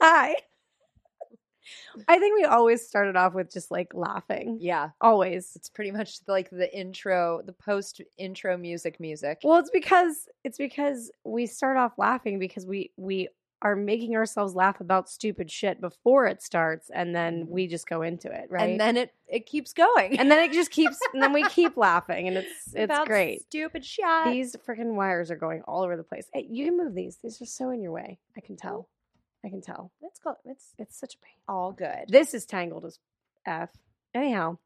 Hi. I think we always started off with just like laughing. Yeah, Always. it's pretty much like the intro, the post intro music music. Well, it's because it's because we start off laughing because we we are making ourselves laugh about stupid shit before it starts and then we just go into it, right? Mm-hmm. And then it it keeps going. and then it just keeps and then we keep laughing and it's it's About great. Stupid shot. These freaking wires are going all over the place. Hey, you can move these. These are so in your way. I can tell. I can tell. it's go- it's It's such a pain. all good. This is tangled as F. Anyhow,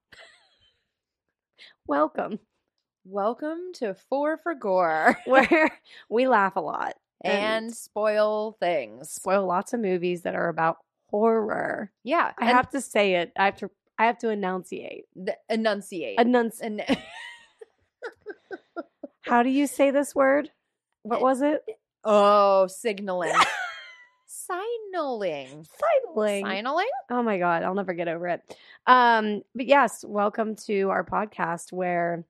welcome. Welcome to Four for Gore Where we laugh a lot and spoil things. spoil lots of movies that are about horror. Yeah, I and have to say it. I have to. I have to enunciate. th- enunciate. Enunci- and How do you say this word? What was it? oh, signaling, signaling, Signaling. signaling. Oh my god, I'll never get over it. Um, but yes, welcome to our podcast where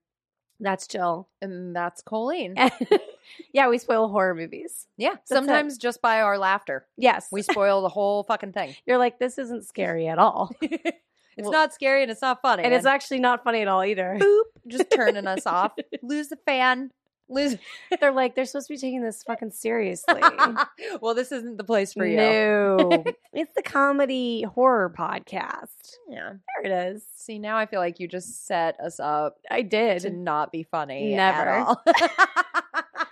that's Jill. And that's Colleen. yeah, we spoil horror movies. yeah, it. sometimes just by our laughter, Yes, we spoil the whole fucking thing. you're like this isn't scary at all, it's Well- not scary and it's not funny. and it's actually not funny at all either. boop, just turning us off. Lose the fan. Lose. They're like they're supposed to be taking this fucking seriously. well, this isn't the place for you. No, it's the comedy horror podcast. Yeah. There it is. See, now I feel like you just set us up I to did. not be funny. Never. At all.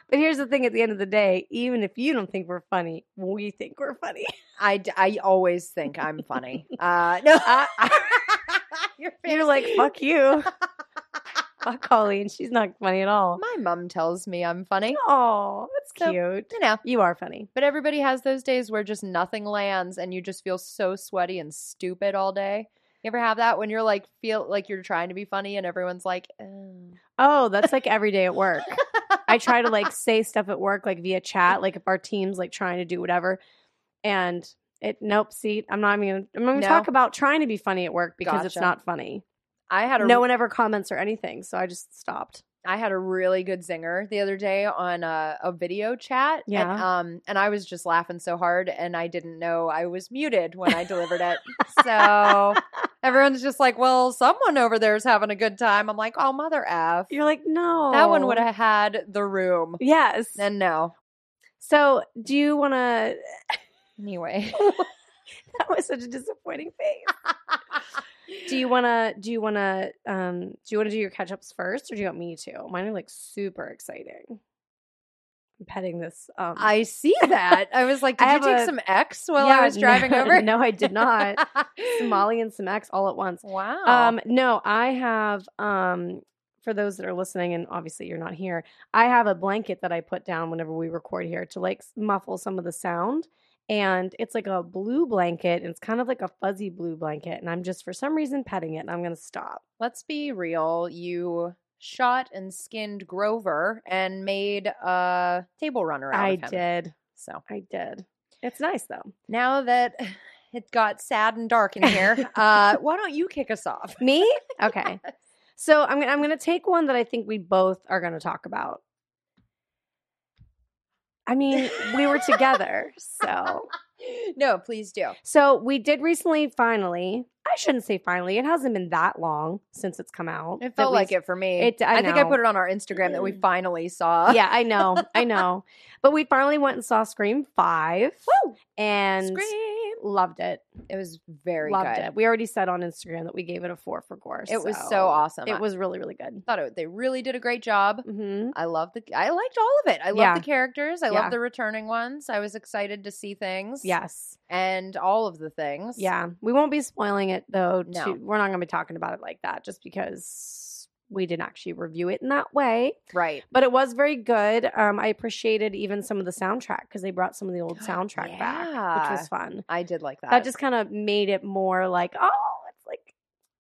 But here's the thing at the end of the day, even if you don't think we're funny, we think we're funny. I, d- I always think I'm funny. Uh, no. Your You're face- like, fuck you. fuck Colleen. She's not funny at all. My mom tells me I'm funny. Oh, that's So- cute. You know. You are funny. But everybody has those days where just nothing lands and you just feel so sweaty and stupid all day. You ever have that when you're like feel like you're trying to be funny and everyone's like, "Oh." Oh, that's like every day at work. I try to like say stuff at work, like via chat, like if our team's like trying to do whatever. And it, nope, see, I'm not even gonna, I'm not gonna No. talk about trying to be funny at work because it's Gotcha. not funny. I had a No one ever comments or anything. So I just stopped. I had a really good zinger the other day on a, a video chat. and, Yeah. um, and I was just laughing so hard, and I didn't know I was muted when I delivered it. so everyone's just like, "Well, someone over there is having a good time." I'm like, "Oh, mother f." You're like, no. That one would have had the room. Yes. And no, So, do you want to? anyway. That was such a disappointing face. Do you want to? Do you want to? Um, do you want to do your catch ups first, or do you want me to? Mine are like super exciting. I'm petting this. Um, I see that. I was like, I "Did you have take a- some X while Yeah, I was driving no, over?" No, I did not. Some Molly and some X all at once. wow. Um, no, I have. Um, for those that are listening, and obviously you're not here, I have a blanket that I put down whenever we record here to like muffle some of the sound. And it's like a blue blanket, and it's kind of like a fuzzy blue blanket. And I'm just for some reason petting it, and I'm gonna stop. let's be real you shot and skinned grover and made a table runner out I of him did, so I did. It's nice though. now that it got sad and dark in here uh why don't you kick us off Me? Okay. So I'm gonna I'm gonna take one that I think we both are gonna talk about. I mean, we were together, so no please do So we did recently, finally. I shouldn't say finally. It hasn't been that long since it's come out. it that felt we- like it for me It- I think i know. Mm. put it on our instagram that we finally saw Yeah, I know, I know. But we finally went and saw Scream Five Woo! and Scream. loved it. it was very loved good it. We already said on Instagram that we gave it a four for gore. It was so awesome It was really, really good. i thought it, they really did a great job hmm I love the. I liked all of it. I love Yeah. the characters. I Yeah. love the returning ones. I was excited to see things. Yes. and all of the things. Yeah. We won't be spoiling it though. To, No. We're not going to be talking about it like that, just because we didn't actually review it in that way. Right. but it was very good. Um, I appreciated even some of the soundtrack because they brought some of the old soundtrack back, which Yeah. was fun. I did like that. That just kind of made it more like, oh, it's like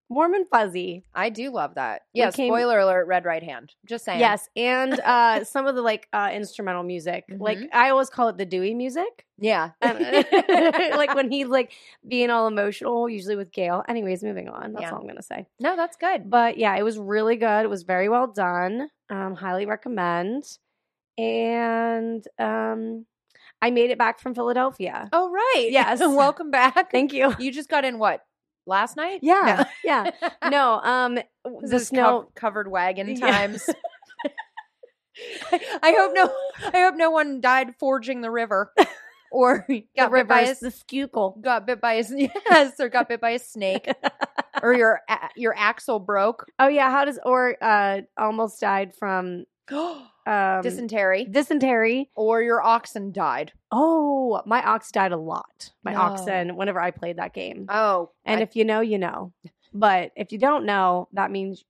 warm and fuzzy. I do love that. We Yeah, came- spoiler alert, red right hand. Just saying. Yes, and uh, some of the like uh, instrumental music, like Mm-hmm. I always call it the Dewey music. Yeah. Um, like when he's like being all emotional, usually with Gail. Anyways, moving on. That's Yeah. all I'm gonna say. No, that's good. But yeah, it was really good. It was very well done. Um, highly recommend. And um, I I made it back from Philadelphia. Oh, right. Yes. Welcome back. Thank you. you just got in what? Last night? Yeah, yeah. No. No, um, This the is snow. cov- covered wagon Yeah. times. I, I hope no I hope no one died forging the river or got the bit by a, rivers, the schuylkill. s- got bit by a s- yes or got bit by a snake or your a- your axle broke. Oh yeah, how does or uh almost died from um dysentery dysentery. or your oxen died. Oh, my ox died a lot. My No. oxen whenever I played that game. Oh. and if you know, you know. But if you don't know, that means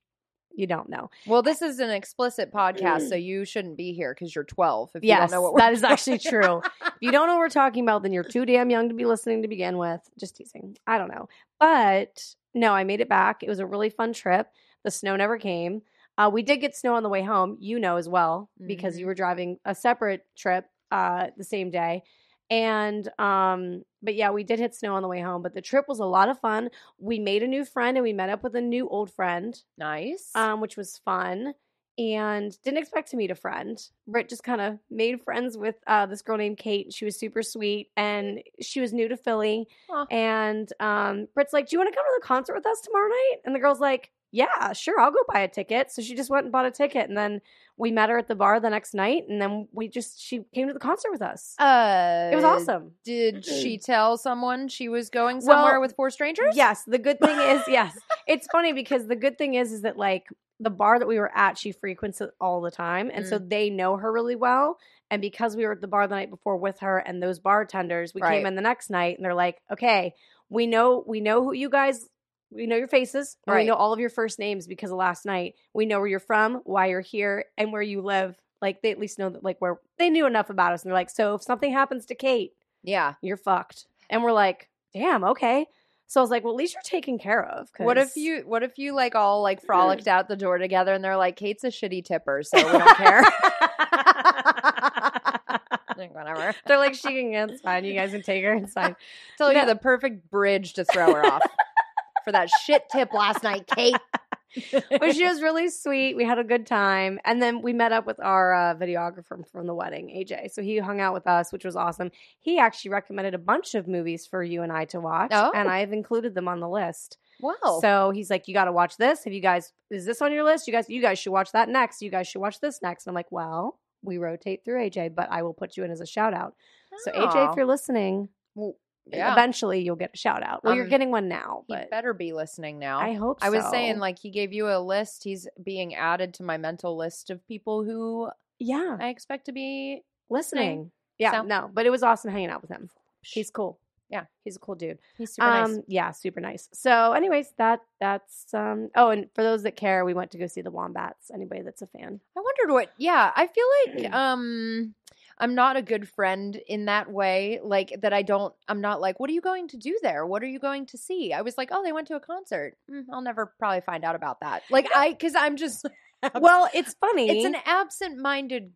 you don't know. well this is an explicit podcast so you shouldn't be here cuz you're 12 if you Mm. yes, don't know what we're that is actually true. if you don't know what we're talking about, then you're too damn young to be listening to begin with. Just teasing. I don't know. But no, I made it back. It was a really fun trip. The snow never came. Uh, we did get snow on the way home, you know, as well, because you were driving a separate trip uh, the same day. And, um, but yeah, we did hit snow on the way home, but the trip was a lot of fun. We made a new friend and we met up with a new old friend Nice. um, which was fun and didn't expect to meet a friend. Britt just kind of made friends with uh, this girl named Kate. She was super sweet and she was new to Philly. Aw. And um, Britt's like, Do you want to come to the concert with us tomorrow night? And the girl's like, Yeah, sure, I'll go buy a ticket. So she just went and bought a ticket. And then we met her at the bar the next night. And then we just, she came to the concert with us. uh it was awesome. Did she tell someone she was going somewhere Mm. Well, with four strangers? Yes. The good thing is, yes. It's funny because the good thing is, is that like the bar that we were at, she frequents it all the time. And Mm. so they know her really well. And because we were at the bar the night before with her and those bartenders, we Right. came in the next night and they're like, okay, we know, we know who you guys, we know your faces. And Right. We know all of your first names because of last night. We know where you're from, why you're here, and where you live. Like they at least know that, like, where they knew enough about us. And they're like, so if something happens to Kate, Yeah. you're fucked. And we're like, damn, okay. So I was like, well, at least you're taken care of. What if 'cause- Mm. you what if you like all like frolicked out the door together and they're like, Kate's a shitty tipper, so we don't care. Like, Whatever. They're like, she can get, it's fine. You guys can take her, it's fine. Tell you No. the perfect bridge to throw her off for that shit tip last night, Kate. But she was really sweet. We had a good time. And then we met up with our uh, videographer from the wedding, AJ. So he hung out with us, which was awesome. He actually recommended a bunch of movies for you and I to watch. Oh. And I've included them on the list. Wow. So he's like, you got to watch this. Have you guys? Is this on your list? You guys, you guys should watch that next. You guys should watch this next. And I'm like, well, we rotate through AJ, but I will put you in as a shout out. So AJ, Aw. if you're listening, Oh. yeah. eventually you'll get a shout out. Well, you're Um, getting one now, he but better be listening now. I hope. I was saying so. like he gave you a list. He's being added to my mental list of people who yeah, I expect to be listening. Yeah, So- no, but it was awesome hanging out with him. He's cool. Yeah. he's a cool dude. he's super um, nice. Yeah, super nice. So, anyways, that that's um. Oh, and for those that care, we went to go see the Wombats. Anybody that's a fan. I wondered what. Yeah, I feel like um I'm not a good friend in that way. Like that I don't I'm not like what are you going to do there? What are you going to see? I was like, "Oh, they went to a concert." Mm, I'll never probably find out about that. Like I cuz I'm just Well, it's funny. it's an absent-minded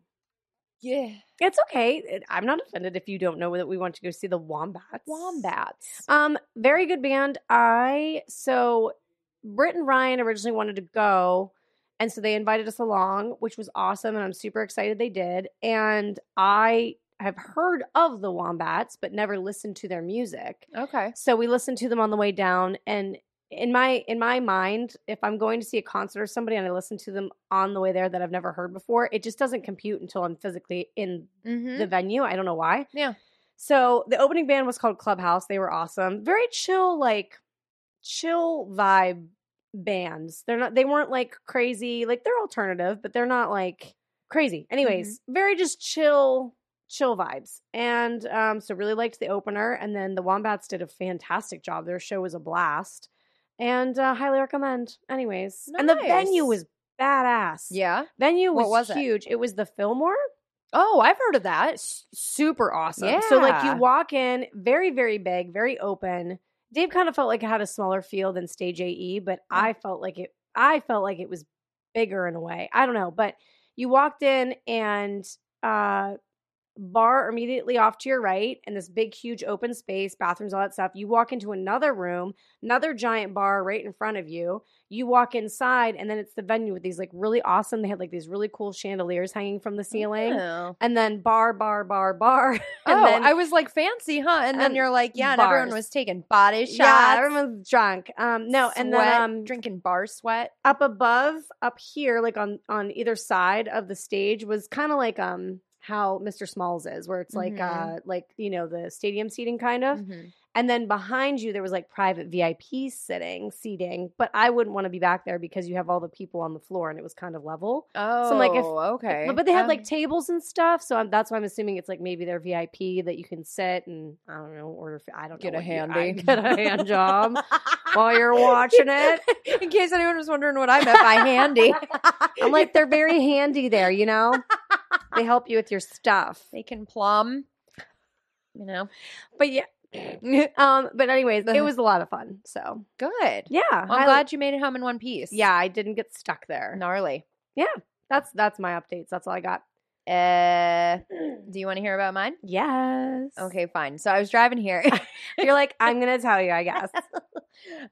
yeah, It's okay. It- I'm not offended if you don't know that we want to go see the Wombats. wombats. Um, very good band. I so Britt and Ryan originally wanted to go, and so they invited us along, which was awesome, and I'm super excited they did. And I have heard of the Wombats, but never listened to their music. Okay. So we listened to them on the way down, and in my in my mind, if I'm going to see a concert or somebody and I listen to them on the way there that I've never heard before, it just doesn't compute until I'm physically in Mhm. the venue. I don't know why. Yeah. So the opening band was called Clubhouse. They were awesome. Very chill, like chill vibe bands. They're not they weren't like crazy, like they're alternative, but they're not like crazy. Mm-hmm. Anyways, very just chill, chill vibes. And um, so really liked the opener. And then the Wombats did a fantastic job. Their show was a blast. And uh, highly recommend. Anyways. And the venue Nice. was badass. yeah. Venue What was, was it? huge. It was the Fillmore Oh, I've heard of that. s- super awesome. So like Yeah. you walk in, very very big, very open. Dave kind of felt like it had a smaller feel than stage AE, but I felt like it. I felt like it was bigger in a way. I don't know, but you walked in and uh bar immediately off to your right and this big huge open space bathrooms all that stuff you walk into another room another giant bar right in front of you you walk inside and then it's the venue with these like really awesome they had like these really cool chandeliers hanging from the ceiling Oh, and then bar bar bar bar and Oh, then I was like fancy, huh? And then and you're like, yeah, and bars. everyone was taking body shots. yeah everyone's drunk um no and then sweat, um drinking bar sweat. up above up here like on on either side of the stage was kind of like um how mr smalls is where it's like Mhm. uh like you know the stadium seating kind of Mhm. and then behind you there was like private vip sitting seating but i wouldn't want to be back there because you have all the people on the floor and it was kind of level Oh, I'm like, if- okay. but, but they had like Um, tables and stuff so I'm, that's why i'm assuming it's like maybe their vip that you can sit and i don't know order f- i don't get know a what you- I- handy, get a hand job Um, while you're watching it In case anyone was wondering what I meant by handy, I'm like, they're very handy there, you know? they help you with your stuff. they can plumb. You know, But yeah. um, but anyways, it was a lot of fun. So good. Well, yeah. I'm highly- glad you made it home in one piece. Yeah, I didn't get stuck there. gnarly. That's that's my updates. That's all I got. Uh, do you want to hear about mine? Yes. Okay, fine. So I was driving here. You're like, I'm gonna tell you, I guess.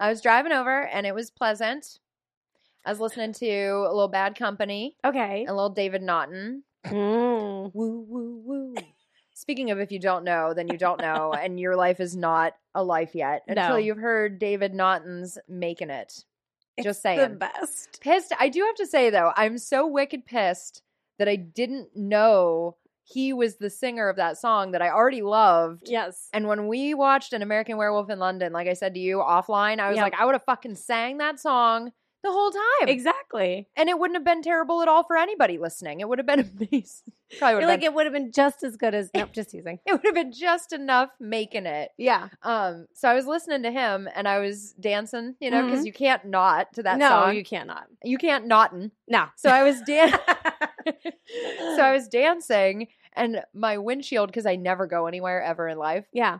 I was driving over, and it was pleasant. I was listening to a little Bad Company, Okay. a little David Naughton. Mm. Woo, woo, woo. Speaking of, if you don't know, then you don't know, and your life is not a life yet No. until you've heard David Naughton's "Making It." Just The saying, best. pissed. I do have to say though, I'm so wicked pissed that I didn't know he was the singer of that song that I already loved. Yes. And when we watched An American Werewolf in London, like I said to you offline, I was Yep. like, I would have fucking sang that song the whole time, Exactly. and it wouldn't have been terrible at all for anybody listening. It would have been amazing. Probably You're would have like, been. it would have been just as good as nope, just using. It would have been just enough making it. Yeah. Um, so I was listening to him and I was dancing, you know, because you can't not to that Mm-hmm. no, song. you cannot. you can't notin. No. So I was dan- so I was dancing and my windshield because I never go anywhere ever in life. Yeah.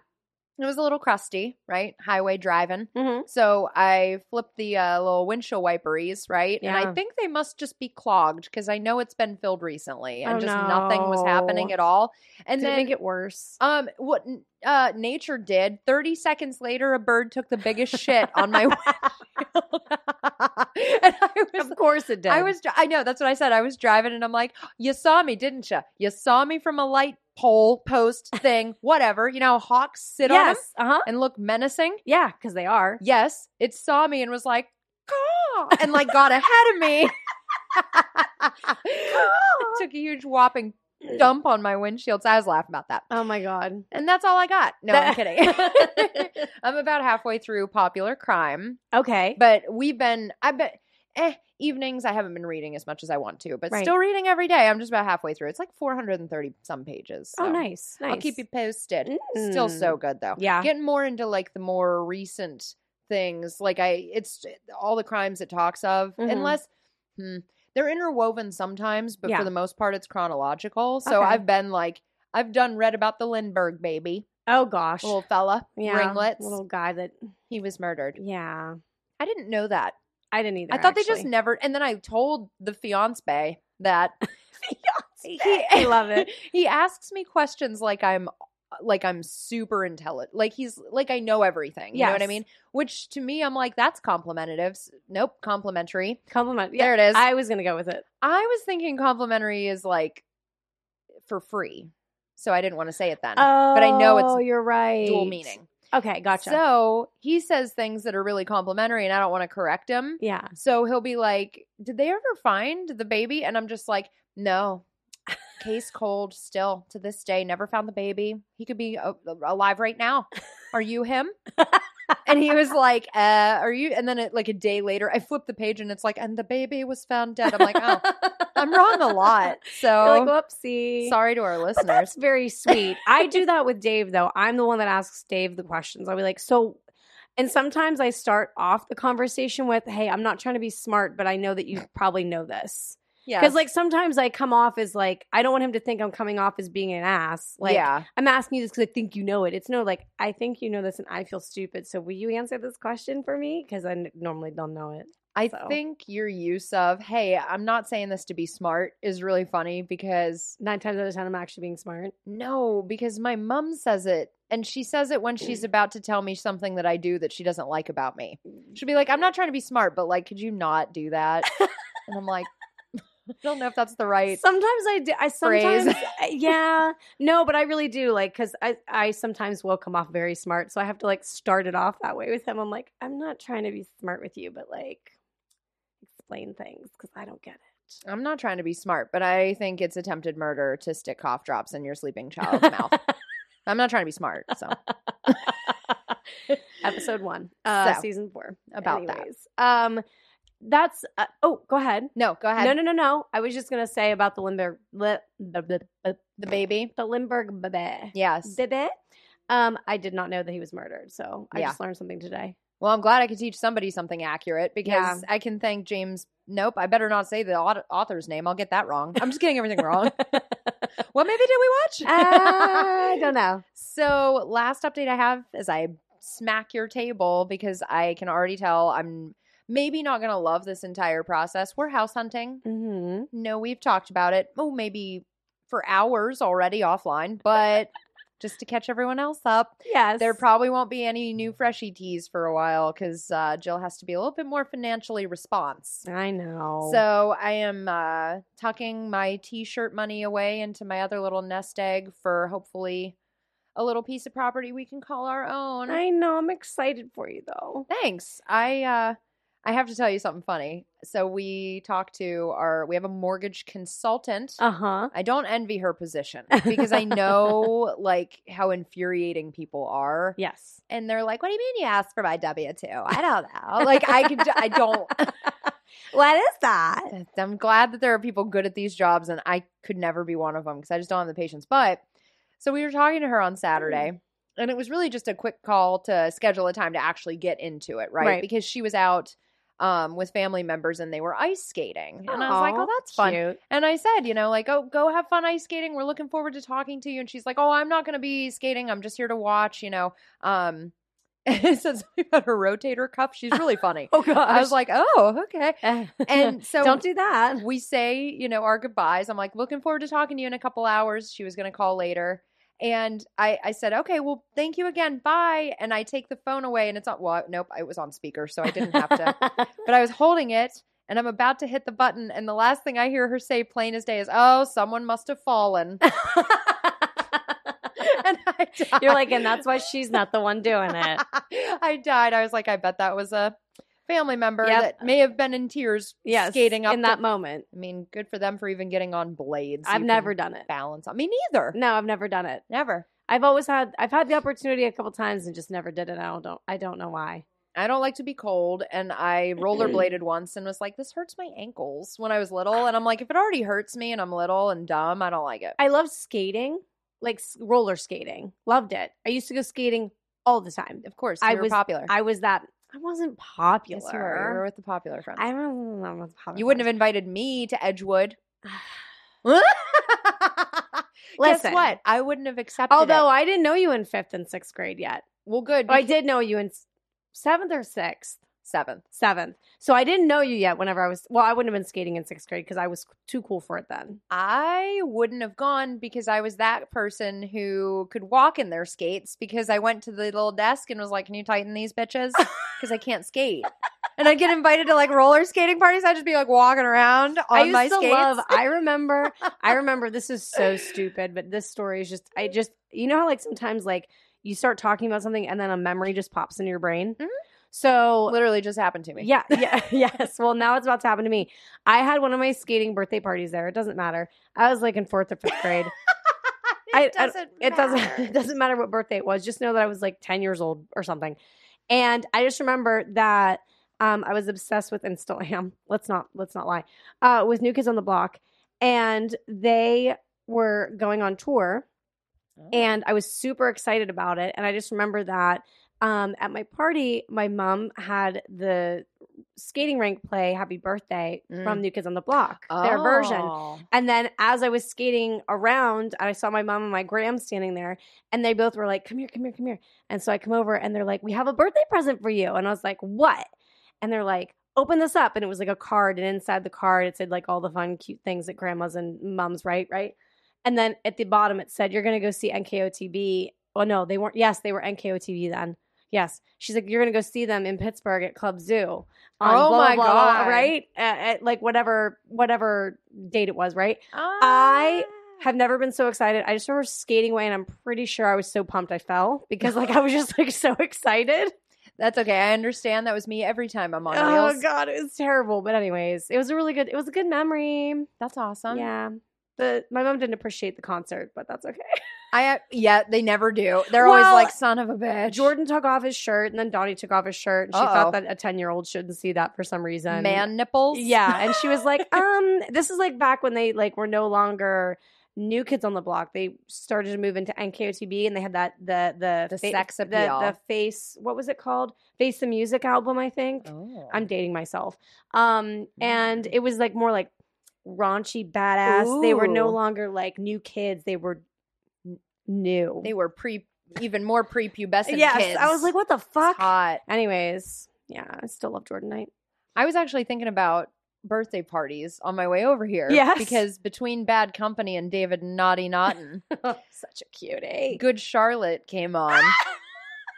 It was a little crusty, right? Highway driving. Mm-hmm. So I flipped the uh, little windshield wiperies, right? And Yeah. I think they must just be clogged because I know it's been filled recently and Oh, just nothing was happening no. at all. And Did then it make it worse? um, what n- uh, nature did 30 seconds later, a bird took the biggest shit on my windshield. and I was, Of course it did. I was, dri- I know that's what I said. I was driving and I'm like, you saw me, didn't you? You saw me from a light pole post thing, whatever. You know, how hawks sit on 'em yes, uh huh, and look menacing. yeah, because they are. Yes, it saw me and was like, "Caw," and like got ahead of me. It took a huge whopping dump on my windshield. So I was laughing about that. Oh my god. And that's all I got. No, I'm That- kidding. I'm about halfway through Popular Crime, Okay. but we've been, I bet, eh, evenings I haven't been reading as much as I want to, but Right. still reading every day. I'm just about halfway through. It's like 430 some pages. oh, so nice, nice. I'll keep you posted. Still Mm. so good though. Yeah. Getting more into like the more recent things. Like I, it's all the crimes it talks of, Mhm. unless. Hmm, they're interwoven sometimes, but Yeah. for the most part, it's chronological. So Okay. I've been like, I've done read about the Lindbergh baby Oh gosh. little fella, yeah. ringlets. Little guy that. He was murdered. Yeah. I didn't know that. I didn't either. I thought they just actually. never. And then I told the fiance that he, I love it. He asks me questions like I'm like I'm super intelligent. Like he's like I know everything. You know what I Yes. mean? Which to me, I'm like that's complimentative. S- Nope, complimentary. Compliment. Yeah. There it is. I, I was gonna go with it. was thinking complimentary is like for free, so I didn't want to say it then. Oh, I know it's you're right. Dual meaning. Okay, gotcha. So he says things that are really complimentary, and I don't want to correct him. yeah. So he'll be like, Did they ever find the baby? And I'm just like, No. Case cold still to this day. Never found the baby. He could be a- alive right now. Are you him? and he was like, uh, Are you? And then it, like a day later, I flip the page and it's like, And the baby was found dead. I'm like, Oh, I'm wrong a lot. You're So like, whoopsie. Oh, sorry to our But that's listeners. very sweet. I do that with Dave though. I'm the one that asks Dave the questions. I'll be like, so and sometimes I start off the conversation with, "Hey, I'm not trying to be smart, but I know that you probably know this." Yeah. Because like sometimes I come off as like I don't want him to think I'm coming off as being an ass. Like yeah. I'm asking you this because I think you know it. It's no like I think you know this and I feel stupid. So will you answer this question for me? Because I n- normally don't know it. I So. think your use of, hey, I'm not saying this to be smart is really funny because Nine times out of ten, I'm actually being smart. no, because my mom says it and she says it when she's about to tell me something that I do that she doesn't like about me. She'll be like, I'm not trying to be smart, but like, could you not do that? and I'm like, I don't know if that's the right. Sometimes I do. I Phrase. sometimes, yeah, no, but I really do like because I I sometimes will come off very smart, so I have to like start it off that way with him. I'm like, I'm not trying to be smart with you, but like explain things because I don't get it. I'm not trying to be smart, but I think it's attempted murder to stick cough drops in your sleeping child's mouth. I'm not trying to be smart, so Episode one, uh, So, season four, about that. that. Um, that's uh, oh, go ahead. no, go ahead. No, no, no, no. I was just gonna say about the Lindbergh, li, the, the, the, The baby, the Lindbergh baby. yes. Baby. Um, I did not know that he was murdered, so I Yeah. just learned something today. Well, I'm glad I could teach somebody something accurate because I can thank James. Nope, I better not say the au- author's name. I'll get that wrong. I'm just getting everything wrong. what movie did we watch? I Ah, don't know. So, last update I have is I smack your table because I can already tell I'm maybe not going to love this entire process. We're house hunting. Mm-hmm. No, we've talked about it. Oh, maybe for hours already offline, but just to catch everyone else up. Yes, There probably won't be any new freshie teas for a while because uh, Jill has to be a little bit more financially response. I know. So I am uh, tucking my t-shirt money away into my other little nest egg for hopefully a little piece of property we can call our own. I know. I'm excited for you though. Thanks. I uh, I have to tell you something funny. So we talked to our we have a mortgage consultant. Uh huh. I don't envy her position because I know like how infuriating people are Yes. and they're like, "What do you mean you asked for my W two? I don't know. Like I could, I don't. uh, What is that? I'm glad that there are people good at these jobs, and I could never be one of them because I just don't have the patience. But so we were talking to her on Saturday, and it was really just a quick call to schedule a time to actually get into it, right? Right. Because she was out um, with family members and they were ice skating, and I was like, Aw, "Oh, that's fun." Cute. And I said, you know, like, oh, go have fun ice skating. We're looking forward to talking to you. And she's like, oh, I'm not going to be skating. I'm just here to watch, you know. Um, said something about her rotator cuff. She's really funny. Oh gosh. I was like, oh, okay. And so don't do that. we say, you know, our goodbyes. I'm like, looking forward to talking to you in a couple hours. She was going to call later. And I, I said, okay, well, thank you again. Bye. And I take the phone away and it's on, well, nope, it was on speaker. So I didn't have to but I was holding it and I'm about to hit the button. And the last thing I hear her say, plain as day, is, Oh, someone must have fallen. and I died. You're like, and that's why she's not the one doing it. I died. I was like, I bet that was a family member Yep. that may have been in tears Yes. skating up in to- that moment. I mean, good for them for even getting on blades. You I've can never done it. balance on me neither. No, I've never done it. Never. I've always had I've had the opportunity a couple times and just never did it. I don't don't- I don't know why. I don't like to be cold, and I rollerbladed once and was like, "This hurts my ankles." When I was little, and I'm like, "If it already hurts me, and I'm little and dumb, I don't like it." I love skating, like s- roller skating. Loved it. I used to go skating all the time. Of course, I you were was- popular. I was that I wasn't Yes, popular. you were. You were with the popular friends. Oh I wasn't, I wasn't popular. you wouldn't have invited me to Edgewood. Listen, Guess what? I wouldn't have accepted. Although it. I didn't know you in fifth and sixth grade yet. well, good. Oh, I because- did know you in s- seventh or sixth. seventh. Seventh. So I didn't know you yet whenever I was, well, I wouldn't have been skating in sixth grade because I was too cool for it then. I wouldn't have gone because I was that person who could walk in their skates because I went to the little desk and was like, "Can you tighten these bitches?" Because I can't skate. And I'd get invited to like roller skating parties. I'd just be like walking around on I used my to skates. love, I remember, I remember this is so stupid, but this story is just, I just, you know how like sometimes like you start talking about something and then a memory just pops into your brain? Mhm. So Literally just happened to me. Yeah, yeah, yes. Well, now it's about to happen to me. I had one of my skating birthday parties there. It doesn't matter. I was like in fourth or fifth grade. I- I- it doesn't. It doesn't. matter. It doesn't matter what birthday it was. Just know that I was like ten years old or something. And I just remember that um, I was obsessed with and still am. Let's not let's not lie. Uh, with New Kids on the Block, and they were going on tour and I was super excited about it. And I just remember that um, at my party, my mom had the skating rink play "Happy Birthday" from New Kids on the Block, their version. Oh. And then as I was skating around, I saw my mom and my gram standing there, and they both were like, "Come here, come here, come here." And so I come over, and they're like, "We have a birthday present for you," and I was like, "What?" And they're like, open this up and it was like a card and inside the card it said like all the fun cute things that grandmas and moms write right and then at the bottom it said you're gonna go see nkotb oh no they weren't yes they were nkotb then yes she's like you're gonna go see them in pittsburgh at club zoo on Oh blah, my blah, blah, God. right at, at like whatever whatever date it was right I have never been so excited. I just remember skating away, and I'm pretty sure I was so pumped I fell because like I was just like so excited. That's okay. I understand. That was me every time I'm on Oh wheels. god, it was terrible. But anyways, it was a really good. It was a good memory. That's awesome. Yeah. The, my mom didn't appreciate the concert, but that's okay. I uh, yeah, they never do. They're always Well, like son of a bitch. Jordan took off his shirt, and then Donnie took off his shirt, and she Uh-oh. thought that a ten-year-old shouldn't see that for some reason. man nipples. Yeah, and she was like, "Um, this is like back when they like were no longer new kids on the block. They started to move into NKOTB, and they had that the the The sex the, appeal. the face. What was it called? Face the Music album, I think. Oh. I'm dating myself. Um, and Mm. it was like more like raunchy badass. They were no Ooh. longer like new kids. They were n- new. they were pre even more prepubescent yes, kids. I was like, what the It's fuck? hot. Anyways, yeah, I still love Jordan Knight. I was actually thinking about birthday parties on my way over here. Yes. Because between Bad Company and David Naughty Naughton, Such a cutie. Good Charlotte came on.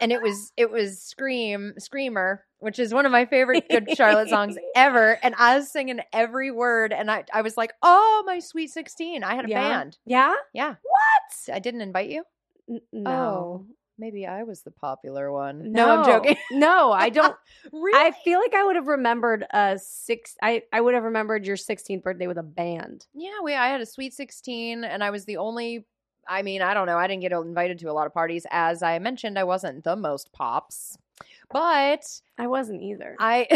And it was it was Scream Screamer, which is one of my favorite Good Charlotte songs ever. And I was singing every word and I, I was like, Oh, my sweet sixteen. I had a Yeah. band. Yeah. Yeah. What? I didn't invite you. N- no. Maybe I was the popular one. Oh, no, I'm joking. no, I don't. really? I feel like I would have remembered a six. I I would have remembered your 16th birthday with a band. Yeah, we I had a sweet 16 and I was the only I mean, I don't know. I didn't get invited to a lot of parties. As I mentioned, I wasn't the most pops. But I wasn't either. I,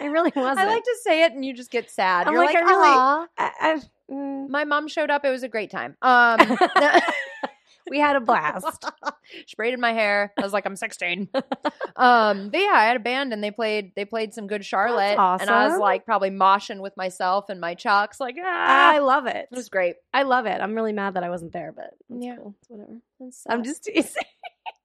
I really wasn't. I like to say it and you just get sad. I'm You're like, like, I really- "Aw." I, I've- mm. My mom showed up. It was a great time. Um we had a blast. she braided my hair. I was like, I'm 16. um, but yeah, I had a band and they played they played some good Charlotte. And I was awesome. like probably moshing with myself and my chucks, like ah I love it. it was great. I love it. I'm really mad that I wasn't there, but it's Yeah. cool. It's whatever. I'm I'm just just teasing.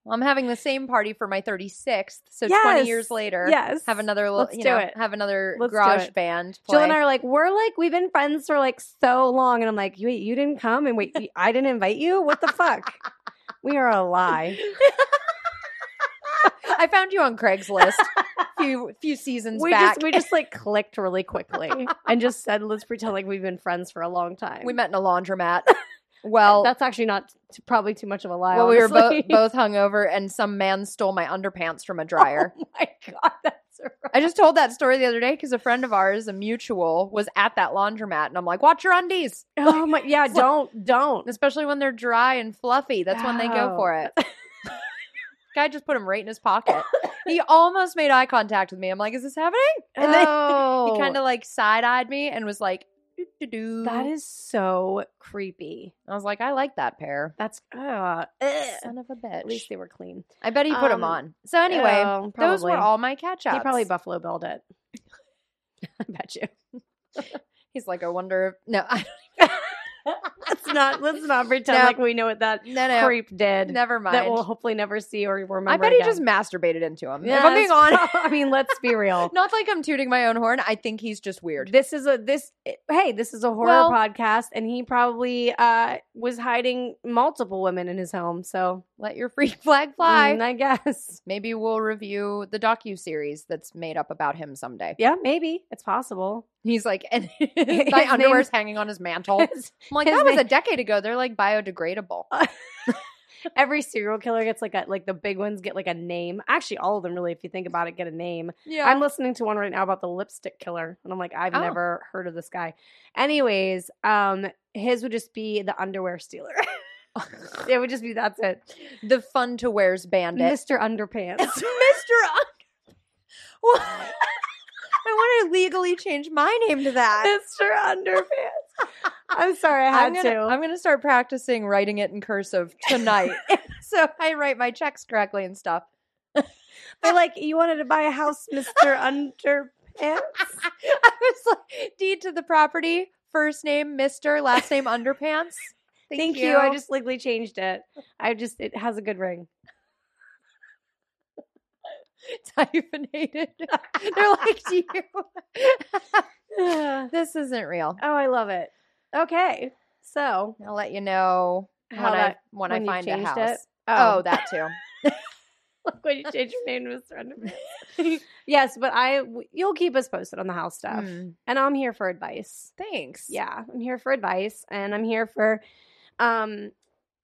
Well, I'm having the same party for my 36th. So 20 Yes. years later, yes. have another little, Let's you do know, it. have another Let's do garage it. band. Play. Jill and I are like, we're like, we've been friends for like so long. And I'm like, wait, you didn't come? And wait, I didn't invite you? What the fuck? we are a lie. I found you on Craigslist a few few seasons we back. just we just like clicked really quickly and just said let's pretend like we've been friends for a long time We met in a laundromat. Well, that's actually not t- probably too much of a lie well, we were honestly. both both hungover, and some man stole my underpants from a dryer. oh my god that's right I just told that story the other day because a friend of ours, a mutual, was at that laundromat, and I'm like, "Watch your undies, oh my yeah It's like- don't don't especially when they're dry and fluffy. That's when they go Oh. for it." Guy just put them right in his pocket. He almost made eye contact with me. I'm like, "Is this happening?" And then oh He kind of like side eyed me and was like, "Doo-doo-doo." that is so creepy I was like, I like that pair. that's uh, ugh. Son of a at least bitch. they were clean I bet he put them Um, on. So anyway, Oh, those were probably. all my catch ups. he probably buffalo billed it i bet you He's like, I wonder if no, I let's not let's not pretend No. like we know what that no, no, creep did never mind. that we'll hopefully never see or remember I bet he again. just masturbated into him. Yeah, if I'm being that's honest, prob- I mean, let's be real. not like I'm tooting my own horn. I think he's just weird. This is a this hey, this is a horror Well- podcast, and he probably uh was hiding multiple women in his home. So Let your freak flag fly. mm, I guess. Maybe we'll review the docu series that's made up about him someday. Yeah, maybe it's possible. He's like, and His my underwear's name's- hanging on his mantle. I'm like, His that was a name- decade ago. They're like biodegradable. Every serial killer gets like a like the big ones get like a name. Actually, all of them really, if you think about it, get a name. Yeah. I'm listening to one right now about the lipstick killer, and I'm like, I've Oh. never heard of this guy. Anyways, um, his would just be the underwear stealer. it would just be that's it. the fun to wears bandit. Mr. Underpants. Mr. Un- What? I want to legally change my name to that. Mr. Underpants. I'm sorry, I I'm had gonna, to. I'm gonna start practicing writing it in cursive tonight, so I write my checks correctly and stuff. They're like, you wanted to buy a house, Mr. Underpants? I was like, deed to the property, first name Mister, last name Underpants. Thank you. I just legally changed it. I just, it has a good ring. Hyphenated. They're like to you. oh, this isn't real. I love it. Okay. So, I'll let you know when How I that- when when, I you find a changed house. it? Oh. that too. like when you change your name to Mr. Underpants. yes, but I w- you'll keep us posted on the house stuff, Mm, and I'm here for advice. thanks. Yeah, I'm here for advice, and I'm here for, um,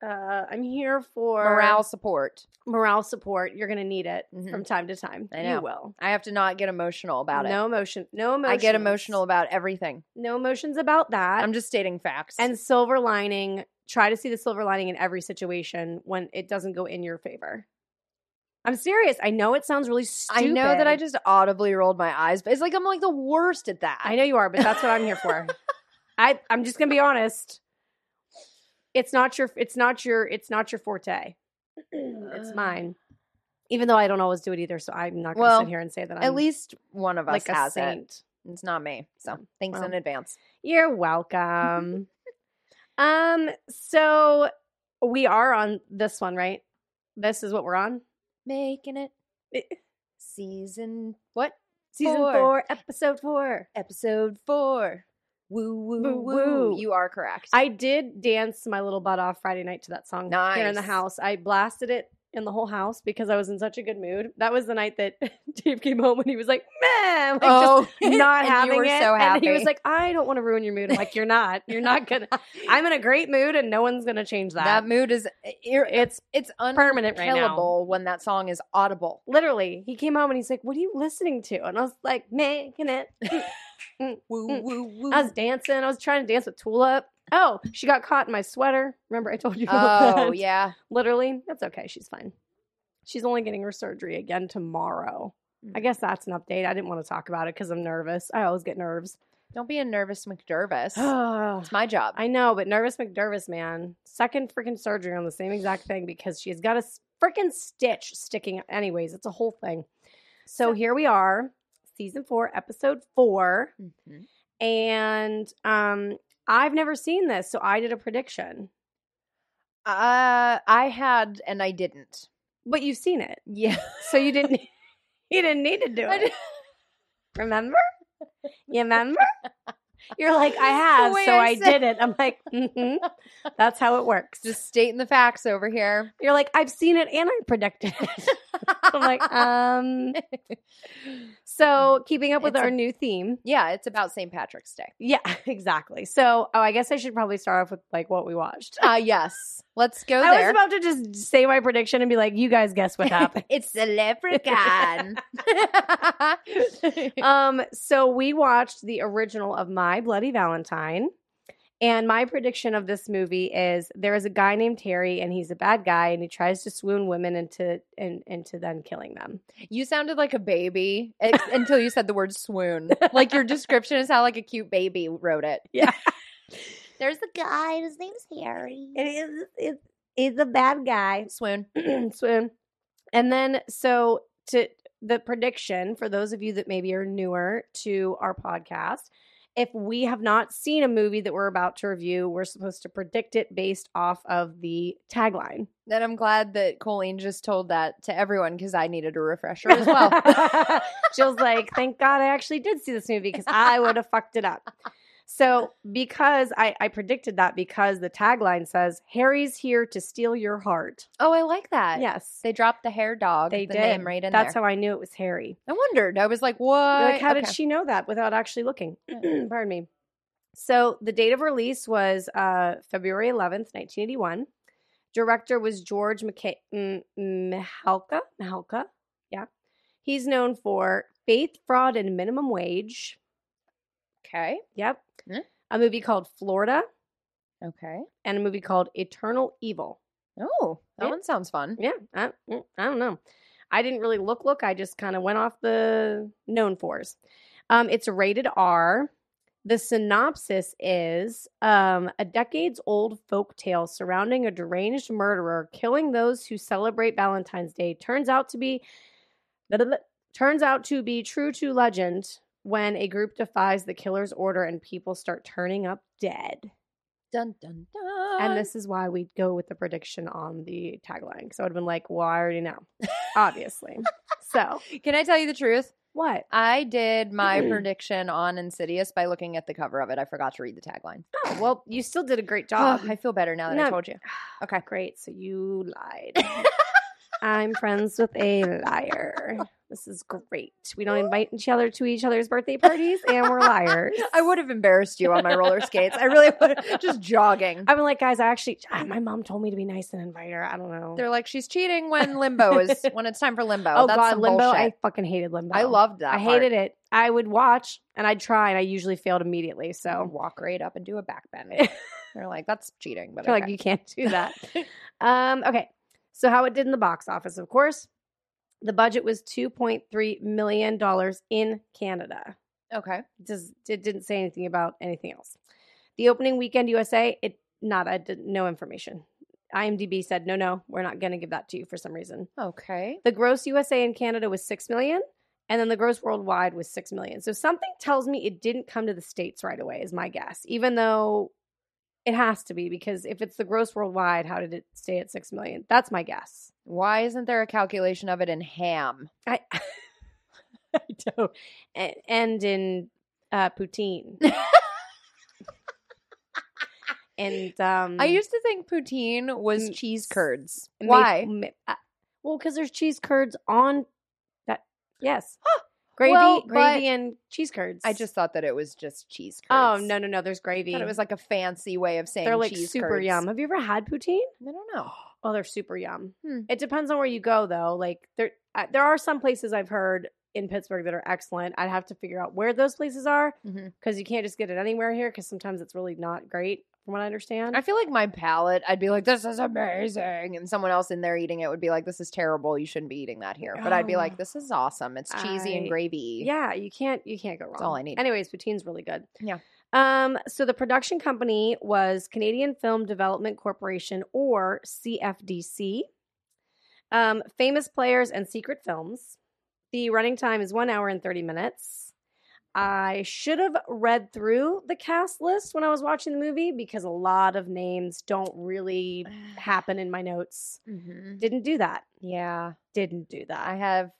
uh, I'm here for Morale support. morale support. You're gonna need it Mhm. from time to time. I You know. will. I have to not get emotional about it. no emotion. No emotion. I get emotional about everything. No emotions about that. I'm just stating facts. and silver lining. Try to see the silver lining in every situation when it doesn't go in your favor. I'm serious. I know it sounds really stupid. I know that I just audibly rolled my eyes, but it's like I'm like the worst at that. I know you are, but that's what I'm here for. I I'm just gonna be honest. It's not your it's not your it's not your forte. Uh, it's mine. Even though I don't always do it either, so I'm not gonna Well, sit here and say that I'm At least one of us like a has it. saint. Mm, It's not me. So thanks Well. in advance. You're welcome. um, so we are on this one, right? This is what we're on. Making it It- season what? Season Eh, Four. four, episode four. Episode four. Woo woo Woo, woo. woo. You are correct. I did dance my little butt off Friday night to that song here in the Nice. house. I blasted it in the whole house because I was in such a good mood. That was the night that Dave came home and he was like, "Man, like just not Oh, and having you were it." So happy. And he was like, "I don't want to ruin your mood." I'm like, "You're not. You're not gonna. I'm in a great mood, and no one's gonna change that." that mood is ir- it's it's permanent right now. unkillable when that song is audible. literally. He came home and he's like, "What are you listening to?" And I was like, "Making it." Woo Mm. woo woo. I was dancing. I was trying to dance with Tulip. Oh, she got caught in my sweater. Remember, I told you about that. oh yeah. literally that's okay she's fine she's only getting her surgery again tomorrow Mm. i guess that's an update i didn't want to talk about it because i'm nervous i always get nerves Don't be a nervous McDervis. i it's my job. know but nervous mcdervis man second freaking surgery on the same exact thing because she's got a freaking stitch sticking anyways it's a whole thing so So- here we are season four episode four Mhm. and um i've never seen this so i did a prediction Uh, I had and I didn't. but you've seen it Yeah. so you didn't you didn't need to do I it did- Remember? You remember? You're like, I have, way so I I, said- did it. I'm like, hmm that's how it works. Just stating the facts over here. You're like, I've seen it and I predicted it. I'm like, um. So, keeping up with Mm. It's a- our new theme. yeah, it's about St. Patrick's Day. Yeah, exactly. So, oh, I guess I should probably start off with like what we watched. Ah, yes. Let's go I was there. about to just say my prediction and be like, you guys guess what happened. it's the leprechaun. um, so we watched the original of My Bloody Valentine. And my prediction of this movie is there is a guy named Terry and he's a bad guy and he tries to swoon women into and into then killing them. you sounded like a baby ex- until you said the word swoon. Like your description is how like a cute baby wrote it. Yeah. There's the guy. and His name's Harry. It is it is a bad guy. Swoon. swoon. And then so to the prediction for those of you that maybe are newer to our podcast, if we have not seen a movie that we're about to review, we're supposed to predict it based off of the tagline. Then I'm glad that Colleen just told that to everyone because I needed a refresher as well. Jill's like, thank God I actually did see this movie because I would have fucked it up. So, because I, I predicted that, because the tagline says, Harry's here to steal your heart. oh, I like that. Yes. They dropped the hair dog. They the did. name right in That's there. how I knew it was Harry. I wondered. I was like, what? like, how did Okay. she know that without actually looking? Pardon me. So, the date of release was uh, February 11th, 1981. Director was George McKay- M- Mihalka. Mihalka. Yeah. He's known for Faith, Fraud, and Minimum Wage. Okay. Yep. Hmm? A movie called Florida Okay. and a movie called Eternal Evil. Oh, that Yeah. one sounds fun. Yeah, I, mm, I don't know. I didn't really look look. I just kind of went off the known fours. Um, it's rated R. The synopsis is um, a decades old folk tale surrounding a deranged murderer killing those who celebrate Valentine's Day turns out to be turns out to be true to legend when a group defies the killer's order and people start turning up dead. Dun dun dun. And this is why we go with the prediction on the tagline. So I'd have been like, well, I already know. obviously. so Can I tell you the truth? what? I did my Mm. prediction on Insidious by looking at the cover of it. I forgot to read the tagline. Oh, well, you still did a great Oh, job. I feel better now that I No. told you. Okay. Great. So you lied. I'm friends with a liar. This is great. We don't invite each other to each other's birthday parties, and we're liars. I would have embarrassed you on my roller skates. I really would. Just jogging. I'm like, guys, I actually, ah, my mom told me to be nice and invite her. I don't know. They're like, she's cheating when limbo is when it's time for limbo. oh That's God, some limbo! bullshit. I fucking hated limbo. I loved that. I hated it. I would watch and I'd try, and I usually failed immediately. So walk right up and do a backbend. They're like, that's cheating. But I feel okay. like you can't do that. um, okay. So how it did in the box office, of course. The budget was two point three million dollars in Canada. okay. Does it didn't say anything about anything else. The opening weekend USA, it not I didn't no information. IMDb said no, no, we're not going to give that to you for some reason. Okay. The gross USA and Canada was six million, and then the gross worldwide was six million. So something tells me it didn't come to the states right away. Is my guess, even though it has to be because if it's the gross worldwide, how did it stay at six million? That's my guess. Why isn't there a calculation of it in ham? I, I don't. And, and in uh, poutine. and um, I used to think poutine was Mm, cheese s- curds. ma- Why? ma- uh, well, because there's cheese curds on that. Yes, gravy, Well, but- gravy, and cheese curds. I just thought that it was just cheese Oh curds. no no no! There's gravy. Thought it was like a fancy way of saying they're like cheese super curds. yum. Have you ever had poutine? I don't know. Oh, they're super yum. Hmm. It depends on where you go though. Like there uh, there are some places I've heard in Pittsburgh that are excellent. I'd have to figure out where those places are Mhm. because you can't just get it anywhere here because sometimes it's really not great from what I understand. I feel like my palate, I'd be like, this is amazing. And someone else in there eating it would be like, this is terrible. You shouldn't be eating that here. But I'd be No. like, this is awesome. It's cheesy and Oh. I- gravy. yeah, you can't you can't go wrong. all I need. Anyways, poutine's really good. Yeah. Um so the production company was Canadian Film Development Corporation or CFDC. Um famous players and secret films. The running time is 1 hour and 30 minutes. I should have read through the cast list when I was watching the movie because a lot of names don't really happen in my notes. Mhm. Didn't do that. Yeah. Didn't do that. I have,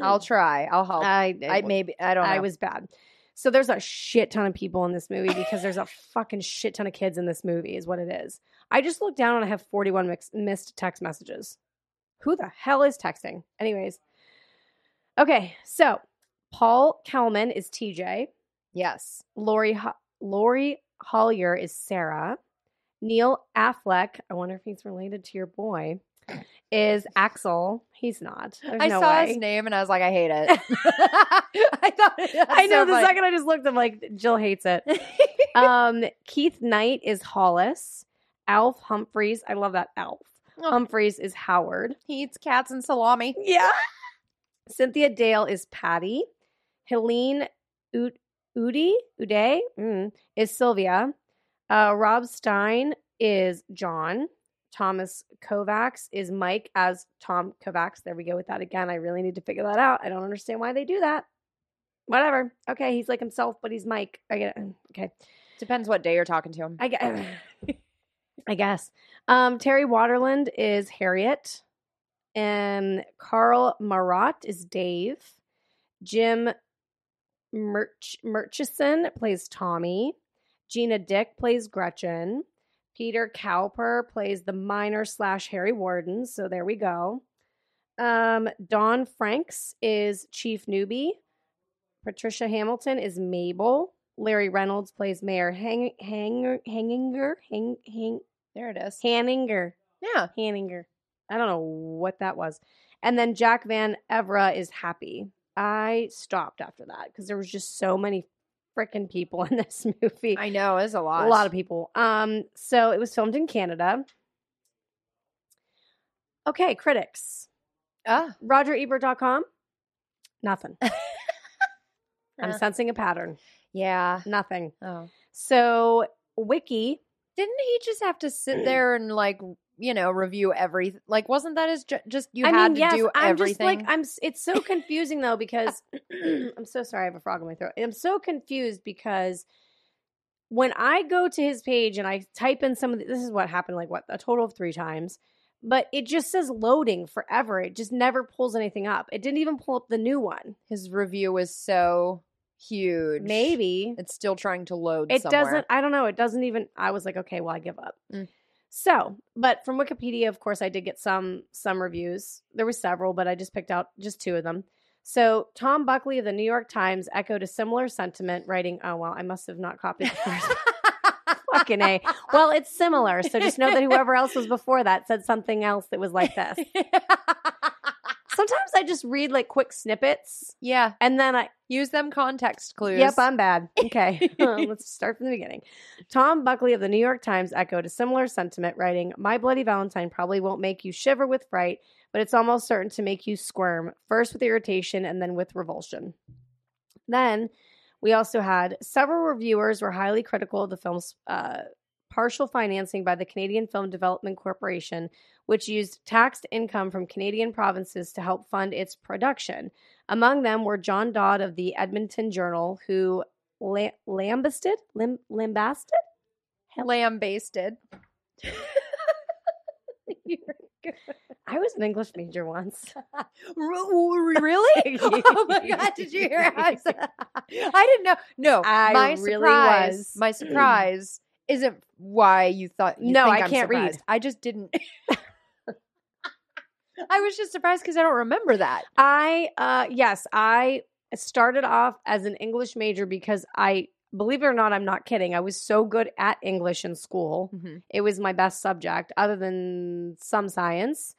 I'll try. I'll help. I, I maybe, I don't know. I was bad. So there's a shit ton of people in this movie because there's a fucking shit ton of kids in this movie, is what it is. I just looked down and I have 41 mix- missed text messages. Who the hell is texting? Anyways. Okay, so Paul Kalman is TJ. yes. Lori, Ho- Lori Hollier is Sarah. Neil Affleck, I wonder if he's related to your boy, is Axel. He's not. There's I no saw way. his name and I was like, I hate it. I thought, I know the second. second I just looked, I'm like, Jill hates it. um, Keith Knight is Hollis. Alf Humphreys, I love that Alf. Oh. Humphreys is Howard. He eats cats and salami. Yeah. Cynthia Dale is Patty. Helene U- Udi Uday mm, is Sylvia. Uh, Rob Stein is John. Thomas Kovacs is Mike as Tom Kovacs. There we go with that again. I really need to figure that out. I don't understand why they do that. Whatever. Okay, he's like himself, but he's Mike. I get it. Mm, Okay. Depends what day you're talking to him. I guess. I guess. Um, Terry Waterland is Harriet, and Carl Marat is Dave. Jim Murch- Murchison plays Tommy. Gina Dick plays Gretchen. Peter Cowper plays the minor slash Harry Warden. So there we go. Um, Don Franks is Chief Newbie. Patricia Hamilton is Mabel. Larry Reynolds plays Mayor Hang Hanger Hanginger Hang Hang there it is. Hanninger Yeah. Hanninger. I don't know what that was. And then Jack Van Evra is happy. I stopped after that because there was just so many freaking people in this movie. I know. It's a lot. A lot of people. Um, so it was filmed in Canada. Okay, critics. Ah, RogerEbert.com. Nothing. I'm Uh. sensing a pattern. yeah. Nothing. Oh. So Wiki, Didn't he just have to sit there and like, you know, review everything? Like, wasn't that his ju- just you I had mean, to yes, do I'm just everything? like I'm. s- It's so confusing though because I'm so sorry. I have a frog in my throat. I'm so confused because when I go to his page and I type in some of the, this is what happened like what a total of three times. but it just says loading forever. It just never pulls anything up. It didn't even pull up the new one. His review was so huge. Maybe It's still trying to load it somewhere. doesn't i don't know it doesn't even i was like okay well i give up Mm. so but from wikipedia of course i did get some some reviews there were several but i just picked out just two of them so tom buckley of the new york times echoed a similar sentiment writing oh well i must have not copied the first fucking a well it's similar so just know that whoever else was before that said something else that was like this sometimes i just read like quick snippets yeah. and then i Use them context clues. Yep, I'm bad. Okay, let's start from the beginning. Tom Buckley of the New York Times echoed a similar sentiment, writing, My Bloody Valentine probably won't make you shiver with fright, but it's almost certain to make you squirm, first with irritation and then with revulsion. Then we also had several reviewers were highly critical of the film's uh, partial financing by the Canadian Film Development Corporation, which used taxed income from Canadian provinces to help fund its production. Among them were John Dodd of the Edmonton Journal, who la- lambasted, lim- lambasted. lambasted. I was an English major once. really? oh my god! Did you hear? How I, said- I didn't know. No, I my really surprise, was. Mm. my surprise isn't why you thought. You No, think I I'm can't read. surprised. I just didn't. I was just surprised because I don't remember that. I uh yes, I started off as an English major because I believe it or not, I'm not kidding. I was so good at English in school. It was my best subject other than some science.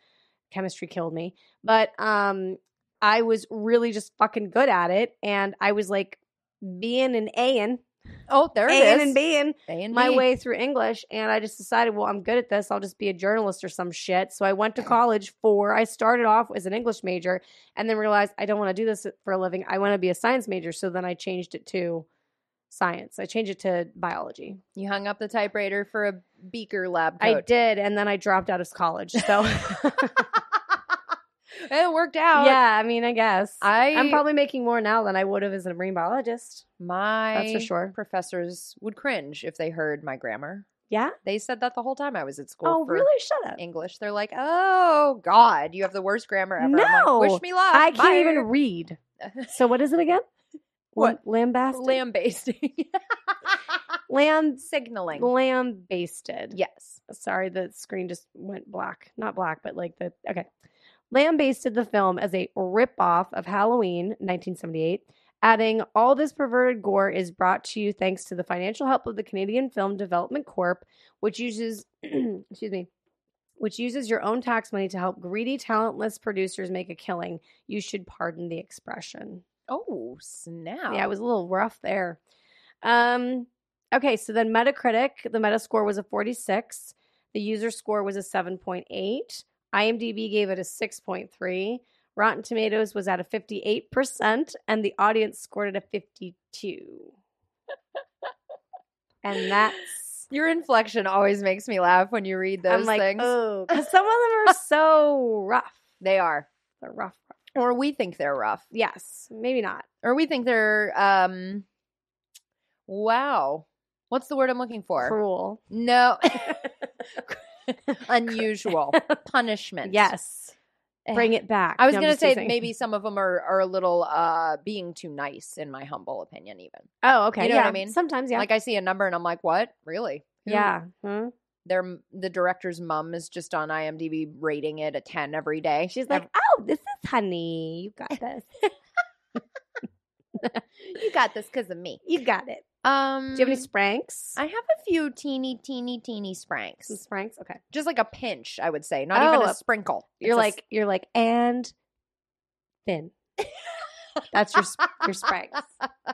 Chemistry killed me. But um I was really just fucking good at it and I was like being and A-ing, Oh, there it A-ing is. and being A and my B. way through English and I just decided, well, I'm good at this. I'll just be a journalist or some shit. So I went to college for I started off as an English major and then realized I don't want to do this for a living. I want to be a science major. So then I changed it to science. I changed it to biology. You hung up the typewriter for a beaker lab I coat. did and then I dropped out of college. So it worked out. Oh, yeah, I mean, I guess. I I'm probably making more now than I would have as a marine biologist. my That's for sure. professors would cringe if they heard my grammar. Yeah? They said that the whole time I was at school. Oh, for really? Shut up. English. They're like, "Oh God, you have the worst grammar ever." I'm No, like, wish me luck. I can't Bye." even read. So what is it again? What? Lambasted? lambasting, Lamb signaling. lambasted. yes, Sorry, the screen just went black. Not black, but like the okay. Lambasted the film as a ripoff of Halloween 1978, adding all this perverted gore is brought to you thanks to the financial help of the Canadian Film Development Corp, which uses excuse me, which uses your own tax money to help greedy, talentless producers make a killing. You should pardon the expression. Oh snap! Yeah, it was a little rough there. Um, okay, so then Metacritic, the Metascore was a 46. The user score was a 7.8. IMDb gave it a 6.3. Rotten Tomatoes was at a 58%, and the audience scored it a 52. and that's. your inflection always makes me laugh when you read those I'm like, things. oh, because some of them are so rough. They are, They're rough. or we think they're rough, Yes, maybe not. or we think they're um. Wow, what's the word I'm looking for? Cruel. No. Unusual punishment. Yes. Eh. Bring it back. I was No, I'm gonna just say teasing. maybe some of them are, are a little uh being too nice, in my humble opinion. Even Oh, okay. You know yeah. what I mean? Sometimes, yeah. like I see a number and I'm like, what? Really? Who- yeah. hmm. Huh? Their the director's mum is just on IMDb rating it a ten every day. She's like, Ev- oh, this is honey. You got this. you got this because of me. you got it. Um, Do you have any spranks? I have a few teeny, teeny, teeny spranks. Some spranks. Okay. Just like a pinch, I would say. Not even Oh, a sprinkle. You're It's a s- like, you're like, and thin. That's your sp- your spranks.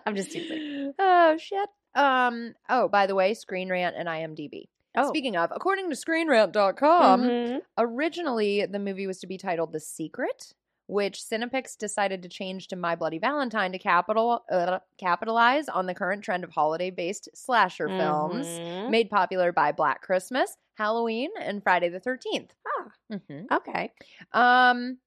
I'm just teasing. Oh shit. Um. Oh, by the way, Screen Rant and IMDb. Oh, Speaking of, according to ScreenRant.com, Mhm. originally the movie was to be titled The Secret, which Cinepix decided to change to My Bloody Valentine to capital uh, capitalize on the current trend of holiday-based slasher films Mhm. made popular by Black Christmas, Halloween, and Friday the 13th. Ah. Mhm. Okay. Um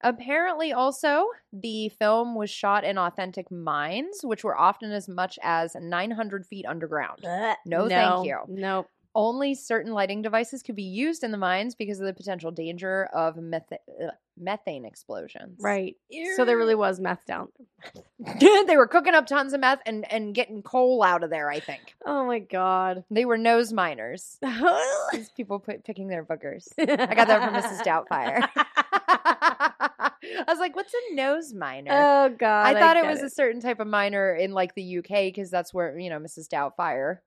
apparently also the film was shot in authentic mines, which were often as much as 900 feet underground. Blech. No, thank you. Nope. Only certain lighting devices could be used in the mines because of the potential danger of meth- ugh, methane explosions. Right. So there Ew. really was meth down. they were cooking up tons of meth and, and getting coal out of there, I think. Oh my god. They were nose miners. I These people put, picking their boogers. I got that from Mrs. Doubtfire. I was like, what's a nose miner? Oh god. I thought it get was a certain type of miner in like the UK because that's where, you know, Mrs. Doubtfire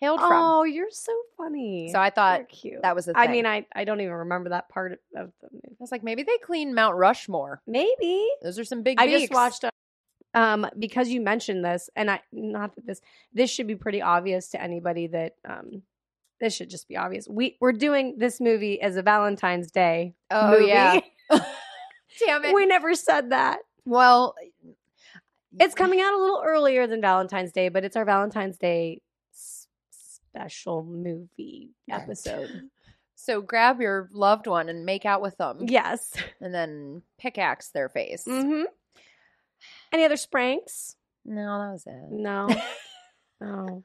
hailed Oh, you're so funny. from. So I thought You're cute. that was a thing. I mean, I, I don't even remember that part of the movie. I was like, maybe they clean Mount Rushmore. Maybe. Those are some big. I just beaks. watched a- um because you mentioned this and I not that this this should be pretty obvious to anybody that um this should just be obvious. We we're doing this movie as a Valentine's Day Oh movie. yeah, damn it. we never said that. well, It's coming out a little earlier than Valentine's Day, but it's our Valentine's Day s- special movie episode. So grab your loved one and make out with them, yes. and then pickaxe their face. Mhm. Any other spranks? No, that was it. No. No.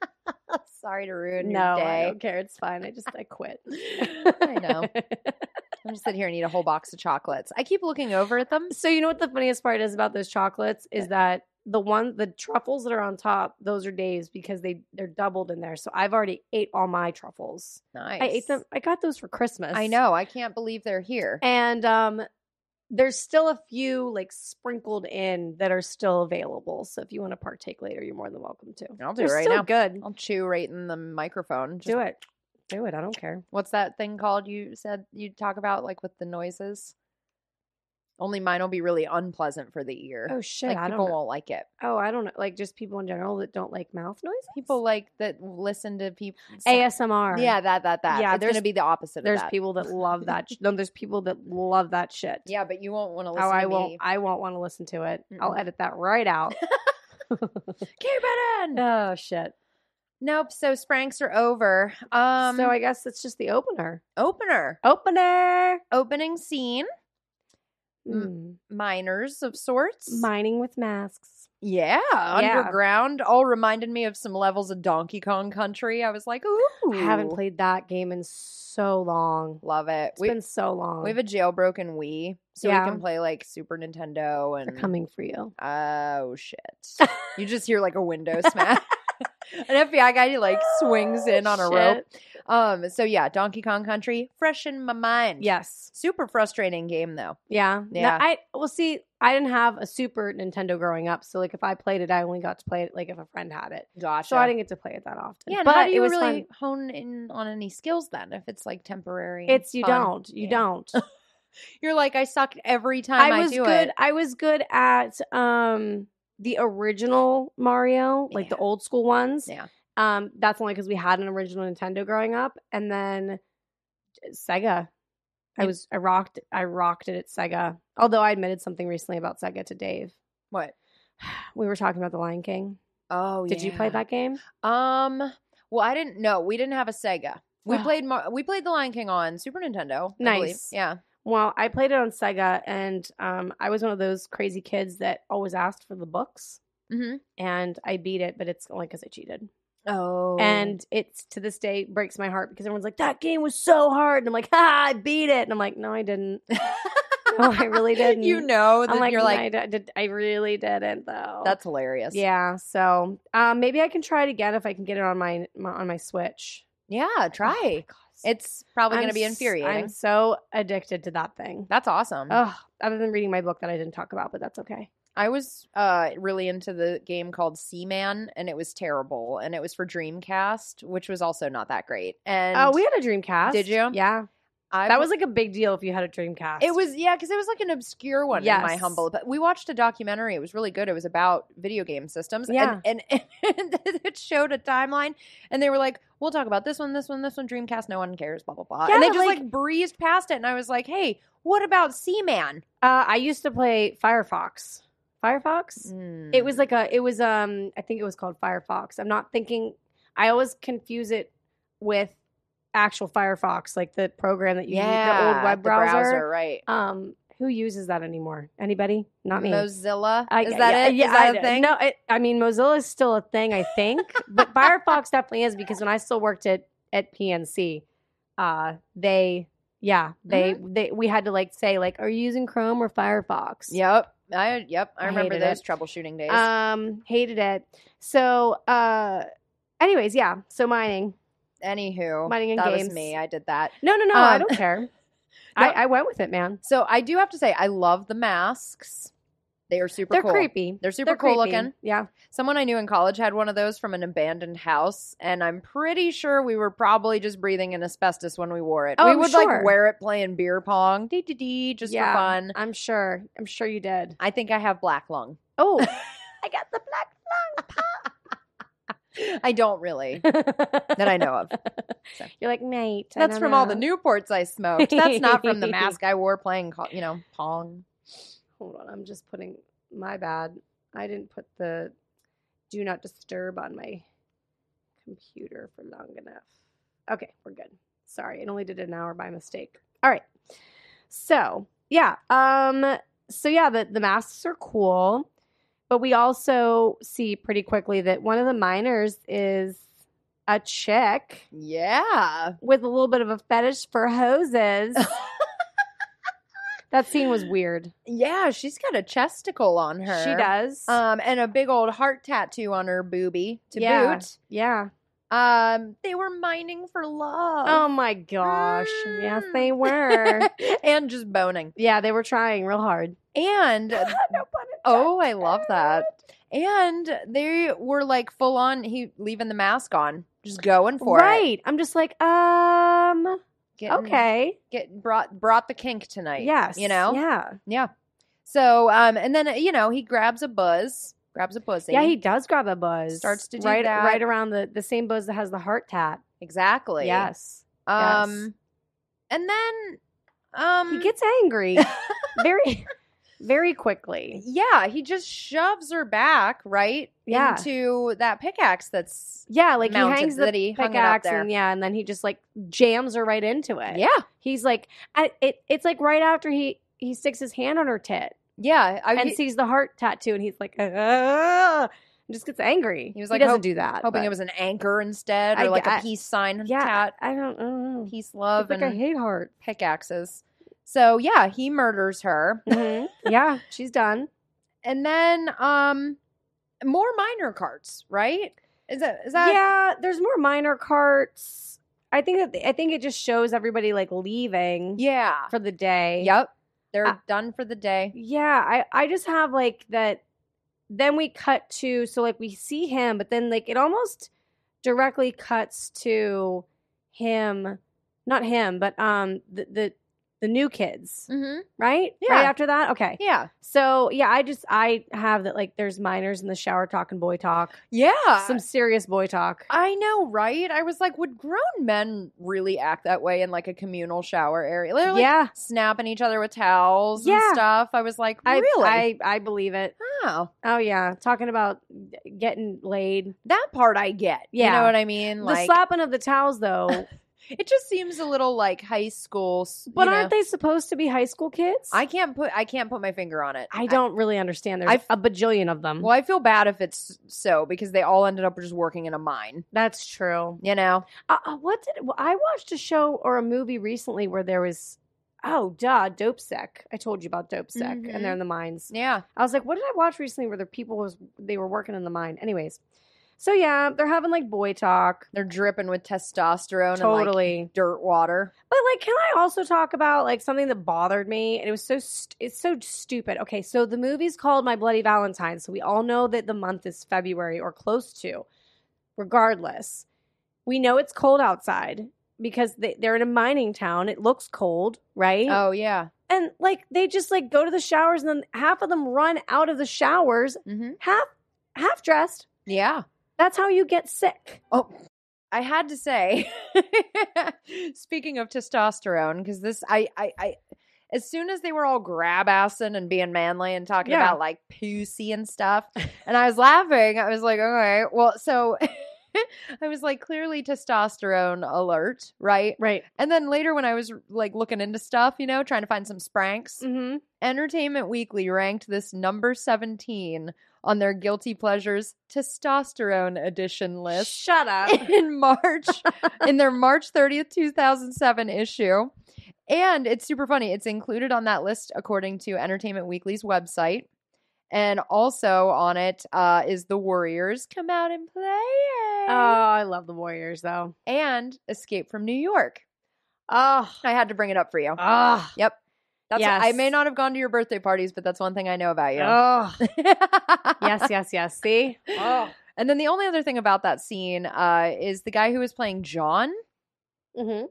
Sorry to ruin No, your I day. don't care. It's fine. I just I quit. I know. I'm just sitting here and eat a whole box of chocolates. I keep looking over at them. So you know what the funniest part is about those chocolates is that the one the truffles that are on top, those are Dave's because they they're doubled in there. So I've already ate all my truffles. Nice. I ate them. I got those for Christmas. I know. I can't believe they're here. And um there's still a few like sprinkled in that are still available. So if you want to partake later, you're more than welcome to. I'll do They're it right still now. Good. I'll chew right in the microphone. Just, do it. Do it. I don't care. What's that thing called? You said you talk about like with the noises. Only mine will be really unpleasant for the ear. Oh shit. like I don't people know. won't like it. Oh, I don't know. Like just people in general that don't like mouth noises. People like that listen to people. ASMR. Yeah, that that that. Yeah, Yeah, it's going there's- to be the opposite. There's of that. people that love that. Sh- no, there's people that love that shit. Yeah, but you won't want to Oh, listen. I to won't. Me. I won't want to listen to it. I'll Mm-mm. edit that right out. Keep it in. oh shit. Nope. So spranks are over. Um, so I guess it's just the opener. opener Opener. opening scene. Mm. Miners of sorts. Hmm. Mining with masks. yeah, underground. All reminded me of some levels of Donkey Kong Country. I was like, ooh, I haven't played that game in so long. Love it. It's We, been so long. we have a jailbroken Wii, so Yeah. we can play like Super Nintendo They're and coming for you. Oh shit! you just hear like a window smash. An FBI guy like swings in on a rope. Um. So yeah, Donkey Kong Country, fresh in my mind. Yes. Super frustrating game though. Yeah. No, Yeah. I well see. I didn't have a Super Nintendo growing up, so like if I played it, I only got to play it like if a friend had it. Gotcha. So I didn't get to play it that often. yeah, and but how do you it was really fun. hone in on any skills then? If it's like temporary, It's you fun? don't. You Yeah. don't. You're like I suck every time I, I was do good. it. I was good at um the original Mario, like the Yeah. old school ones. Yeah. Um, that's only because we had an original Nintendo growing up, and then Sega. I Yeah. was I rocked I rocked it at Sega. Although I admitted something recently about Sega to Dave. What? We were talking about The Lion King. Oh, Did you play yeah. that game? Um. Well, I didn't. No, we didn't have a Sega. We Ugh. played Mar- we played The Lion King on Super Nintendo. I believe. Nice. Yeah. Well, I played it on Sega, and um, I was one of those crazy kids that always asked for the books, Mm-hmm. and I beat it, but it's only because I cheated. Oh. And it's to this day breaks my heart because everyone's like, "That game was so hard," and I'm like, "Ha, I beat it," and I'm like, "No, I didn't. No, I really didn't." you know that I'm like, you're "No, like I, did, I really didn't though. that's hilarious. yeah. So um, maybe I can try it again if I can get it on my, my on my Switch. Yeah, Oh my try. gosh. it's probably I'm going to be s- infuriating. I'm so addicted to that thing. that's awesome. Oh, other than reading my book that I didn't talk about, but that's okay. I was uh, really into the game called Seaman, and it was terrible. And it was for Dreamcast, which was also not that great. And Oh, we had a Dreamcast. Did you? Yeah, I that was like a big deal if you had a Dreamcast. It was yeah, because it was like an obscure one in my Yes. humble. But we watched a documentary. It was really good. It was about video game systems. Yeah. and and, and it showed a timeline, and they were like, "We'll talk about this one, this one, this one. Dreamcast, no one cares." Blah blah blah. and they Yeah, just like- like, breezed past it, and I was like, "Hey, what about Seaman?" Uh, I used to play Firefox. Mm. Firefox. Mm-hmm. It was like a. It was um. I think it was called Firefox. I'm not thinking. I always confuse it with actual Firefox, like the program that you use, the old web browser. right? Um, who uses that anymore? Anybody? Not me. Mozilla I- is that yeah, it? Is Yeah, that I- a thing? No, it, I mean Mozilla is still a thing, I think, but Firefox definitely is because when I still worked at at PNC, uh, they yeah they Mm-hmm. they we had to like say like are you using Chrome or Firefox? Yep. I yep. I I, remember hated it. those troubleshooting days. Um, hated it. So, uh, anyways, yeah. So mining. Anywho, mining and that games. was me. I did that. No, no, no. I Um, don't care. no. I, I went with it, man. So I do have to say, I love the masks. They are super. They're cool. creepy. They're super They're cool creepy. looking. Yeah. Someone I knew in college had one of those from an abandoned house, and I'm pretty sure we were probably just breathing in asbestos when we wore it. Oh, we I'm would sure. like wear it playing beer pong, dee dee dee, just Yeah. for fun. I'm sure. I'm sure you did. I think I have black lung. Oh, I got the black lung. I don't really that I know of. you're like mate. I That's don't from all the know." Newports I smoked. That's not from the mask I wore playing, co- you know, pong. Hold on. I'm just putting. My bad. I didn't put the do not disturb on my computer for long enough. Okay, we're good. Sorry, it only did an hour by mistake. All right. So yeah. Um. So yeah, the the masks are cool, but we also see pretty quickly that one of the minors is a chick Yeah. with a little bit of a fetish for hoses. that scene was weird. Yeah, she's got a chesticle on her. She does. Um, and a big old heart tattoo on her booby to Yeah. boot. yeah. Um, they were mining for love. Oh my gosh. Yes, Mm. they were. and just boning. yeah, they were trying real hard. And oh, I love that. And they were like full on. He leaving the mask on, just going for it. right. I'm just like, um, Getting- okay. Get brought brought the kink tonight. Yes. You know. Yeah. Yeah. So um, and then uh, you know he grabs a buzz, grabs a pussy. Yeah, he does grab a buzz. Starts to do right, that. Right around the, the same buzz that has the heart tap. exactly. Yes. Um, and then um, He gets angry very, very quickly. Yeah, he just shoves her back right Yeah. into that pickaxe that's Yeah, like mounted he hangs that the he hung it up pickaxe there. and yeah, and then he just like jams her right into it. yeah, He's like, I, it, it's like right after he, he sticks his hand on her tit. yeah. I and he- sees the heart tattoo, and he's like, "Ah," and just gets angry. He was like, doesn't hope- do that. hoping but- it was an anchor instead, or I like gu- a peace sign, yeah. tat, I don't, I don't know. peace, It's love, like and I hate heart. pickaxes. So yeah, he murders her, Mm-hmm. yeah, she's done. and then um, more minor carts. Right? Is that is that? yeah, there's more minor carts. I think that I think it just shows everybody like leaving Yeah. for the day. Yep. They're Uh, done for the day. Yeah, I I just have like that. Then we cut to so like we see him, but then like it almost directly cuts to him, not him, but um the the, the new kids, Mm-hmm. right? Yeah. Right after that, okay. Yeah. So yeah, I just I have that like there's minors in the shower talk and boy talk, Yeah. some serious boy talk. I know, right? I was like, would grown men really act that way in like a communal shower area? They're like yeah, snapping each other with towels Yeah. and stuff. I was like, I, really? I I believe it. wow. Oh yeah, talking about getting laid. That part I get. You Yeah. know what I mean? the Like, slapping of the towels though it just seems a little like high school. s- But you know? aren't they supposed to be high school kids? I can't put I can't put my finger on it. I don't really understand. There's I've- a bajillion of them. well, I feel bad if it's so because they all ended up just working in a mine. That's true. You know? Uh, uh, what did well, I watched a show or a movie recently where there was oh duh dope sec. I told you about dope sec, Mhm. and they're in the mines. Yeah. I was like, what did I watch recently where the people was they were working in the mine? Anyways, so yeah, they're having like boy talk. They're dripping with testosterone and like Totally. dirt water. But like, can I also talk about like something that bothered me? And it was so st- it's so stupid. Okay, so the movie's called My Bloody Valentine, so we all know that the month is February or close to. Regardless, we know it's cold outside because they, they're in a mining town. It looks cold, right? Oh yeah. And like, they just like go to the showers, and then half of them run out of the showers Mm-hmm. half half dressed. Yeah. That's how you get sick. Oh, I had to say, speaking of testosterone, because this, I, I, I, as soon as they were all grab assing and being manly and talking Yeah. about like pussy and stuff, and I was laughing, I was like, okay, well, so I was like, clearly testosterone alert, right? Right. And then later when I was like looking into stuff, you Mm. know, trying to find some spranks, Mm-hmm. Entertainment Weekly ranked this number 17 on their guilty pleasures testosterone edition list Shut up. in March in their March 30th, 2007 issue. And it's super funny. It's included on that list according to Entertainment Weekly's website. And also on it uh, is The Warriors Come Out and Play. oh, I love the Warriors though. and Escape from New York. Oh, I had to bring it up for you. oh, Yep. That's I Yes. may not have gone to your birthday parties, but that's one thing I know about you. oh. yes, yes, yes. See? Oh. And then the only other thing about that scene uh, is the guy who was playing John. Mm-hmm.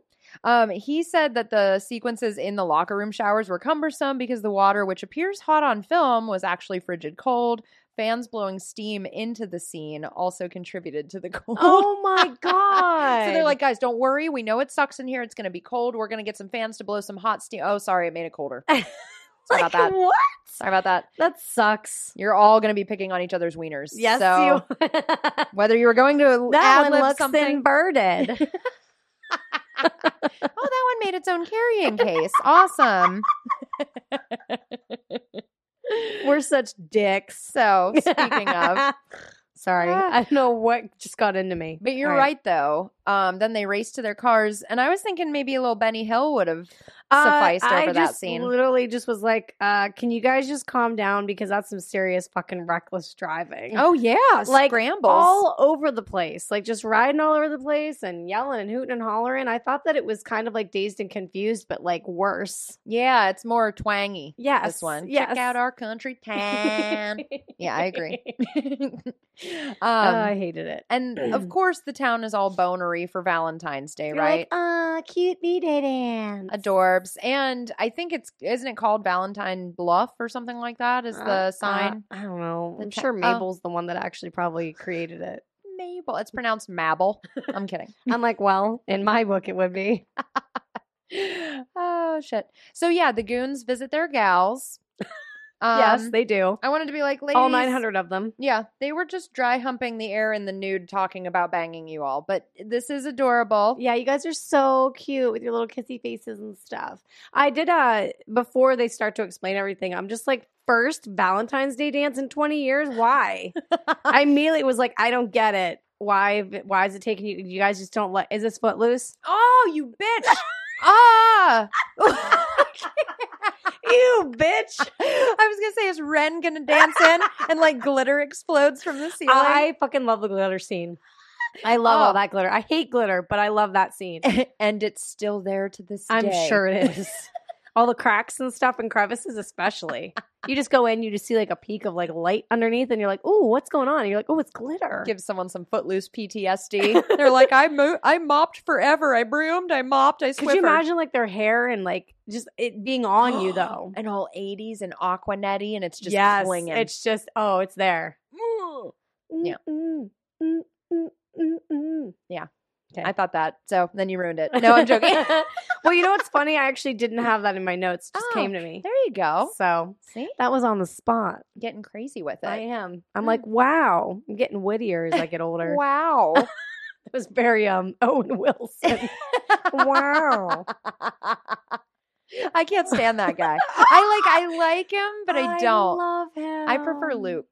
Um, he said that the sequences in the locker room showers were cumbersome because the water, which appears hot on film, was actually frigid cold. Fans blowing steam into the scene also contributed to the cold. Oh my god. so they're like, guys, don't worry. We know it sucks in here. It's going to be cold. We're going to get some fans to blow some hot steam. Oh, sorry, I made it colder. Sorry about Like, that. What? Sorry about that. That sucks. You're all going to be picking on each other's wieners. Yes, so you. whether you were going to that one ad-lib looks something, thin birded. Oh, that one made its own carrying case. Awesome. We're such dicks. so, speaking of, sorry, Ah. I don't know what just got into me. but you're All right. though. Um, then they raced to their cars, and I was thinking maybe a little Benny Hill would have. Uh, Sufficed I over that just scene. Literally, just was like, uh, "Can you guys just calm down? Because that's some serious fucking reckless driving." Oh yeah, Like, scrambles. all over the place, like just riding all over the place and yelling and hooting and hollering. I thought that it was kind of like dazed and confused, but like worse. yeah, it's more twangy. Yes, This one. Yes. Check out our country town. Yeah, I agree. um, Uh, I hated it. and of course, the town is all bonery for Valentine's Day, You're right? Uh, Like, ah, cute me dance. adorbs and i think it's isn't it called valentine bluff or something like that is Uh, the uh, sign I don't know. The I'm ta- sure oh. Mabel's the one that actually probably created it. mabel it's pronounced mabel i'm kidding I'm like, well, in my book, it would be. oh shit so yeah the goons visit their gals um, yes, they do. i wanted to be like ladies All 900 of them. yeah they were just dry humping the air in the nude talking about banging you all but this is adorable Yeah, you guys are so cute with your little kissy faces and stuff. I did uh before they start to explain everything, I'm just like, first Valentine's Day dance in 20 years? Why? I immediately was like, I don't get it. Why why is it taking you you guys just don't let is this footloose? oh you bitch ah Ew, bitch. I was gonna say, is Ren gonna dance in and like glitter explodes from the ceiling? I fucking love the glitter scene. I love all Oh. that glitter. I hate glitter, but I love that scene. and it's still there to this I'm day. sure it is. all the cracks and stuff and crevices, especially. You just go in, you just see like a peak of like light underneath, and you're like, "Ooh, what's going on?" And you're like, "Oh, it's glitter." Give someone some footloose PTSD. They're like, I mo- I mopped forever. I broomed. I mopped. I Could you swiffered. imagine like their hair and like just it being on you though? And all 80s and Aquanetti, and it's just yes, clinging. it's just oh, it's there. Mm. Yeah. Mm, mm, mm, mm, mm. I thought that. So then you ruined it. No, I'm joking. well, you know what's funny? I actually didn't have that in my notes; it just Oh, came to me. there you go. So See, that was on the spot. getting crazy with I it. am. I'm like, wow. I'm getting wittier as I get older. Wow. It was very um Owen Wilson. wow. I can't stand that guy. I like I like him, but I, don't. love him. I prefer Luke.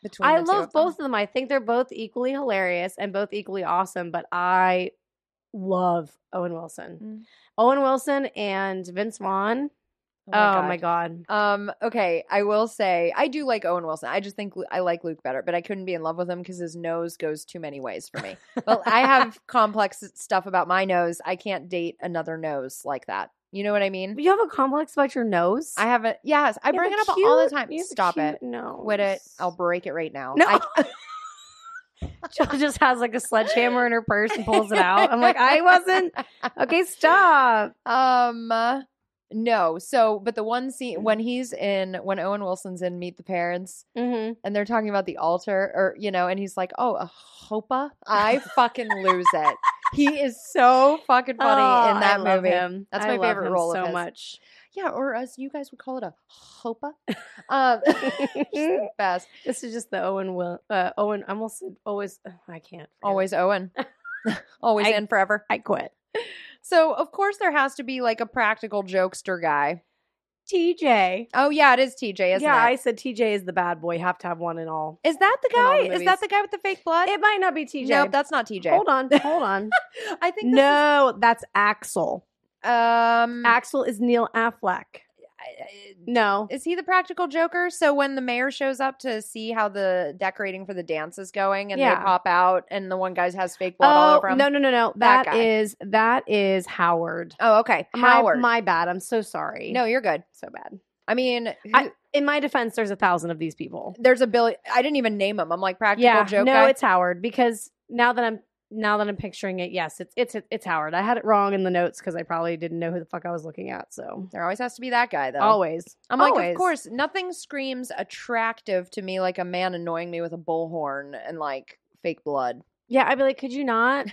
Between I the two love of them. both of them. I think they're both equally hilarious and both equally awesome, but I love Owen Wilson. Mm. Owen Wilson and Vince Vaughn. Oh Oh my god. my god. Um. Okay. I will say I do like Owen Wilson. I just think Lu- I like Luke better, but I couldn't be in love with him because his nose goes too many ways for me. well, I have complex stuff about my nose. I can't date another nose like that. You know what I mean? You have a complex about your nose? Mm. I have a yes. I You have bring a it up all the cute- time. you have a Stop cute it. nose. Quit it. I'll break it right now. No. I, Jill just has like a sledgehammer in her purse and pulls it out. I'm like, I wasn't. Okay, stop. Um, uh, no. So, but the one scene when he's in when Owen Wilson's in Meet the Parents, Mm-hmm. and they're talking about the altar, or you know, and he's like, "Oh, a hopa." I fucking lose it. He is so fucking Oh, funny in that movie. That's my favorite role of so his. much. Yeah, or as you guys would call it, a hopa. Um, he's the best. This is just the Owen Will. Uh, Owen, I almost said always. ugh, I can't. forget. Always Owen. Always I- and forever. I quit. So of course there has to be like a practical jokester guy. TJ. Oh yeah, it is TJ, isn't yeah, it? I said TJ is the bad boy. Have to have one and all. is that the in all guy? the Is movies. that the guy with the fake blood? It might not be TJ. Nope, that's not TJ. Hold on, hold on. I think this no, that's Axel. is- um Axel is Neil Affleck. No, is he the practical joker? So when the mayor shows up to see how the decorating for the dance is going and Yeah. they pop out and the one guy has fake blood all over him. Oh, no, no, no, no. That That guy. is that is Howard. Oh, okay. My- Howard. My, bad. I'm so sorry. no, you're good. so bad. I mean, I- who- In my defense, there's a thousand of these people. there's a billion. I didn't even name him. I'm like practical yeah, joke no, guy. it's Howard because now that I'm now that I'm picturing it, yes, it's it's it's Howard. I had it wrong in the notes because I probably didn't know who the fuck I was looking at. So there always has to be that guy though. always, I'm like, always. of course, nothing screams attractive to me like a man annoying me with a bullhorn and like fake blood. Yeah, I'd be like, could you not?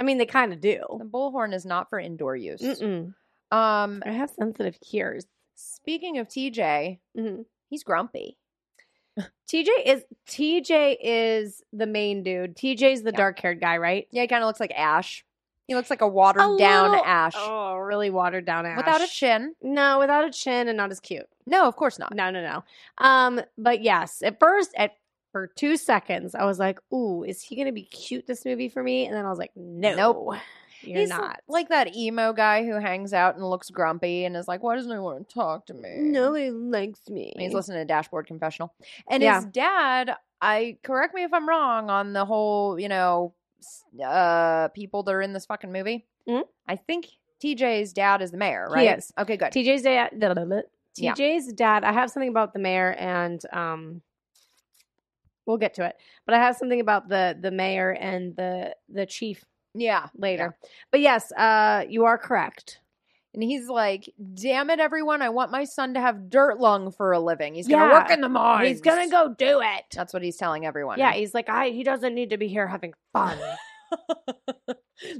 I mean, they kind of The do. bullhorn is not for indoor use. Mm-mm. Um, I have sensitive ears. speaking of TJ, Mhm. he's grumpy. TJ is TJ is the main dude. TJ's the Yeah. dark haired guy, right? Yeah, he kind of looks like Ash. He looks like a watered down little- Ash Oh, really watered down ass. without a chin. No, without a chin and not as cute. No, of course not. Uh, No, no, no. Um, but yes, at first, at for two seconds, I was like, "Ooh, is he gonna be cute this movie for me?" And then I was like, "No, Nope. you're he's not." like that emo guy who hangs out and looks grumpy and is like, "Why doesn't anyone want to talk to me?" nobody likes me. And he's listening to Dashboard Confessional. And Yeah. his dad, I correct me if I'm wrong on the whole, you know, s- uh people that are in this fucking movie. Mhm. I think TJ's dad is the mayor, He right? is. Okay, good. TJ's dad. da- da- da- Yeah. TJ's dad. I have something about the mayor and um, we'll get to it. But I have something about the the mayor and the the chief yeah. later. But yes, uh, you are correct. And he's like, "Damn it, everyone! I want my son to have dirt lung for a living. He's gonna Yeah. work in the mines. He's gonna go do it. That's what he's telling everyone. Yeah, he's like, I he doesn't need to be here having fun.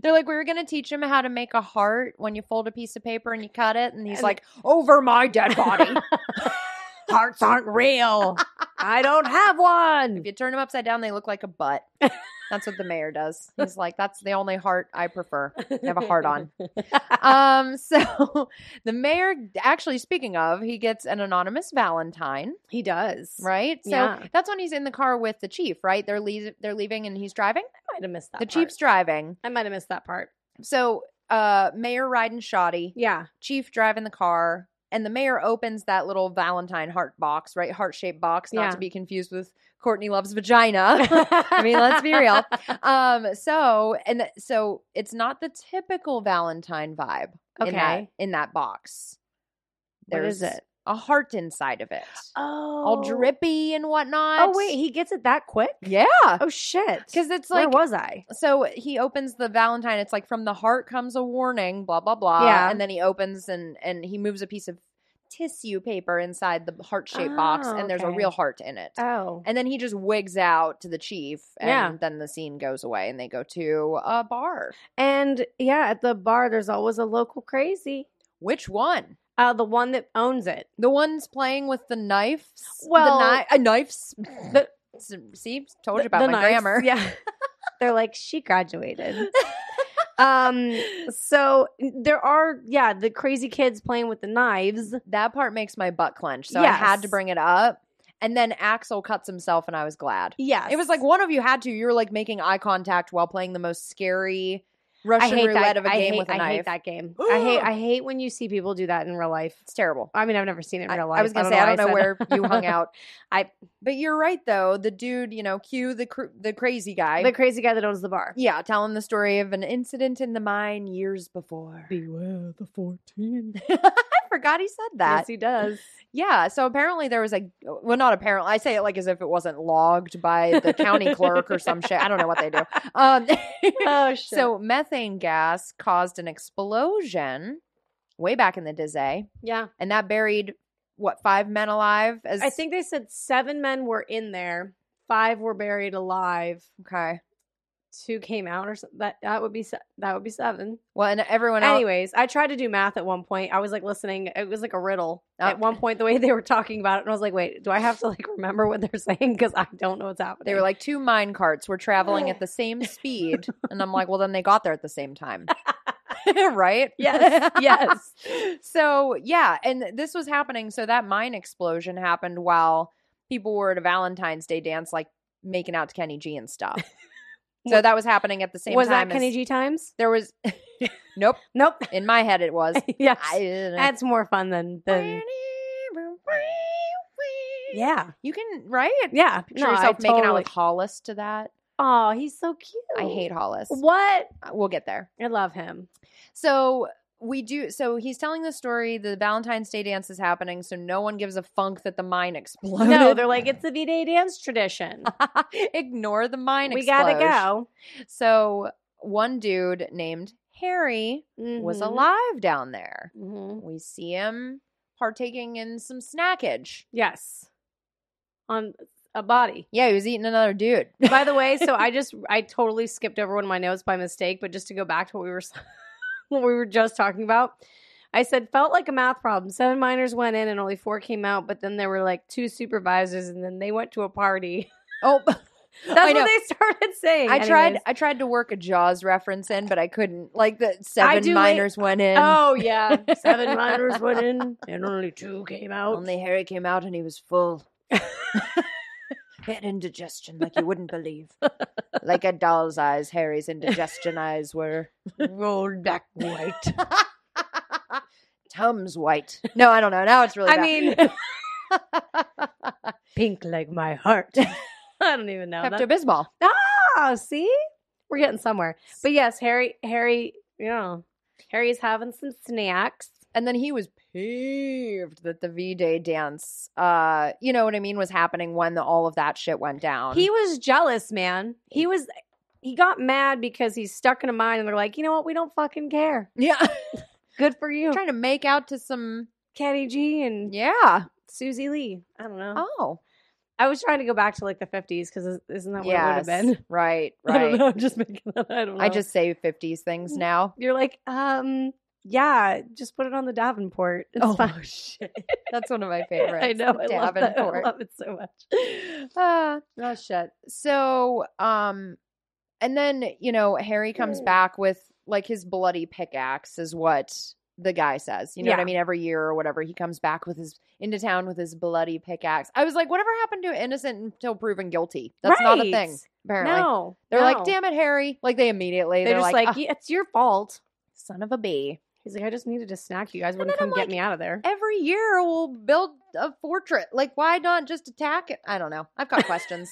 They're like, we were going to teach him how to make a heart when you fold a piece of paper and you cut it. And he's And- like, over my dead body. Hearts aren't real. I don't have if one. you turn them upside down, they look like a butt. That's what the mayor does. He's like, that's the only heart I prefer. I have a heart on. Um, so the mayor, actually, speaking of, he gets an anonymous Valentine, He does. Right. right? So Yeah. that's when he's in the car with the chief, right? They're, le- they're leaving and he's driving. I might have missed that. the part. chief's driving. I might have missed that part. So uh, mayor riding shoddy. Yeah. chief driving the car and the mayor opens that little valentine heart box right heart-shaped box not Yeah. to be confused with courtney loves vagina I mean, let's be real. um so and th- so it's not the typical valentine vibe in that Okay. in that box What is it? a heart inside of it Oh, all drippy and whatnot Oh wait, he gets it that quick? yeah Oh shit. because it's where like was I? so he opens the valentine it's like from the heart comes a warning blah blah blah Yeah. and then he opens and and he moves a piece of tissue paper inside the heart-shaped box Oh, and there's a okay. real heart in it Oh. and then he just wigs out to the chief and Yeah. then the scene goes away and they go to a bar And yeah, at the bar there's always a local crazy. which one Uh the one that owns it. the one's playing with the knife Well- the kni- uh, knives The- S- see told you The- about the my knives, grammar Yeah. They're like, she graduated. um so there are yeah, the crazy kids playing with the knives. that part makes my butt clench so i had to Yes. bring it up and then axel cuts himself and i was glad Yes. It was like one of you had to. You were like making eye contact while playing the most scary I Russian hate roulette that of a I game hate, with a I knife. hate that game. I hate I hate when you see people do that in real life. It's terrible. I mean, I've never seen it in I, real life. I was gonna say why I don't know said where it. you hung out. I- but you're right though. The dude, you know, cue the cr- the crazy guy. the crazy guy that owns the bar. yeah, telling the story of an incident in the mine years before. Beware the 14. I forgot he said that. Yes, he does. yeah, so apparently there was a well, not apparently. I say it like as if it wasn't logged by the county clerk or some shit. I don't know what they do. Um, Oh, shit. So methane gas caused an explosion way back in the day, yeah. and that buried what five men alive. As I think they said seven men were in there, five were buried alive, okay. two came out, or something. That, that, would, be se- that would be seven. Well, and everyone else. Anyways, I tried to do math at one point. I was like listening. It was like a riddle Oh. at one point, the way they were talking about it. And I was like, wait, do I have to like remember what they're saying? Because I don't know what's happening. They were like two mine carts were traveling at the same speed, and I'm like, well, then they got there at the same time. right? Yes, yes. So, yeah, and this was happening. So, that mine explosion happened while people were at a Valentine's Day dance, like making out to Kenny G and stuff. so, Wa- that was happening at the same was time. that Kenny as- G times? There was, nope, Nope. in my head it was. yes. I- That's more fun than than yeah You can, right? yeah. Picture I yourself making out totally- with Hollis to that. Oh, he's so cute. I hate Hollis. Uh, What? We'll get there. I love him. So we do. So he's telling the story. The Valentine's Day dance is happening, so no one gives a funk that the mine exploded. No, they're like it's a V-Day dance tradition. ignore the mine. we gotta go. go. So one dude named Harry was Mhm. alive down there. Mhm. We see him partaking in some snackage. Yes, on a body. Yeah, he was eating another dude. By the way, so I just I totally skipped over one of my notes by mistake, but just to go back to what we were what we were just talking about. I said felt like a math problem. Seven minors went in and only four came out, but then there were like two supervisors and then they went to a party. oh, That's I know. what they started saying. I tried. Anyways. I tried to work a Jaws reference in, but I couldn't. Like the seven do it- miners went in. Oh yeah. Seven minors went in and only two came out. Only Harry came out and he was full. Had indigestion like you wouldn't believe. like a doll's eyes, Harry's indigestion eyes were rolled back white. Tums white. No, I don't know. Now it's really. I bad. mean pink like my heart. I don't even know. That- Pepto Bismol. Oh, see? We're getting somewhere. But yes, Harry Harry, you know, Harry's having some snacks. And then he was peeved that the V Day dance, uh, you know what I mean, was happening when the, all of that shit went down. He was jealous, man. He was he got mad because he's stuck in a mine and they're like, "You know what? We don't fucking care. yeah, Good for you." trying to make out to some. Kenny G and Yeah. Susie Lee. I don't know. Oh, I was trying to go back to like the 50s cuz isn't that what it would have Yes. been? Right. I don't Right. know. Mm. I'm just making that. I don't know. I just say 50s things now. you're like, um, yeah, just put it on the Davenport. Oh, It's fine. shit. That's one of my favorites. I know. the I love, that. I Davenport. love it so much. Ah, oh shit. So, um and then, you know, Harry Mm. comes back with like his bloody pickaxe is what the guy says. You know what I Yeah. mean? Every year or whatever, he comes back with his into town with his bloody pickaxe. I was like, whatever happened to innocent until proven guilty? That's not a thing, Right. apparently. No, They're no. like, damn it, Harry. Like they immediately They're, they're, just like, like, "Ah, "Yeah, it's your fault. son of a bee. He's like, I just needed a snack. You guys And wouldn't then come I'm get like, me out of there. every year we'll build a fortress. Like, why not just attack it? I don't know. I've got questions.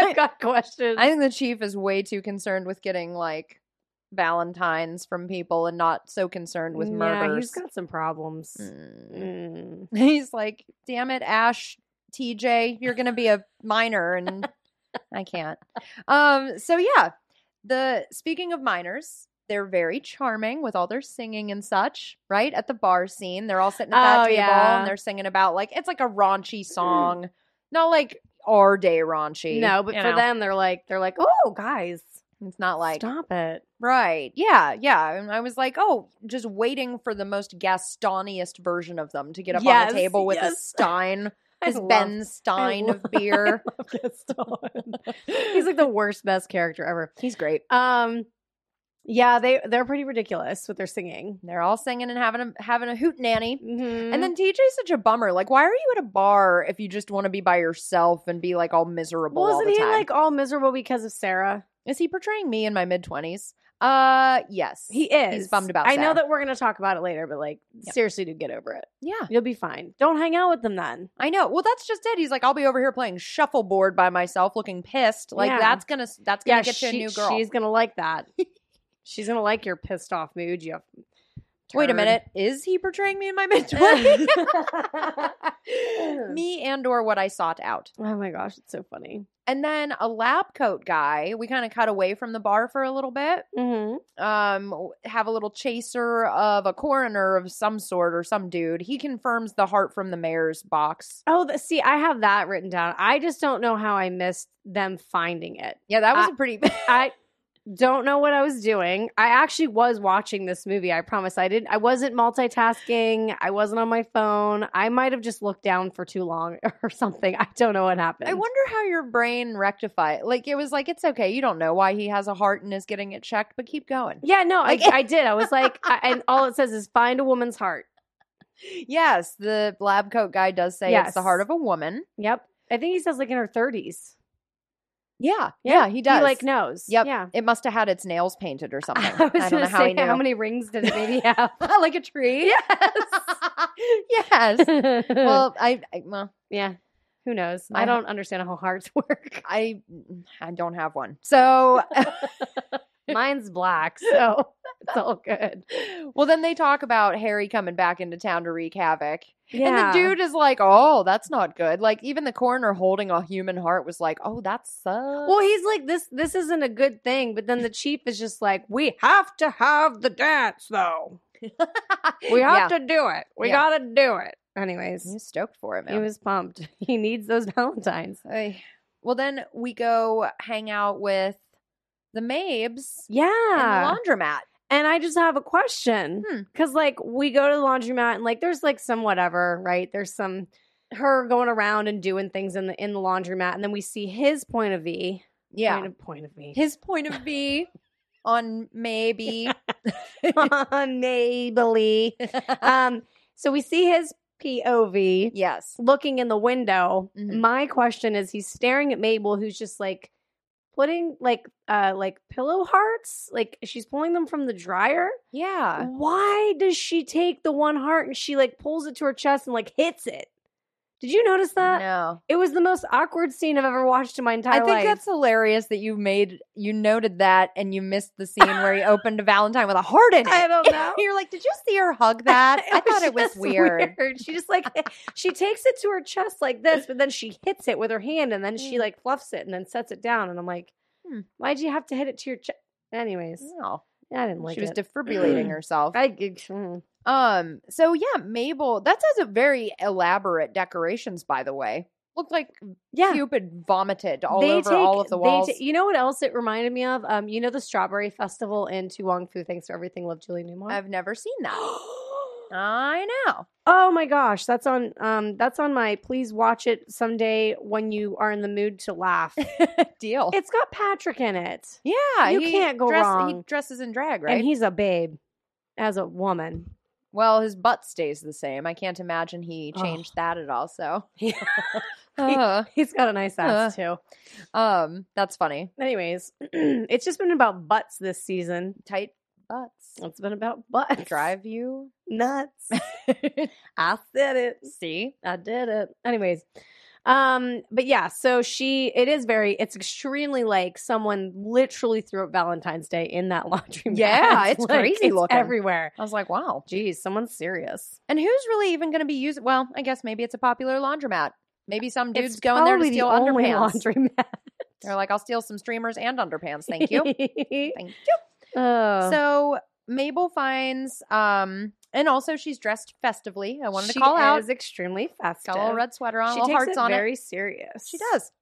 I've got questions. I think the chief is way too concerned with getting like Valentines from people and not so concerned with Yeah, murders. he's got some problems. Mm. Mm. He's like, damn it, Ash, TJ, you're gonna be a minor and I can't. Um, so yeah. The speaking of minors, they're very charming with all their singing and such, right? At the bar scene. They're all sitting at that Oh, table yeah. Mm. and they're singing about like it's like a raunchy song. Not like our day raunchy. No, but you for know? them, they're like, they're like, oh, guys, it's not like stop it. Right. Yeah. Yeah. And I was like, oh, just waiting for the most Gastoniest version of them to get up on Yes, the table with a yes. Stein, I his love- Ben Stein love- of beer. I love Gaston. he's like the worst, best character ever. He's great. Um, yeah, they they're pretty ridiculous with their singing. Mm-hmm. They're all singing and having a having a hoot nanny. And And then, then TJ's such a bummer. Like, why are you at a bar if you just want to be by yourself and be like all miserable well, all isn't he the time? like all miserable because of Sarah? is he portraying me in my mid twenties? Uh, yes, He is. He's bummed about. I know Sarah. that we're gonna talk about it later, but like, Yeah. seriously, dude, get over it. Yeah, You'll be fine. Don't hang out with them then. I know. Well, that's just it. He's like, I'll be over here playing shuffleboard by myself, looking pissed. Like Yeah. that's gonna that's gonna get you a she- new girl. she's gonna like that. she's gonna like your pissed off mood. You Wait a turd. minute. Is he portraying me in my mid twenties? oh me and or what I sought out. my gosh, it's so funny. And then a lab coat guy. We kind of cut away from the bar for a little bit. Mm-hmm. Um, w- have a little chaser of a coroner of some sort or some dude. He confirms the heart from the mayor's box. Oh, the, see, I have that written down. I just don't know how I missed them finding it. Yeah, that was a pretty. I Don't know what I was doing. I actually was watching this movie. I promise. I didn't. I wasn't multitasking. I wasn't on my phone. I might have just looked down for too long or something. I don't know what happened. I wonder how your brain rectified. Like it was like it's okay. You don't know why he has a heart and is getting it checked, but keep going. Yeah, no, I, Like- I did. I was like, I, and all it says is find a woman's heart. Yes, the lab coat guy does say it's the Yes. heart of a woman. Yep. I think he says like in her thirties. Yeah, yeah, he does. He like knows. Yep. Yeah. It must have had its nails painted or something. I was I don't gonna know how say he knew. how many rings does baby have? like a tree. yes. well, Well, I, I well, yeah. Who knows? I I ha- don't understand how hearts work. I mm, I don't have one. So Mine's black, so it's all good. well then they talk about Harry coming back into town to wreak havoc. Yeah. And the dude is like, "Oh, that's not good." Like even the coroner holding a human heart was like, "Oh, that sucks." Well, he's like this. This isn't a good thing. But then the chief is just like, we have to have the dance, though. We have to do it. We Yeah. gotta do it. Anyways, He was stoked for it, man. He was pumped. He needs those Valentines. Ay. well, then we go hang out with the Mabes Yeah. in the laundromat. And I just have a question. Hmm. Because, like, we go to the laundromat and, like, there's, like, some whatever, right? There's some her going around and doing things in the in the laundromat. And then we see his point of view. Yeah, Point of, point of view. his point of view on maybe. On Maybelline. um, so we see his POV yes. looking in the window. Mhm. My question is he's staring at Mabel, who's just, like, putting, like, uh, like pillow hearts. Like, she's pulling them from the dryer. Yeah. why does she take the one heart and she like pulls it to her chest and like hits it? Did you notice that? no. It was the most awkward scene I've ever watched in my entire I think life. that's hilarious that you made you noted that and you missed the scene where he opened a Valentine with a heart in it. I don't know. You're like, did you see her hug that? I thought it was just weird. She just like she takes it to her chest like this, but then she hits it with her hand and then she Mm. like fluffs it and then sets it down. And I'm like, Hmm. why'd you have to hit it to your chest? Anyways, No, I didn't like she was it. defibrillating herself. I mm, Um. So yeah, Mabel. That has a very elaborate decorations, by the way. Looked like yeah. Cupid vomited all over all of the they walls. ta- you know what else it reminded me of? Um, you know the Strawberry Festival in Tu Wong Fu. Thanks for everything. Love Julie Newmar. I've never seen that. I know. oh my gosh, that's on. Um, that's on my. Please watch it someday when you are in the mood to laugh. Deal. it's got Patrick in it, yeah, you can't go He wrong. dresses in drag, right? and he's a babe as a woman. well, his butt stays the same. I can't imagine he Oh. changed that at all. So, He- Uh, He's got a nice ass too. um, that's funny. Anyways, it's just been about butts this season. Tight butts It's been about butts. drive you nuts. I said it. see I did it. Anyways, um, but yeah, so she it is very it's extremely like someone literally threw up Valentine's Day in that laundry. Yeah, it's crazy it's looking. everywhere. i was like wow Geez, someone's serious. and who's really even going to be using well i guess maybe it's a popular laundromat maybe some dude's It's going there to probably the steal only underpants laundromat. they're like i'll steal some streamers and underpants thank you thank you oh, so mabel finds um and also she's dressed festively i wanted she to call out is extremely She's festive. got a little red sweater on she little takes hearts it on very it serious. she does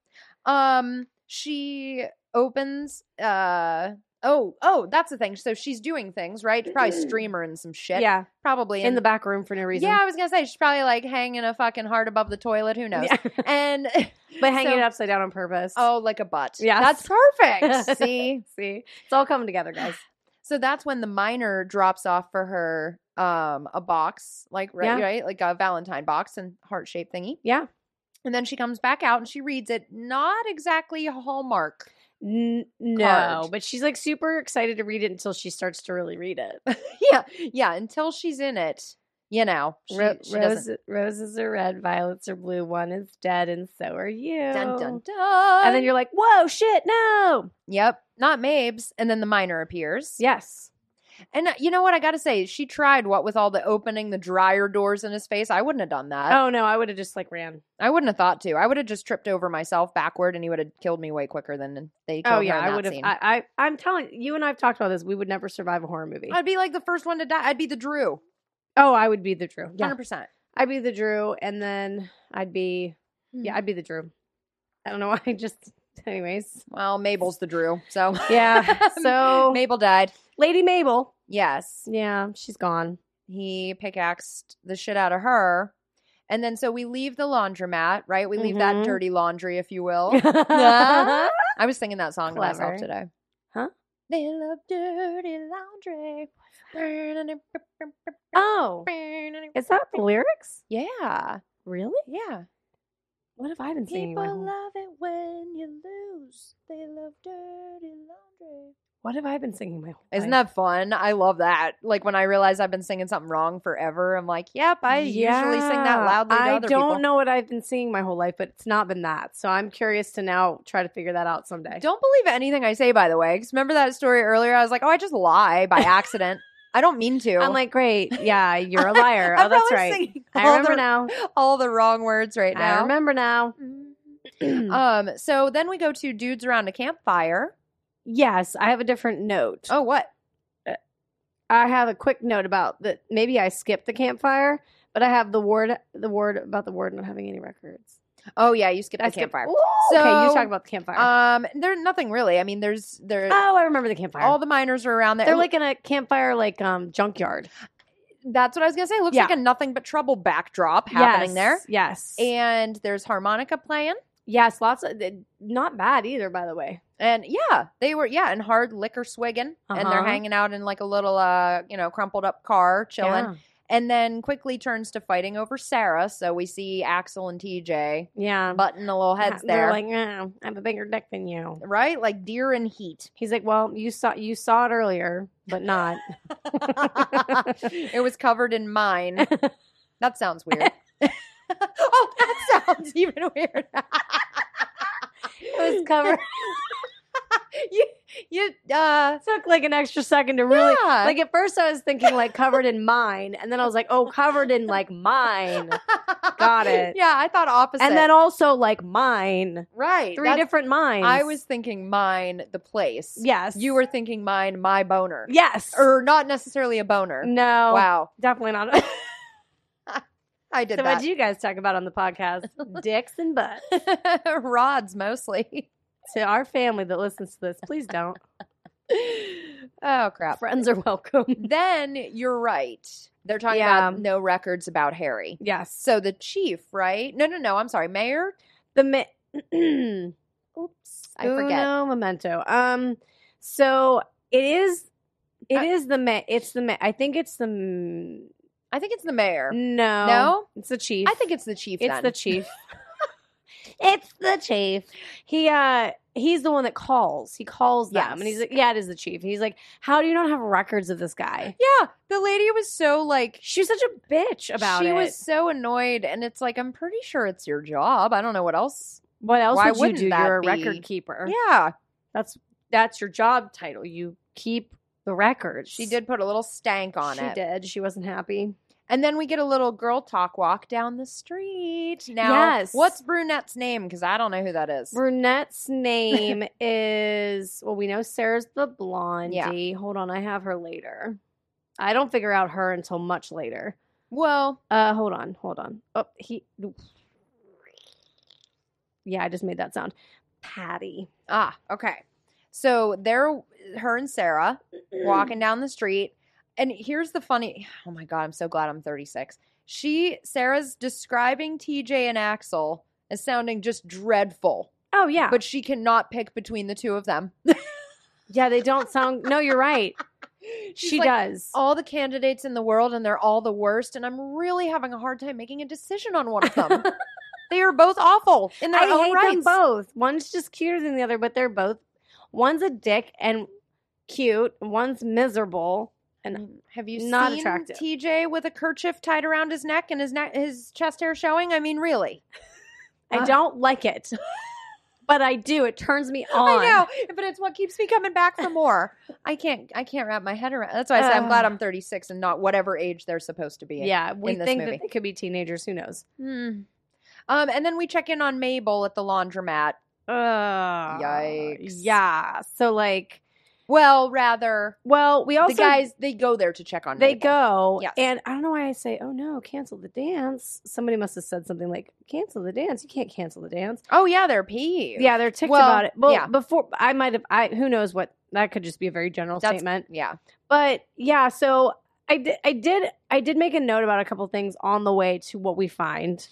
um she opens uh oh oh that's the thing so she's doing things right probably streamer and some shit Mm. Yeah, probably in the back room for no reason. Yeah, I was gonna say she's probably like hanging a fucking heart above the toilet. Who knows? Yeah. And but hanging so- it upside down on purpose. oh, like a butt. Yes. that's perfect. See, see, it's all coming together, guys. so that's when the miner drops off for her um a box, like right, Yeah. right, like a Valentine box and heart shaped thingy. Yeah. And then she comes back out and she reads it. Not exactly a hallmark. N- no, card. but she's like super excited to read it until she starts to really read it. yeah, yeah. Until she's in it, you know, she, Ro- she Rose, doesn't. roses are red, violets are blue. One is dead, and so are you. Dun dun dun. And then you're like, "Whoa, shit, no!" yep, not Mabes. And then the miner appears. Yes, And uh, you know what I got to say? She tried what with all the opening the dryer doors in his face. I wouldn't have done that. oh no, I would have just like ran. I wouldn't have thought to. I would have just tripped over myself backward, and he would have killed me way quicker than they. Killed Oh yeah, I I would have. I, I, I'm telling you, and I've talked about this. We would never survive a horror movie. I'd be like the first one to die. I'd be the Drew, oh, I would be the Drew. hundred Yeah, percent. I'd Hmm. be the Drew, and then I'd be yeah, I'd be the Drew. I don't know why. I just Anyways, Well, Mabel's the Drew. So yeah. So Mabel died. Lady Mabel, Yes. yeah, she's gone. He pickaxed the shit out of her. And then so we leave the laundromat, right? We leave Mhm. that dirty laundry, if you will. yeah. I was singing that song to Clever. myself today. Huh? They love dirty laundry. Oh, is that the lyrics? Yeah. Really? Yeah. What have I been singing? my People whole- love it when you lose. They love dirty laundry. What have I been singing my whole? Isn't life? that fun? I love that. Like when I realize I've been singing something wrong forever, I'm like, yep, I usually sing that Yeah. loudly to I other don't people. know what I've been singing my whole life, but it's not been that. So I'm curious to now try to figure that out someday. Don't believe anything I say, by the way. Because remember that story earlier? I was like, oh, I just lie by accident. I don't mean to. I'm like, great, yeah, you're a liar. I'm oh, that's probably right. singing I all remember the- now. All the wrong words right I now. remember now. Uh, Um, so then we go to dudes around a campfire. yes, I have a different note. Oh, what? I have a quick note about that. Maybe I skipped the campfire, but I have the word the word about the word not having any records. Oh, yeah, you skipped I the skipped. campfire. Ooh, Uh, okay, you So, talk about the campfire. Um, there's nothing really. I mean, there's there oh, I remember the campfire. all the miners are around there. They're like in a campfire, like um junkyard that's what I was gonna say. It looks Yeah. like a nothing but trouble backdrop happening there. Yes, And there's harmonica playing. yes, lots of th- not bad either. By the way, And yeah, they were yeah, and hard liquor swigging, and Uh-huh. they're hanging out in like a little uh, you know, crumpled up car, chilling, and then quickly turns to fighting over Sarah. So we see Axel and TJ yeah, yeah. button the little heads They're there, like, "Eh, I have a bigger dick than you. right? Like deer in heat. He's like, well, you saw you saw it earlier, but not. it was covered in mine. That sounds weird. oh, that sounds even weird. it was covered. you, you, uh, It took like an extra second to really yeah. Like at first, I was thinking like covered in mine, and then I was like, oh, covered in like mine, got it. Yeah, I thought opposite. and then also like mine, right, three that's- different mines. I was thinking mine, the place. yes, you were thinking mine, my boner, yes, or not necessarily a boner. no, Wow, definitely not. I did so what that. did you guys talk about on the podcast? Dicks and butts. Rods mostly. To our family that listens to this, please don't. Oh crap. Friends are welcome. Then you're right. They're talking Yeah. about no records about Harry. Yes. So the chief, right? No, no, no. I'm sorry, mayor. The ma- Oops, I forget. Uno Oh, memento. Um, so it is. It is I- the ma- it's the ma- I think it's the m- I think it's the mayor. no No? it's the chief I think it's the chief. it's then. the chief it's the chief he uh he's the one that calls he calls them and he's Yes. like yeah it is the chief and he's like how do you not have records of this guy Yeah, the lady was so like she was such a bitch about she it was so annoyed, and it's like I'm pretty sure it's your job. I don't know what else. what else why would wouldn't you do that you're a be? record keeper Yeah, that's that's your job title you keep the records she did put a little stank on she it. did she wasn't happy And then we get a little girl talk walk down the street. Now, Yes. what's Brunette's name? Because I don't know who that is. Brunette's name is well, we know Sarah's the blondie. Hold on, I have her later. I don't figure out her until much later. well, Uh, hold on, hold on. Oh, he. Yeah, I just made that sound. Patty ah, okay. So they're her and Sarah Mm. walking down the street. And here's the funny oh my God, I'm so glad I'm 36. She, Sarah's describing TJ and Axel as sounding just dreadful, Oh yeah, but she cannot pick between the two of them. yeah. They don't sound. No, you're right. She's she like, "Oh, does. All the candidates in the world, and they're all the worst. And I'm really having a hard time making a decision on one of them. they are both awful in their I own hate rights. them both. One's just cuter than the other, but they're both. One's a dick and cute. and One's miserable. And have you not seen attractive. TJ with a kerchief tied around his neck and his neck, his chest hair showing? I mean, really? I Ah. don't like it, but I do. It turns me on. I know, but it's what keeps me coming back for more. I can't, I can't wrap my head around. That's why I say I'm glad Ugh. I'm 36 and not whatever age they're supposed to be. in. Yeah, we this think movie. that they could be teenagers. Who knows? Hmm. Um, and then we check in on Mabel at the laundromat. Uh, Yikes. Yeah. So like, Well, rather Well, we also the guys they go there to check on. they Mabel. go Yes. and I don't know why I say, "Oh no, cancel the dance." Somebody must have said something like, "Cancel the dance. You can't cancel the dance." Oh yeah, they're peeved. Yeah, they're ticked Well, about it. Well, yeah. before I might have I who knows what that could just be a very general That's- statement. yeah. But yeah, so I did I did I did make a note about a couple things on the way to what we find.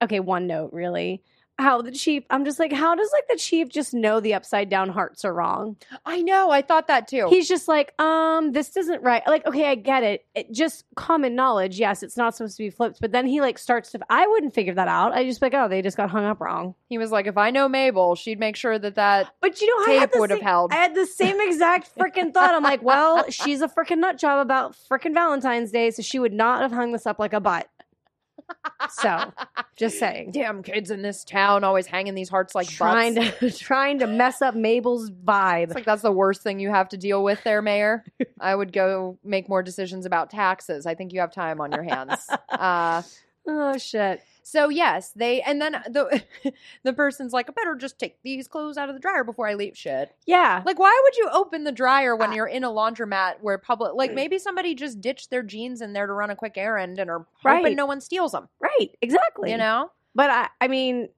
Okay, one note really. How the chief I'm just like, how does like the chief just know the upside down hearts are wrong? I know. I thought that too. He's just like, um, this isn't right. Like, okay, I get it. it. Just common knowledge. Yes, it's not supposed to be flipped. But then he like starts to. I wouldn't figure that out. I just be like, oh, they just got hung up wrong. he was like, if I know Mabel, she'd make sure that that But you know, I had tape the would have same- held. I had the same exact freaking thought. I'm like, well, she's a freaking nut job about freaking Valentine's Day, so she would not have hung this up like a butt. So, just saying. Damn kids in this town always hanging these hearts like trying butts. to trying to mess up Mabel's vibe. It's like that's the worst thing you have to deal with there, Mayor. I would go make more decisions about taxes. I think you have time on your hands. Uh, oh shit. so yes, they and then the the person's like, I better just take these clothes out of the dryer before I leave. Shit. Yeah. Like, why would you open the dryer when Uh, Mm. you're in a laundromat where public, like, maybe somebody just ditched their jeans in there to run a quick errand and are Right. hoping no one steals them, Right. Exactly. you know? But I I mean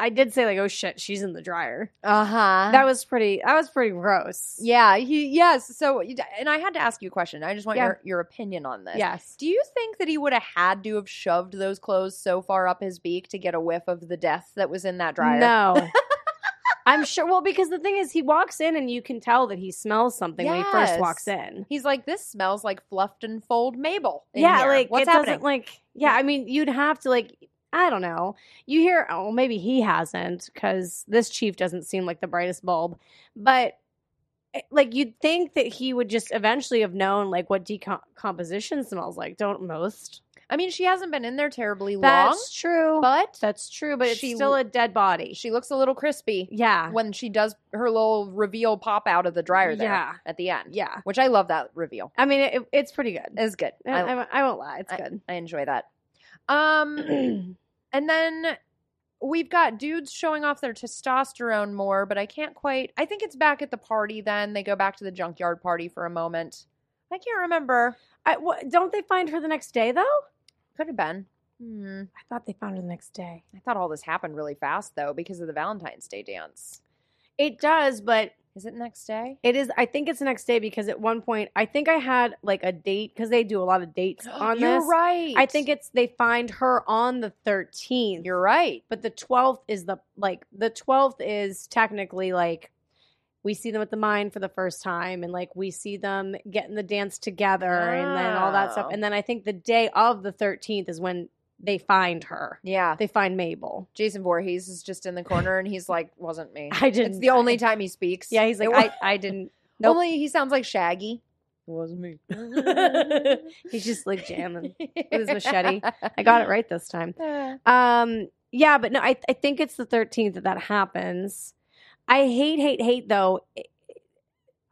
I did say like, oh shit, she's in the dryer. Uh huh. That was pretty that was pretty gross. yeah, he, yes. So, you d- and I had to ask you a question. I just want Yeah. your, your opinion on this. Yes. Do you think that he would have had to have shoved those clothes so far up his beak to get a whiff of the death that was in that dryer? No. I'm sure. Well, because the thing is, he walks in and you can tell that he smells something when he first Yes. walks in. He's like, this smells like fluffed and fold Mabel. in yeah, here. like what's it happening? doesn't like. Yeah, I mean, you'd have to like. I don't know. You hear, oh, maybe he hasn't because this chief doesn't seem like the brightest bulb. But eh, like, you'd think that he would just eventually have known like what decomposition smells like. Don't most? I mean, she hasn't been in there terribly long, That's true. but That's true. But it's She- still a dead body. she looks a little crispy. yeah. when she does her little reveal pop out of the dryer there Yeah. at the end. Yeah. Which I love that reveal. I mean, it, it's pretty good. It's good. I, I, I, I won't lie. It's good. I enjoy that. Um and then we've got dudes showing off their testosterone more, but I can't quite I think it's back at the party then. They go back to the junkyard party for a moment. I can't remember. I, wha- don't they find her the next day though? I Could have been. Hmm. thought they found her the next day. I thought all this happened really fast though because of the Valentine's Day dance. It does, but Is it next day? it is. I think it's the next day because at one point, I think I had like a date because they do a lot of dates on You're this. right. I think it's they find her on the thirteenth. You're right. but the twelfth is the like the twelfth is technically like we see them at the mine for the first time and like we see them getting the dance together and then all that stuff. Oh. And then I think the day of the thirteenth is when they find her. Yeah. They find Mabel. Jason Voorhees is just in the corner and he's like, wasn't me. I didn't. It's the only time he speaks. Yeah, he's It like, wa- I, I didn't. nope. only he sounds like Shaggy. It wasn't me. He's just like jamming. his machete. I got it right this time. right. Um, yeah, but no, I, I think it's the 13th that that happens. I hate, hate, hate though. eh,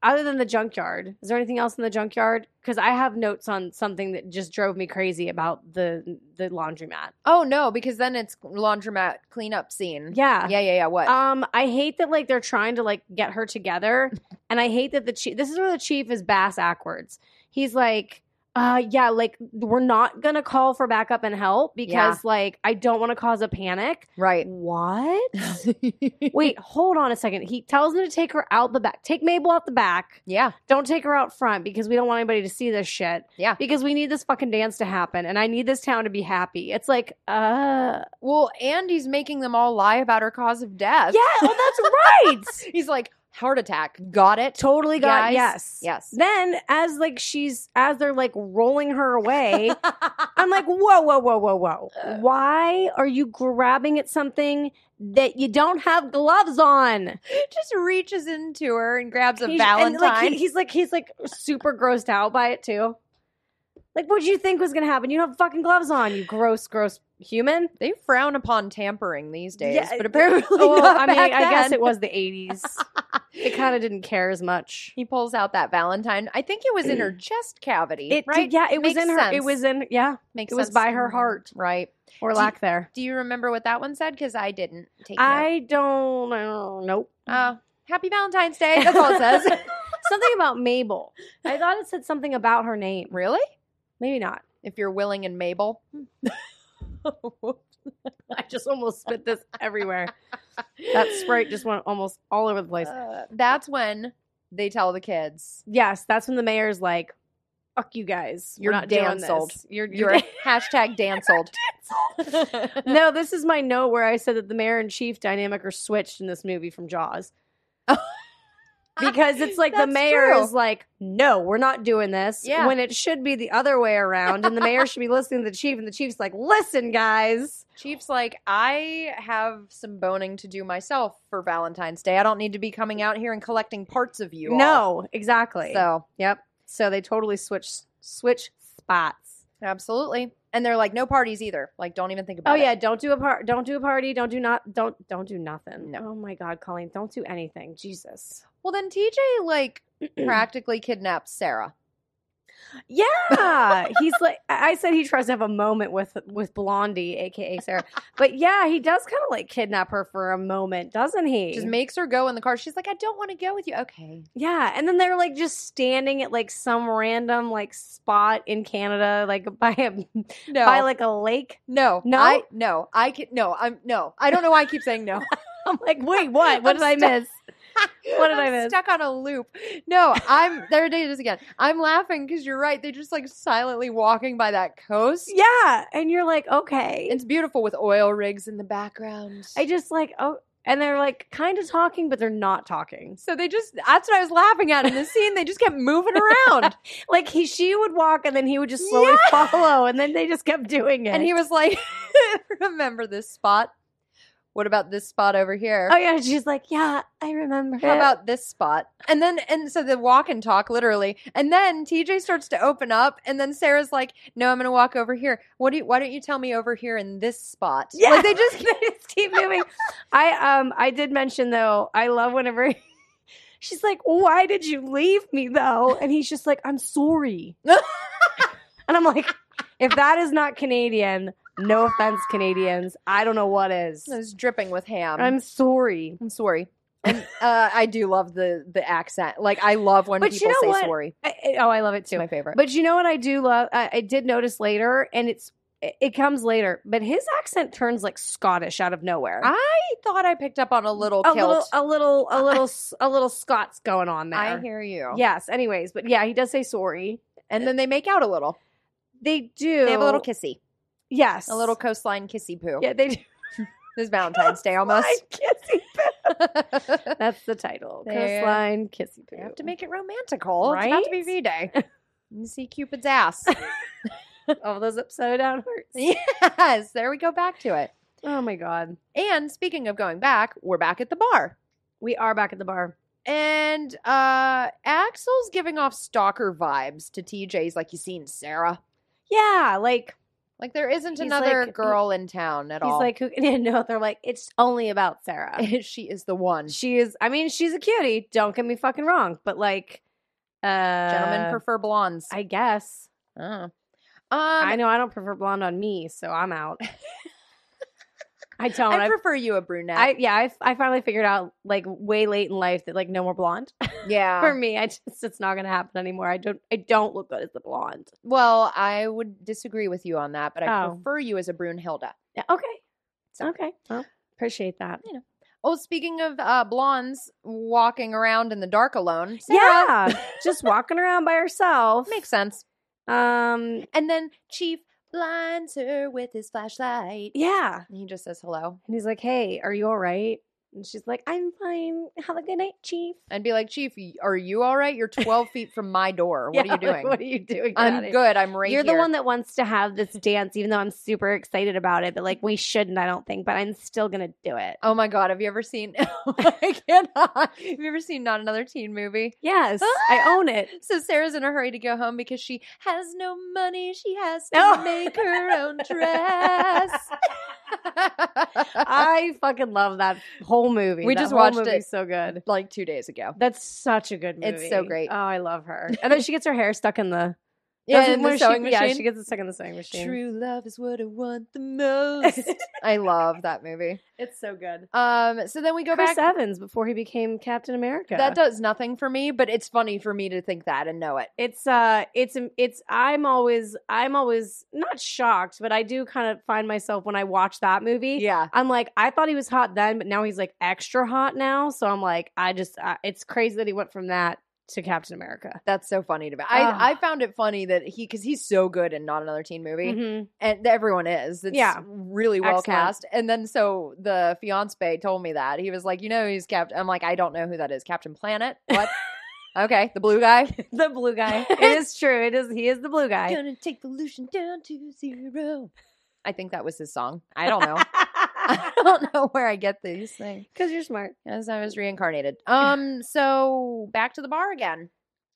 Other than the junkyard, is there anything else in the junkyard? Because I have notes on something that just drove me crazy about the the laundromat. Oh no, because then it's laundromat cleanup scene. Yeah, yeah, yeah. yeah, What? Um, I hate that like they're trying to like get her together, and I hate that the chief. This is where the chief is bass backwards. He's like, uh, yeah, like we're not gonna call for backup and help because Yeah. like I don't want to cause a panic. right. What? Wait, hold on a second. He tells them to take her out the back. Take Mabel out the back. yeah. Don't take her out front because we don't want anybody to see this shit. Yeah. Because we need this fucking dance to happen and I need this town to be happy. It's like, uh Well, and he's making them all lie about her cause of death. Yeah, oh that's right. He's like heart attack. Got it. totally got Guys, yes. Yes. Then as like she's as they're like rolling her away, I'm like, whoa, whoa, whoa, whoa, whoa. Why are you grabbing at something that you don't have gloves on? just reaches into her and grabs a He's- Valentine. and, like, he- he's like he's like super grossed out by it too. Like, what do you think was gonna happen? You don't have fucking gloves on, you gross, gross human. They frown upon tampering these days, Yeah, but apparently, well, not I mean, back I guess then. it was the '80s. it kind of didn't care as much. He pulls out that Valentine. I think it was in her chest cavity. It right? did, yeah. It was in Makes her. It sense. was in, yeah, Makes it was sense. Mm-hmm. by her heart. right? or Do- lack there. Do you remember what that one said? Because I didn't take. I don't know. Nope. Note. Uh, Happy Valentine's Day. That's Oh, all it says. something about Mabel. I thought it said something about her name. Really? Maybe not. If you're willing and Mabel. I just almost spit this everywhere. That sprite just went almost all over the place. Uh, that's when they tell the kids Yes, that's when the mayor's like, "Fuck you guys, You're we're not doing this. damseled. You're you're you're." hashtag danceled. no, this is my note where I said that the mayor and chief dynamic are switched in this movie from Jaws. because it's like the That's mayor true. is like, no, we're not doing this. Yeah. When it should be the other way around, and the mayor should be listening to the chief, and the chief's like, listen, guys, Chief's like, I have some boning to do myself for Valentine's Day. I don't need to be coming out here and collecting parts of you. all." no, exactly. So, yep. So they totally switch switch spots. absolutely. And they're like, no parties either. Like, don't even think about Oh it. yeah, don't do a par- don't do a party, don't do not don't don't do nothing. No. Oh my God, Colleen, don't do anything, Jesus. Well, then TJ, like, practically kidnaps Sarah. Yeah, Ah, he's like I I said he tries to have a moment with with Blondie, aka Sarah. But yeah, he does kind of like kidnap her for a moment, doesn't he? Just makes her go in the car. She's like, I don't want to go with you. Okay. yeah, and then they're like just standing at like some random like spot in Canada, like by a No. by like a lake. no. No? I, no. I can, no. I'm, no. I don't know why I keep saying no. I'm like, wait, what? What I'm did I stuck. miss? What did I I'm miss? Stuck on a loop. No, I'm there. It is again. I'm laughing because you're right. They just like silently walking by that coast. Yeah, and you're like, okay, It's beautiful with oil rigs in the background. I just like oh, and they're like kind of talking, but they're not talking. so they just that's what I was laughing at in the scene. They just kept moving around, Like he, she would walk, and then he would just slowly Yeah. follow, and then they just kept doing it. and he was like, "Remember this spot? What about this spot over here? Oh yeah, she's like, yeah, I remember. How it." about this spot? And then, and so the walk and talk literally. And then TJ starts to open up, and then Sarah's like, "No, I'm going to walk over here. What do you? Why don't you tell me over here in this spot? Yeah, Like, they just, they just keep moving. I um I did mention though, I love whenever she's like, why did you leave me though? And he's just like, I'm sorry. and I'm like, if that is not Canadian, no offense, Canadians, I don't know what is. I was dripping with ham. I'm sorry. I'm sorry. And uh, I do love the the accent. Like I love when But you people know say what? sorry. I, I- oh, I love it It's too. my favorite. But you know what I do love? I, I did notice later, and it's it- it comes later, but his accent turns like Scottish out of nowhere. I thought I picked up on Mm, a little a kilt. little, a little, a little, s- a little Scots going on there. I hear you. Yes. Anyways, but yeah, he does say sorry. And then they make out a little. They do. They have a little kissy, Yes. a little coastline kissy poo. Yeah, they do. This Valentine's Day almost. Coastline Kissy I Poo. That's the title. There. Coastline Kissy Poo. have to make it romantical. It's about to be Right? V Day. You see Cupid's ass. all those upside down hearts. yes, there we go back to it. Oh my god, And speaking of going back, we're back at the bar. we are back at the bar. And uh Axel's giving off stalker vibes to TJ's like you seen Sarah. Yeah, like Like there isn't He's another like- girl in town at he's all. like, who, yeah, no, they're like, it's only about Sarah. she is the one. she is. I mean, she's a cutie. Don't get me fucking wrong, but like, uh, Gentlemen prefer blondes. I guess. Oh. um, I I, know I don't prefer blonde on me, so I'm out. I don't. I, prefer you a brunette. I yeah. I, f- I finally figured out like way late in life that like no more blonde for yeah. me. I just it's not gonna happen anymore. I don't. I don't look good as the blonde. Well, I would disagree with you on that, but I Oh. prefer you as a Brunhilde. Yeah, okay. So- okay. Well, appreciate that. Oh, speaking of uh, blondes walking around in the dark alone, Sarah, Yeah, just walking around by herself. makes sense. Um. And then Chief blinds her with his flashlight. Yeah. And he just says hello. And he's like, "Hey, are you all right?" And she's like, "I'm fine. Have a good night, Chief." I'd be like, Chief, y- are you all right? You're 12 feet from my door. What Yeah, are you like, doing? what are you doing? Get outta I'm here. good. I'm right You're the here." one that wants to have this dance, even though I'm super excited about it. But like, we shouldn't, I don't think. But I'm still gonna do it. Oh my god, have you ever seen I cannot. Have you ever seen not another teen movie? Yes, I own it. So Sarah's in a hurry to go home because she has no money. She has to No. make her own dress. I fucking love that Uh, whole movie. We That just whole watched movie's it. So good. like 2 days ago. That's such a good movie. It's so great. Oh, I love her. And then she gets her hair stuck in the That's in the where she- sewing Yeah, machine? she gets stuck in the sewing machine. True love is what I want the most. I love that movie. it's so good. Um, so then we go Chris back. Evans before he became Captain America. That does nothing for me, but it's funny for me to think that and know it. it's uh it's it's i'm always i'm always not shocked but i do kind of find myself when i watch that movie Yeah. i'm like i thought he was hot then but now he's like extra hot now so i'm like i just uh, it's crazy that he went from that to captain america That's so funny to me. I, Ah. I found it funny that he because he's so good in not another teen movie, Mhm. and everyone is. It's Yeah. really well Excellent. cast. And then so the fiance told me that he was like, you know, he's Captain. I'm like, I don't know who that is. Captain Planet. What? okay, the blue guy. the blue guy it is true it is he is the blue guy Gonna take pollution down to zero. I think that was his song. I don't know. I don't know where I get these things. because you're smart As I was reincarnated. Um, so back to the bar again.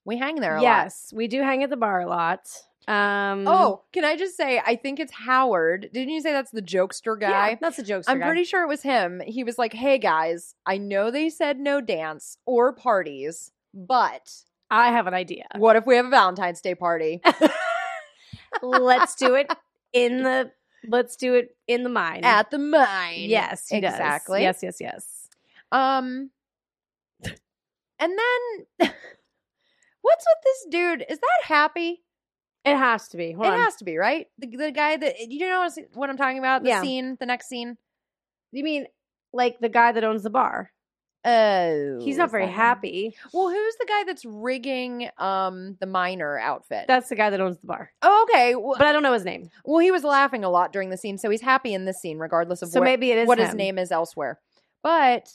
We hang there a lot. yes we do hang at the bar a lot um Oh, can I just say I think it's Howard. Didn't you say that's the jokester guy? yeah, that's a joke I'm pretty sure it was him. He was like, "Hey guys, I know they said no dance or parties, but i have an idea what if we have a Valentine's Day party?" let's do it in the let's do it in the mine At the mine. yes he does. exactly. yes yes yes Um and then what's with this dude? Is that happy? it has to be Hold it on. has to be, right? The, the guy that you know what I'm talking about? The Yeah. scene, the next scene. you mean like the guy that owns the bar Oh. he's not is very that him? happy Well, who's the guy that's rigging um the miner outfit? that's the guy that owns the bar oh, okay. Well, but i don't know his name well, he was laughing a lot during the scene, so he's happy in this scene, regardless of so what, maybe it is what him. his name is elsewhere. But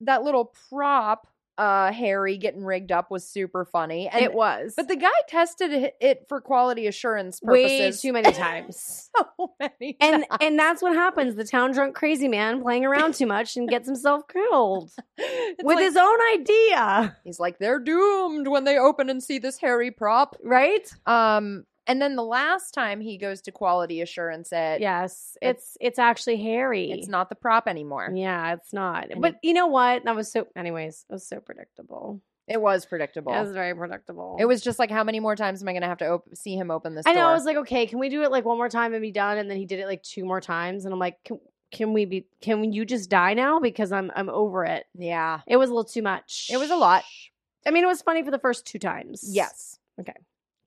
that little prop, uh, Harry getting rigged up was super funny, and it was But the guy tested it- it for quality assurance way purposes too many times so many and times. and that's what happens the town drunk crazy man playing around too much and gets himself killed It's with like- his own idea he's like they're doomed when they open and see this hairy prop. right Um, and then the last time he goes to quality assurance, at yes it's it's actually harry it's not the prop anymore. Yeah, it's not. And but you know what? That was so. Anyways, it was so predictable. It was It predictable. was very predictable. It was just like, how many more times am I going to have to op- see him open this? I know. door? I was like, okay, can we do it like one more time and be done? And then he did it like two more times, and I'm like, can, can we be? Can you just die now? Because I'm I'm over it. yeah, It was a little too much. it was a lot. I mean, it was funny for the first two times. Yes,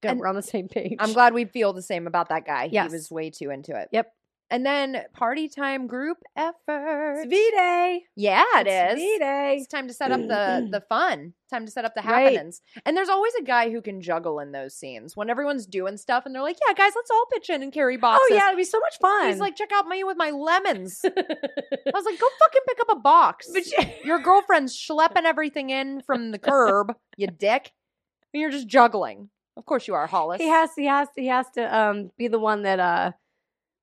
Good. and- we're on the same page. I'm glad we feel the same about that guy. Yes. He was way too into it. Yep. And then party time group effort. It's V Day. yeah, it It's is. V Day. It's time to set up the the fun. Time to set up the Right. happenings. And there's always a guy who can juggle in those scenes when everyone's doing stuff and they're like, "Yeah, guys, let's all pitch in and carry Oh boxes." yeah, it'd be so much fun. He's like, check out me with my lemons. I was like, go fucking pick up a box. but you- Your girlfriend's schlepping everything in from the curb, you dick. And you're just juggling. Of course you are, Hollis. he has he has he has to um be the one that uh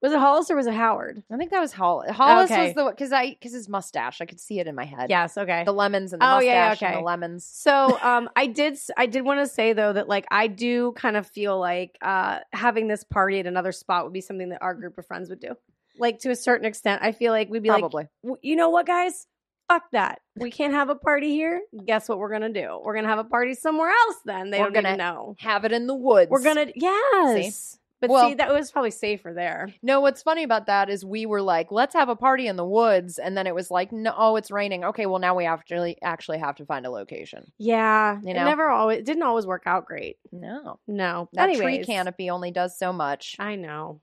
was it Hollis or was it Howard? I think that was Hollis. Hollis Okay. was the because I because his mustache, I could see it in my head. Yes. Okay. the lemons and the Oh, mustache yeah, yeah, and okay. the lemons. So um, I did s- I did want to say though that like I do kind of feel like uh, having this party at another spot would be something that our group of friends would do. Like to a certain extent, I feel like we'd be like, Probably "W- you know what, guys, fuck that. We can't have a party here. Guess what we're gonna do? We're gonna have a party somewhere else. Then they We're don't even gonna- know. have it in the woods. We're gonna yes. But see, Well- that was probably safer there. No, what's funny about that is we were like, let's have a party in the woods, and then it was like, no, oh, it's raining. Okay, well now we actually actually have to find a location. Yeah, You it know? never always it didn't always work out great. No, No, that tree Anyways, canopy only does so much. I know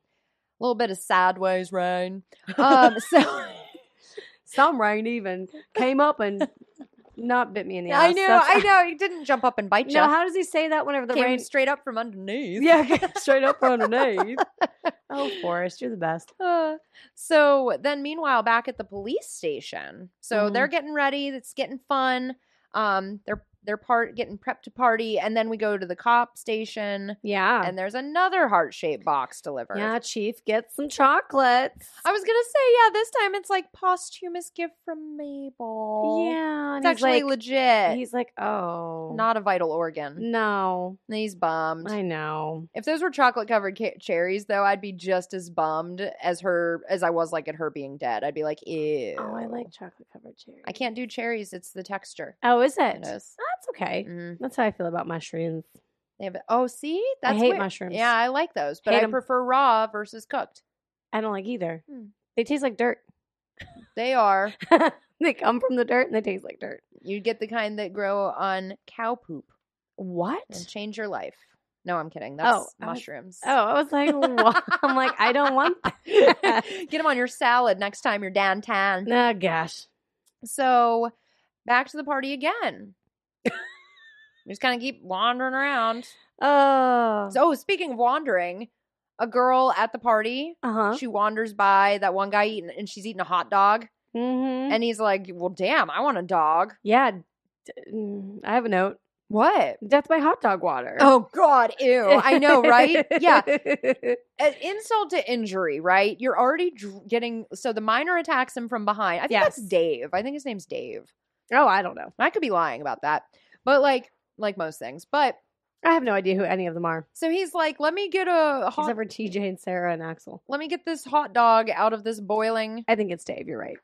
A little bit of sideways rain. Um, so some rain even came up and not bit me in the ass. I know, That's- I know. It didn't jump up and bite you. No, how does he say that whenever the Came rain? straight up from underneath. Yeah, okay, straight up from underneath. oh, Forrest, you're the best. Uh, so then, meanwhile, back at the police station, so Mm-hmm. they're getting ready. It's getting fun. Um, they're they're part getting prepped to party, and then we go to the cop station, Yeah, and there's another heart shaped box delivered. yeah. Chief, get some chocolates. I was gonna say, yeah, this time it's like posthumous gift from Mabel. yeah, and it's he's actually like, legit. He's like, oh, not a vital organ. no. And He's bummed. I know. If those were chocolate covered ca- cherries, though, I'd be just as bummed as her as I was like at her being dead. I'd be like, ew. Oh, I like chocolate covered cherry. I can't do cherries. It's the texture. Oh, is it? It is. That's okay. Mm. That's how I feel about mushrooms. They have oh see that's hate weird. mushrooms. Yeah, I like those, but Hate I 'em. prefer raw versus cooked. I don't like either. Hmm. They taste like dirt. They are they come from the dirt and they taste like dirt. you get the kind that grow on cow poop and What? change your life. No, I'm kidding. That's Oh, I was- mushrooms. Oh, I was like, what? I'm like, I don't want. that. get them on your salad next time you're downtown. oh gosh. So back to the party again. we just kind of keep wandering around. Oh. So, oh, speaking of wandering, a girl at the party, uh huh. she wanders by that one guy eating, and she's eating a hot dog, Mm-hmm. and he's like, "Well, damn, I want a dog." Yeah. d- mm, I have a note. What? Death by hot dog water. Oh God, ew! I know, right? Yeah, yeah. An insult to injury, right? You're already dr- getting so the minor attacks him from behind. I think Yes. that's Dave. I think his name's Dave. Oh, I don't know. I could be lying about that, but like, like most things, but I have no idea who any of them are, So he's like, "Let me get a hot, except for TJ and Sarah and Axel. let me get this hot dog out of this boiling I think it's Dave. You're right.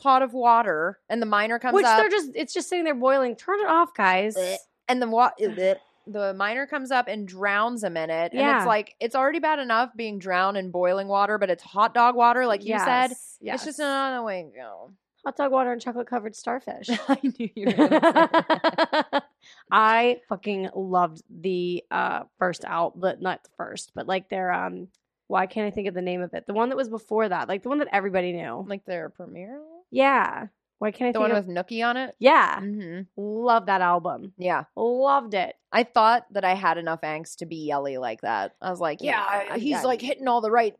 pot of water." And the miner comes Which up, they're just, it's just sitting there boiling. Turn it off, guys. Blech. and the wa- the miner comes up and drowns him in it. And Yeah. it's like it's already bad enough being drowned in boiling water, but it's hot dog water, like you said. Yes. It's just another way to go. hot dog water and chocolate covered starfish. I knew you were gonna say that. I fucking loved the uh first out, but not the first, but like their um why can't I think of the name of it? The one that was before that, like the one that everybody knew. like their premiere, Yeah. Why can't I the think one of with Nookie on it. Yeah. hmm Love that album. Yeah, Loved it. I thought that I had enough angst to be yelly like that. I was like, "Yeah, Yeah, he's yeah. like hitting all the right,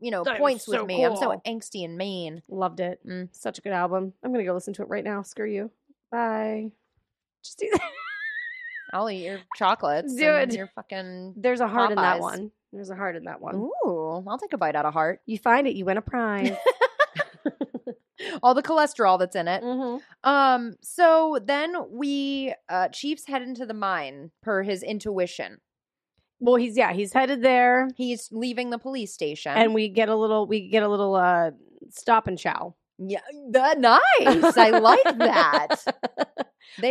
you know, That was points so with me. I'm so cool. angsty and mean." Loved it. Mm. Such a good album. I'm gonna go listen to it right now. Screw you. Bye. Just do that. I'll eat your chocolates. Do and it. Your fucking. There's a heart in that Popeyes. one. There's a heart in that one. Ooh, I'll take a bite out of heart. You find it, you win a prize. All the cholesterol that's in it. mm-hmm. Um. So then we uh Chiefs head into the mine per his intuition. Well, he's yeah, he's headed there. He's leaving the police station. and we get a little we get a little uh stop and chow yeah, that, nice. I like that. They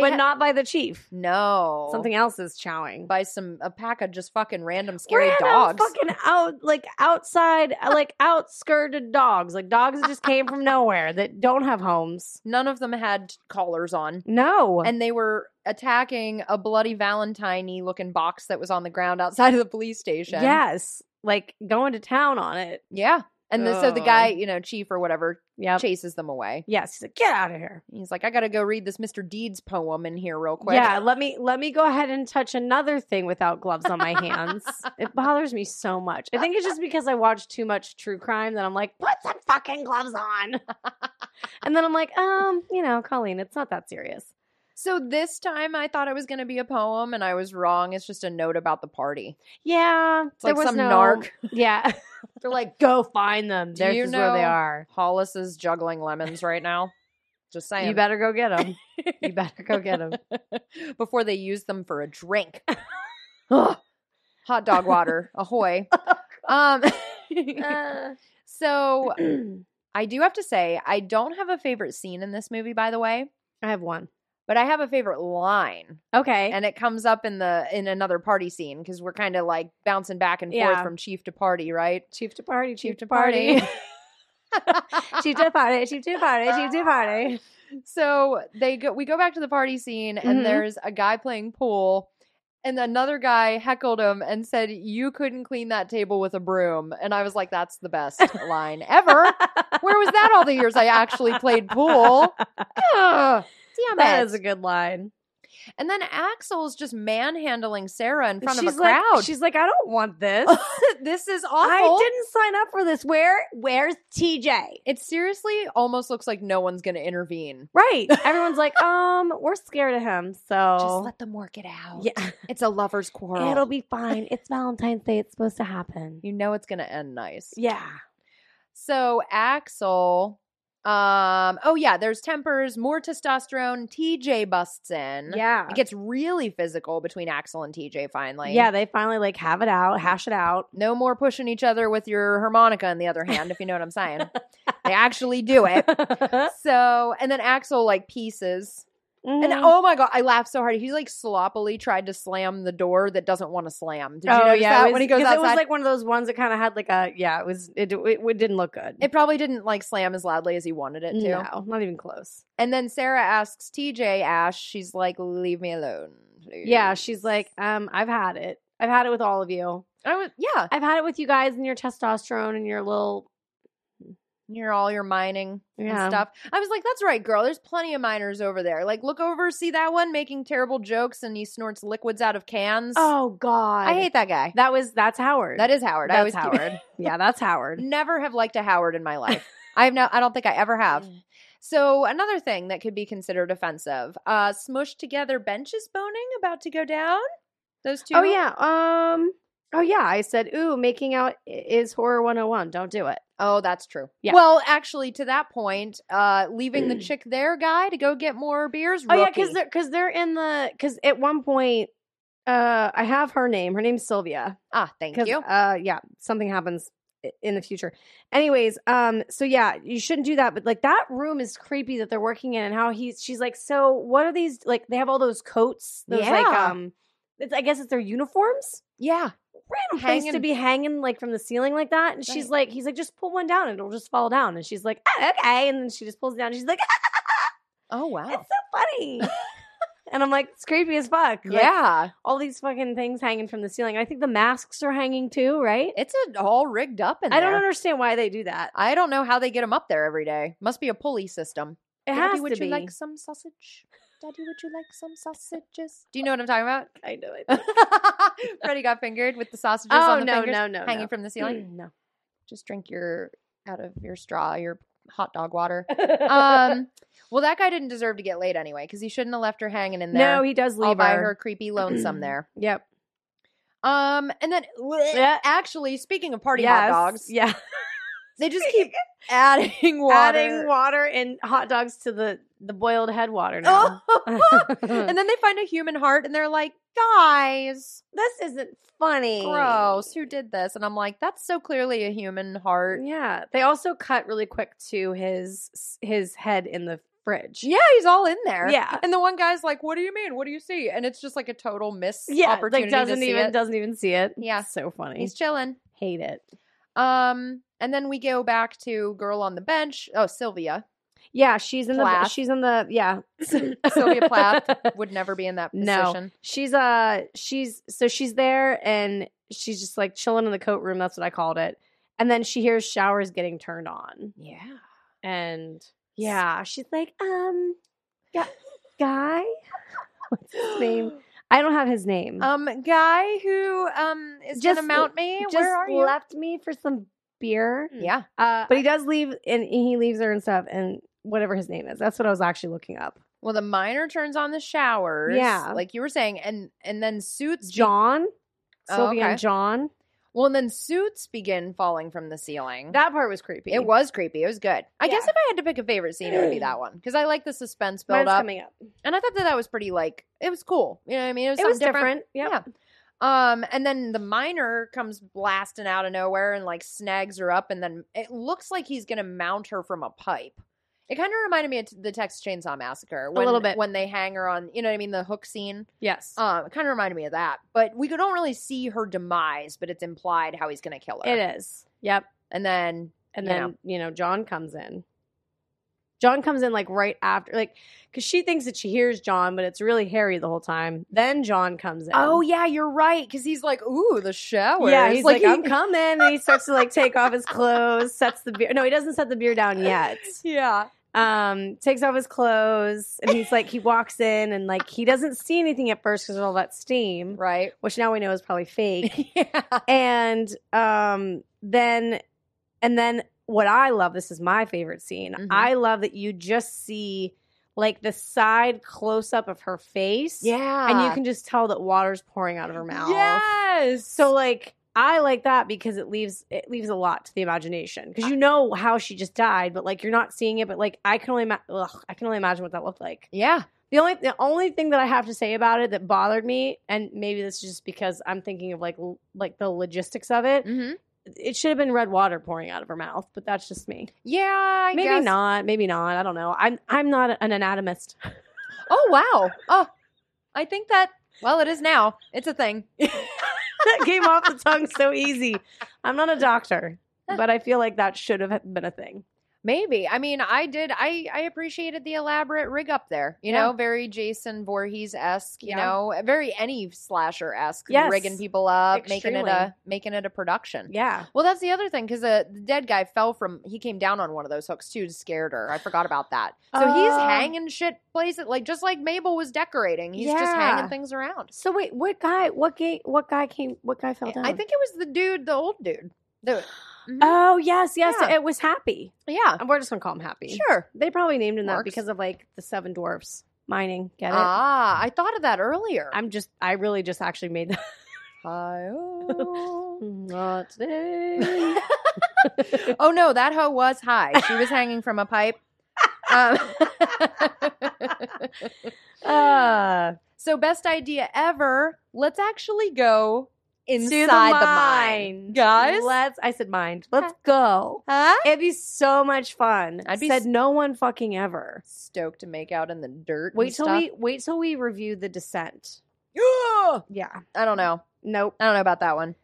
but ha- not by the chief no something else is chowing by some a pack of just fucking random scary Random dogs. fucking out like outside like outskirted dogs like dogs that just came from nowhere that don't have homes None of them had collars on. no and they were attacking a bloody valentine looking box that was on the ground outside of the police station. yes like going to town on it Yeah. And the, so the guy, Ugh. you know, chief or whatever, yeah chases them away. yes he's like get out of here He's like, I got to go read this Mr. Deeds poem in here real quick. yeah let me let me go ahead and touch another thing without gloves on my hands it bothers me so much i think it's just because i watch too much true crime that i'm like put some fucking gloves on and then i'm like um you know colleen it's not that serious So this time I thought it was going to be a poem and I was wrong. It's just a note about the party. yeah It's like there was some no- narc. yeah they're like go find them Do there's you just where they know- are Hollis is juggling lemons right now. Just saying. you better go get them you better go get them Before they use them for a drink. Ugh. Hot dog water. Ahoy. Oh, um, Uh. so I do have to say, I don't have a favorite scene in this movie, by the way, i have one but I have a favorite line, okay and it comes up in the in another party scene because we're kind of like bouncing back and forth Yeah. from chief to party, right? chief to party chief, to party. party. chief to party chief to party chief to party so they go. We go back to the party scene, and Mhm. there's a guy playing pool. And another guy heckled him and said, "You couldn't clean that table with a broom." And I was like, "That's the best line ever." Where was that all the years I actually played pool? Ugh, damn That it. is a good line. And then Axel's just manhandling Sarah in front she's of a crowd. Like, she's like, I don't want this. this is I awful. didn't sign up for this. Where? Where's TJ? It seriously almost looks like no one's going to intervene. Right. Everyone's like, um, we're scared of him. Just So let them work it out. Oh. yeah, It's a lover's quarrel. it'll be fine. It's Valentine's Day. It's supposed to happen. you know it's going to end nice. Yeah. So Axel, um, oh yeah, there's tempers, more testosterone. TJ busts in. Yeah. It gets really physical between Axel and TJ finally. yeah. They finally like have it out, hash it out. No more pushing each other with your harmonica in the other hand, if you know what I'm Mm-hmm. saying. they actually do it. so and then Axel like pieces And Mhm. oh my god, I laughed so hard. He like sloppily tried to slam the door that doesn't want to slam. Did you Oh, notice yeah, that it was, when he goes 'cause outside? It was like one of those ones that kind of had like a yeah. It was it, it, it didn't look good. it probably didn't like slam as loudly as he wanted it to. no, not even close. And then Sarah asks TJ Ash, she's like, "Leave me alone." Yeah, please." she's like, um, I've had it. I've had it with all of you. I was, yeah, I've had it with you guys and your testosterone and your little you're all your mining yeah. and stuff. I was like, "That's right, girl. There's plenty of miners over there. Like, look over, see that one making terrible jokes, and he snorts liquids out of cans. Oh God, I hate that guy. that. Was that's Howard? That is Howard. I always That's keep- Howard. yeah, that's Howard. Never have liked a Howard in my life. I have no. I don't think I ever have. Mm. So another thing that could be considered offensive: uh, smushed together benches boning about to go down. Those two. Oh yeah. Um. Oh yeah. I said, ooh, making out i- is horror one hundred and one. Don't do it. Oh, that's true. Yeah. Well, actually, to that point, uh, leaving the chick there guy to go get more beers. Oh yeah, rookie. because they're because they're in the because at one point, uh, I have her name. Her name's Sylvia. ah, thank Because you. uh, yeah, something happens i- in the future. Anyways, um, so yeah, you shouldn't do that. But like that room is creepy that they're working in, and how he's she's like, so what are these like? They have all those coats. Those like Yeah. um, it's, I guess it's their uniforms. Yeah, Random place to Hanging- be hanging like from the ceiling like that, and she's like, he's like, just pull one down and it'll just fall down, and she's like, oh, okay, and then she just pulls it down. And she's like, "Ah, Oh wow. it's so funny. And I'm like, it's creepy as fuck. Like, yeah, all these fucking things hanging from the ceiling. I think the masks are hanging too, right? it's a, all rigged up in I don't there. understand why they do that. I don't know how they get them up there every day. Must be a pulley system. It Daddy, has would to you be. like some sausage? Daddy, would you like some sausages? Do you know what I'm talking about? I know it. Freddie got fingered with the sausages Oh on the no, fingers no, no, hanging no. from the ceiling. Mm, no. Just drink your out of your straw, your hot dog water. um, well, that guy didn't deserve to get laid anyway because he shouldn't have left her hanging in there. no, he does leave all by her. her creepy lonesome there. Yep. Um, and then actually, speaking of party Yes. hot dogs, Yeah. they just keep adding water. Adding water and hot dogs to the the boiled head water now. Oh. Oh! and then they find a human heart and they're like, guys, this isn't funny. gross, who did this? And I'm like, that's so clearly a human heart. Yeah. They also cut really quick to his his head in the fridge. Yeah, he's all in there. Yeah. And the one guy's like, what do you mean? What do you see? And it's just like a total miss Yeah, like opportunity. doesn't to see even it. doesn't even see it. Yeah. so funny. He's chilling. Hate it. Um, and then we go back to girl on the bench. Oh, Sylvia Yeah, she's in the Plath. she's in the yeah. Sylvia Plath. would never be in that No. position. She's uh she's so she's there and she's just like chilling in the coat room, that's what I called it. And then she hears showers getting turned on. Yeah. And yeah, she's like, um gu- guy. What's his name? I don't have his name. Um, guy who um is Mm. Just gonna mount me. just Where are you? Hmm. left me for some beer. Yeah. Uh, but he does leave and he leaves her and stuff and whatever his name is. That's what I was actually looking up. Well, the miner turns on the showers. Yeah. like you were saying, and and then suits. be- John, Oh, Sylvia okay. and John. well, and then suits begin falling from the ceiling. That part was creepy. it was creepy. It was good. I guess Yeah. if I had to pick a favorite scene, it would be that one because I like the suspense Mine's build up, coming up. and I thought that that was pretty like it was cool. You know what I mean? It was, It was something different. different. Yep. Yeah. Um, and then the miner comes blasting out of nowhere and like snags her up, and then it looks like he's gonna mount her from a pipe. It kind of reminded me of t- the Texas Chainsaw Massacre when, little bit. when they hang her on. You know what I mean? The hook scene. Yes. Um, it kind of reminded me of that, but we don't really see her demise, but it's implied how he's gonna kill her. it is. Yep. And then And You then, know. you know, John comes in. John comes in like right after, like, because she thinks that she hears John, but it's really Harry the whole time. Then John comes in. oh yeah, you're right because he's like, ooh, the shower. Yeah, he's like, I'm coming. And he starts to like take off his clothes, sets the beer. No, he doesn't set the beer down yet. yeah, Um, takes off his clothes and he's like, he walks in and like he doesn't see anything at first because of all that steam, right. which now we know is probably fake. yeah. and um then and then what i love this is my favorite scene Mhm. i love that you just see like the side close up of her face Yeah. and you can just tell that water's pouring out of her mouth Yes. so like i like that because it leaves it leaves a lot to the imagination because you know how she just died but like you're not seeing it but like i can only ima- ugh, i can only imagine what that looked like yeah. the only the only thing that I have to say about it that bothered me, and maybe this is just because I'm thinking of like l- like the logistics of it. Mm-hmm. It should have been red water pouring out of her mouth, but that's just me. Yeah, I maybe guess. not. Maybe not. I don't know. I'm I'm not an anatomist. Oh wow. Oh, I think that. Well, it is now. It's a thing. that came off the tongue so easy. I'm not a doctor, but I feel like that should have been a thing. Maybe. I mean, I did. I I appreciated the elaborate rig up there. You Yeah. know, very Jason Voorhees esque. You Yeah. know, very any slasher esque. Yes. rigging people up, making it Extremely. a making it a production. Yeah. Well, that's the other thing because the, the dead guy fell from. He came down on one of those hooks too, and scared her. I forgot about that. So he's Uh, hanging shit places like just like Mabel was decorating. He's just Yeah. hanging things around. So wait, what guy? What gay? What guy came? What guy fell down? I think it was the dude, the old dude. The- Mhm. Oh yes, yes. Yeah. It was Happy. yeah, And we're just gonna call him Happy. sure. They probably named him that Works. because of like the Seven Dwarfs mining. Get it? Ah, I thought of that earlier. I'm just. I really just actually made that. Hi-oh. Not today. oh no, that hoe was high. She was hanging from a pipe. Um, uh, so best idea ever. Let's actually go to inside the, mine. Guys? Let's. I said mind. Let's go. Huh? It'd be so much fun. I'd be said s- no one fucking ever. Stoked to make out in the dirt. Wait till we wait till we review the descent. Yeah! Yeah. I don't know. Nope. I don't know about that one.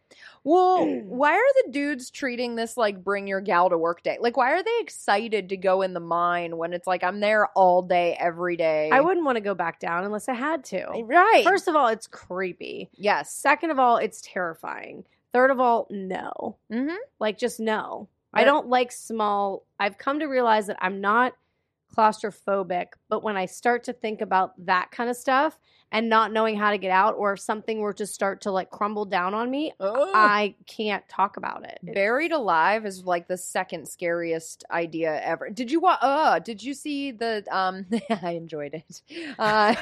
Well, why are the dudes treating this like bring your gal to work day? Like, why are they excited to go in the mine when it's like I'm there all day, every day? I wouldn't want to go back down unless I had to. Right. First of all, it's creepy. yes. Second of all, it's terrifying. Third of all, no. Mm-hmm. Like just no. I Right. don't like small. I've come to realize that I'm not claustrophobic, but when I start to think about that kind of stuff and not knowing how to get out or if something were to start to like crumble down on me, I can't talk about it. It- Uh, Buried alive is like the second scariest idea ever. Did you watch? Uh, did you see the? Um, I enjoyed it.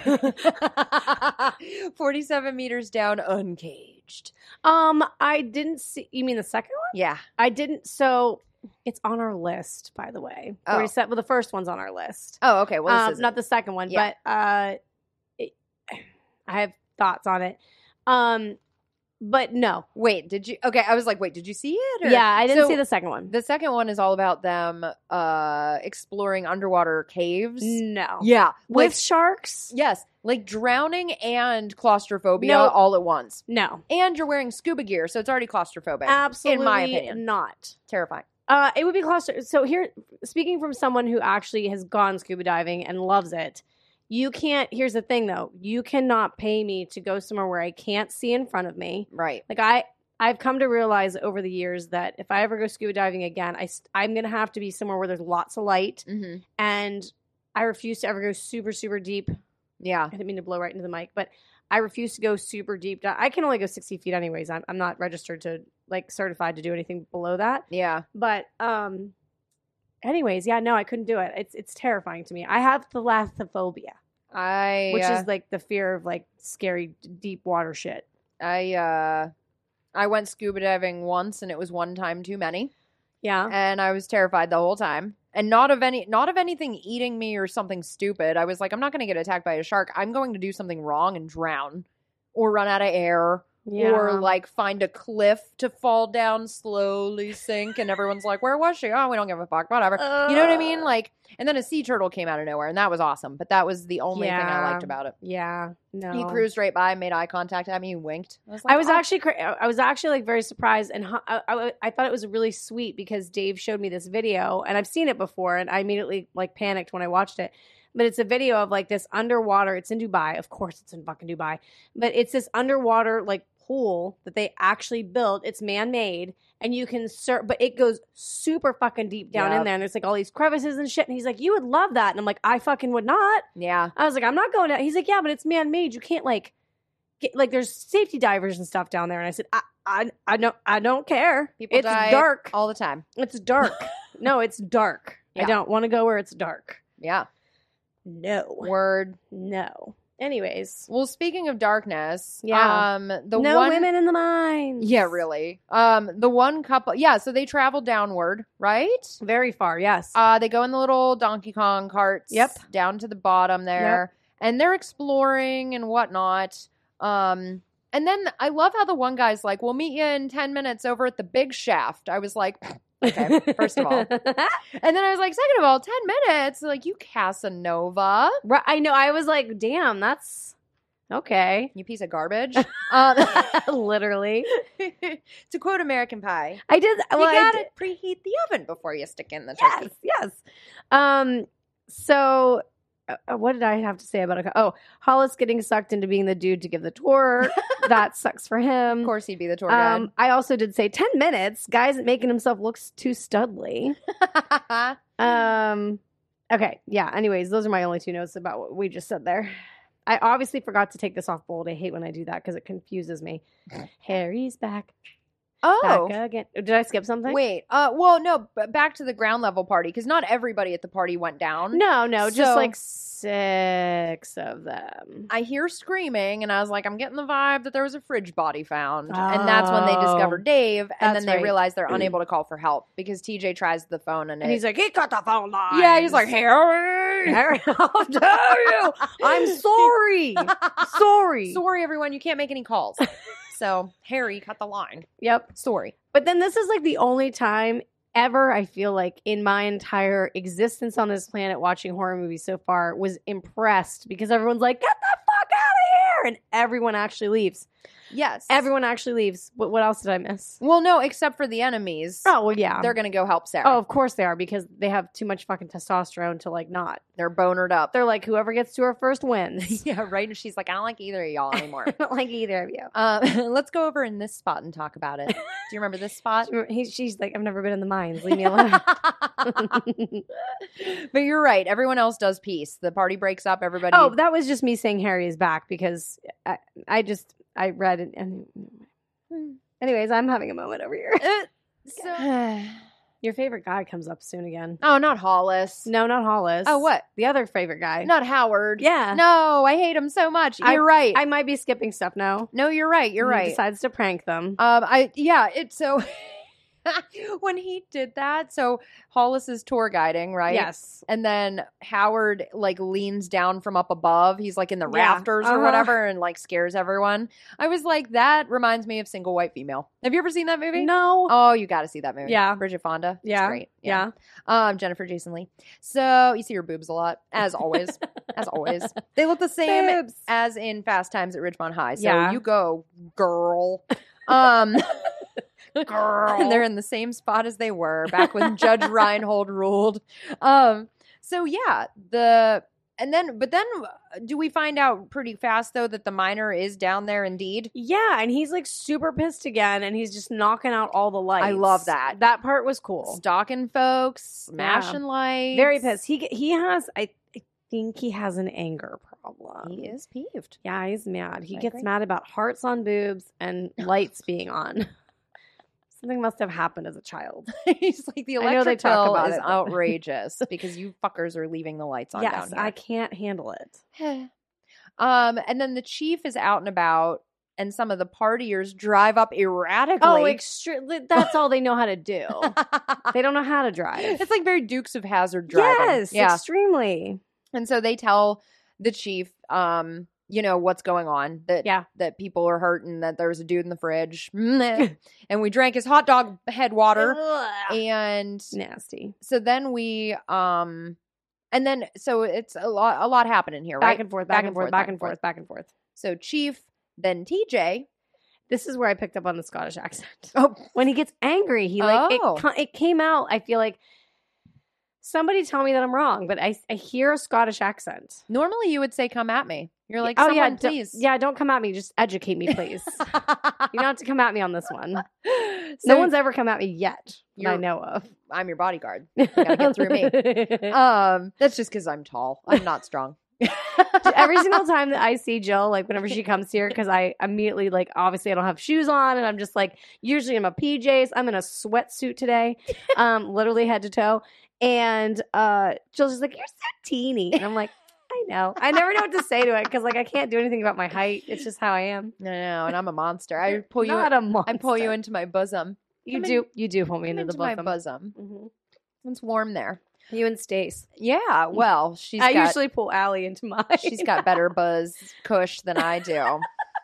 Uh, Forty-seven meters down, uncaged. Um, I didn't see you mean the second one? Yeah. I didn't so it's on our list, by the way. Oh. Forty seven well the first one's on our list. Oh, okay. Well, this um, isn't. not the second one, Yeah. but uh, it, I have thoughts on it. Um, but no, Wait, did you? Okay, I was like, wait, did you see it? yeah, I didn't So, see the second one. The second one is all about them uh exploring underwater caves. no, Yeah, Mm, with like, sharks, yes, like drowning and claustrophobia No. all at once. no, And you're wearing scuba gear, so it's already claustrophobic. absolutely opinion. not. Terrifying. Uh, it would be claustro. So here, speaking from someone who actually has gone scuba diving and loves it, you can't. Here's the thing, though: you cannot pay me to go somewhere where I can't see in front of me. Right. Like I I've come to realize over the years that if I ever go scuba diving again, I st- I'm going to have to be somewhere where there's lots of light Mm-hmm. and I refuse to ever go super super deep. Yeah. I didn't mean to blow right into the mic, but I refuse to go super deep. di- I can only go 60 feet anyways. I'm I'm not registered to like certified to do anything below that. Yeah. But um anyways, yeah, no, I couldn't do it. It's it's terrifying to me. I have thalassophobia, I which uh, is like the fear of like scary d- deep water shit. I uh I went scuba diving once and it was one time too many. Yeah. and I was terrified the whole time. And not of any, not of anything eating me or something stupid. I was like, I'm not going to get attacked by a shark. I'm going to do something wrong and drown, or run out of air, Yeah. or like find a cliff to fall down, slowly sink. And everyone's like, Where was she? Oh, we don't give a fuck. Whatever. you know what I mean? Uh. Like, uh, and then a sea turtle came out of nowhere, and that was awesome. But that was the only thing I liked Yeah. about it. Yeah, no. He cruised right by, made eye contact at me, he winked. I was, like, I was "Oh, actually, cra- I I was actually like very surprised, and hu- I, I, I thought it was really sweet because Dave showed me this video, and I've seen it before, and I immediately like panicked when I watched it. But it's a video of like this underwater. It's in Dubai, of course, it's in fucking Dubai. But it's this underwater like pool that they actually built. It's man made, and you can surf, but it goes super fucking deep down in Yep. there, and there's like all these crevices and shit. And he's like, "You would love that," and I'm like, "I fucking would not." yeah, I was like, I'm not going out. He's like, yeah, but it's man made. You can't like get like there's safety divers and stuff down there. And I said, I I, I don't I don't care. People it's die dark. all the time. It's dark. no, it's dark. I Yeah. don't want to go where it's dark. Yeah, No, word. no. Anyways, Well, speaking of darkness, Yeah. um, the no one, women in the mines. yeah, really, um, the one couple, yeah. So they travel downward, right? very far. Yes, Uh, they go in the little Donkey Kong carts, Yep. down to the bottom there, and they're exploring and whatnot. Um, and then I love how the one guy's like, "We'll meet you in ten minutes over at the big shaft." I was like, Okay, first of all. And then I was like, second of all, 10 minutes. Like, you Casanova, Right, I know. I was like, damn, that's okay. you piece of garbage. um, Literally, to quote American Pie, I did. you Well, I gotta did- preheat the oven before you stick in the yes, turkey. yes. Um, so uh, uh, what did I have to say about it? Oh, Hollis getting sucked into being the dude to give the tour. that sucks for him. Of course, he'd be the tour guide. Um, I also did say ten minutes. Guys, making himself look s- too studly. Um, okay, yeah. Anyways, those are my only two notes about what we just said there. I obviously forgot to take this off bold. I hate when I do that because it confuses me. Harry's back, back oh, again. Did I skip something? wait. Uh, well, no, but back to the ground level party because not everybody at the party went down. No, no, So- just like six of them. I hear screaming, and I was like, I'm getting the vibe that there was a fridge body found. And that's when they Oh. discover Dave, and That's then they right. Mm. realize they're unable to call for help because TJ tries the phone and, and it- he's like, he cut the phone line. Yeah, he's like, Harry, Harry, how dare you? I'm sorry, sorry. sorry, everyone, you can't make any calls. so, Harry, cut the line. Yep. Sorry. But then this is like the only time ever I feel like in my entire existence on this planet watching horror movies so far was impressed because everyone's like, get the fuck out of here. And everyone actually leaves. Yes. Everyone actually leaves. What, what else did I miss? Well, no, except for the enemies. Oh, well, yeah. They're going to go help Sarah. oh, of course they are because they have too much fucking testosterone to like not. They're bonered up. They're like, whoever gets to her first wins. yeah, right. And she's like, I don't like either of y'all anymore. I don't like either of you. Uh, let's go over in this spot and talk about it. Do you remember this spot? He, she's like, I've never been in the mines. Leave me alone. but you're right. Everyone else does peace. The party breaks up. Everybody. Oh, that was just me saying Harry is back because I, I just I read it and anyways, I'm having a moment over here. Uh, so- Your favorite guy comes up soon again. oh, not Hollis. No, not Hollis. Oh, what? The other favorite guy. Not Howard. Yeah. No, I hate him so much. I- You're right. I might be skipping stuff now. no, you're right. You're He right. Decides to prank them. Um, I yeah, it's so when he did that, so Hollis is tour guiding, right? Yes. And then Howard like leans down from up above. He's like in the Yeah. rafters or Uh-huh. whatever and like scares everyone. I was like, that reminds me of single white female. Have you ever seen that movie? No. Oh, you gotta see that movie. Yeah. Bridget Fonda. It's Yeah. great. yeah. Um, Jennifer Jason Lee. So you see her boobs a lot, as always. as always. They look the same Boobs. as in Fast Times at Ridgemont High. So Yeah. you go, girl. Um, Girl. they're in the same spot as they were back when Judge Reinhold ruled. Um, so yeah, the and then but then uh, do we find out pretty fast though that the miner is down there indeed? Yeah, and he's like super pissed again, and he's just knocking out all the lights. love that. That part was cool. Stalking folks, smashing lights. Very pissed. He he has I, I think he has an anger problem. He is peeved. Yeah, he's mad. He I gets agree. mad about hearts on boobs and lights being on. Something must have happened as a child. He's like the I know they electric talk bill about is it, but- outrageous because you fuckers are leaving the lights on yes, I down can't handle it. here. um, and then the chief is out and about, and some of the partiers drive up erratically. Oh, extre- th- that's all they know how to do. they don't know how to drive. it's like very Dukes of Hazard driving. yes, yeah. extremely. And so they tell the chief, um, you know what's going on. That Yeah. that people are hurt and that there was a dude in the fridge, and we drank his hot dog head water. Ugh. And Nasty. so then we um and then so it's a lot a lot happening here Back right and forth, back, and forth, back and forth, back and forth. so chief then tj This is where I picked up on the Scottish accent. oh when he gets angry, he like Oh. it, co- it came out. I feel like somebody tell me that I'm wrong, but I, I hear a Scottish accent. normally you would say come at me you're like oh someone yeah, don't- please yeah. Don't come at me. Just educate me, please. you don't have to come at me on this one. so no one's ever come at me yet that I You're- know of. i'm your bodyguard gotta get through um that's just because i'm tall i'm not strong Every single time that I see Jill, like whenever she comes here, because I immediately like obviously I don't have shoes on, and I'm just like usually in my PJs. I'm in a sweatsuit today, um, literally head to toe. And uh, Jill's just like, "You're so teeny," and I'm like, "I know." I never know what to say to it because like I can't do anything about my height. It's just how I am. no no and i'm a monster i pull you Not a monster. i pull you into my bosom You come in- do. you do pull me Come into, the my bosom. bosom Mhm. it's warm there Mm. You and Stace. yeah well she's I got usually pull Allie into mine. She's got better buzz cush than I do.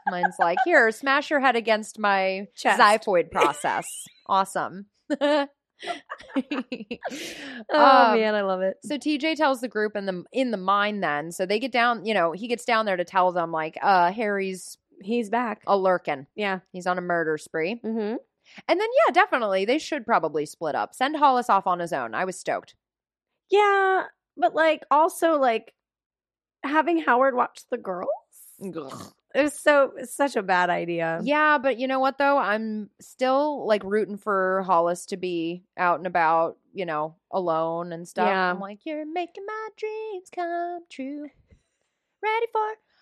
Mine's like, here, smash your head against my Chest. xiphoid process. Awesome. Oh Um, man, I love it. So TJ tells the group in the in the mine then. So they get down, you know, he gets down there to tell them like, uh, Harry's He's back. a lurking. Yeah. He's on a murder spree. Mm-hmm. And then yeah, definitely they should probably split up. Send Hollis off on his own. I was stoked. Yeah, but like also like having Howard watch the girls. Mm. It was so it's such a bad idea. Yeah, but you know what though? I'm still like rooting for Hollis to be out and about, you know, alone and stuff. Yeah. I'm like, you're making my dreams come true. Ready for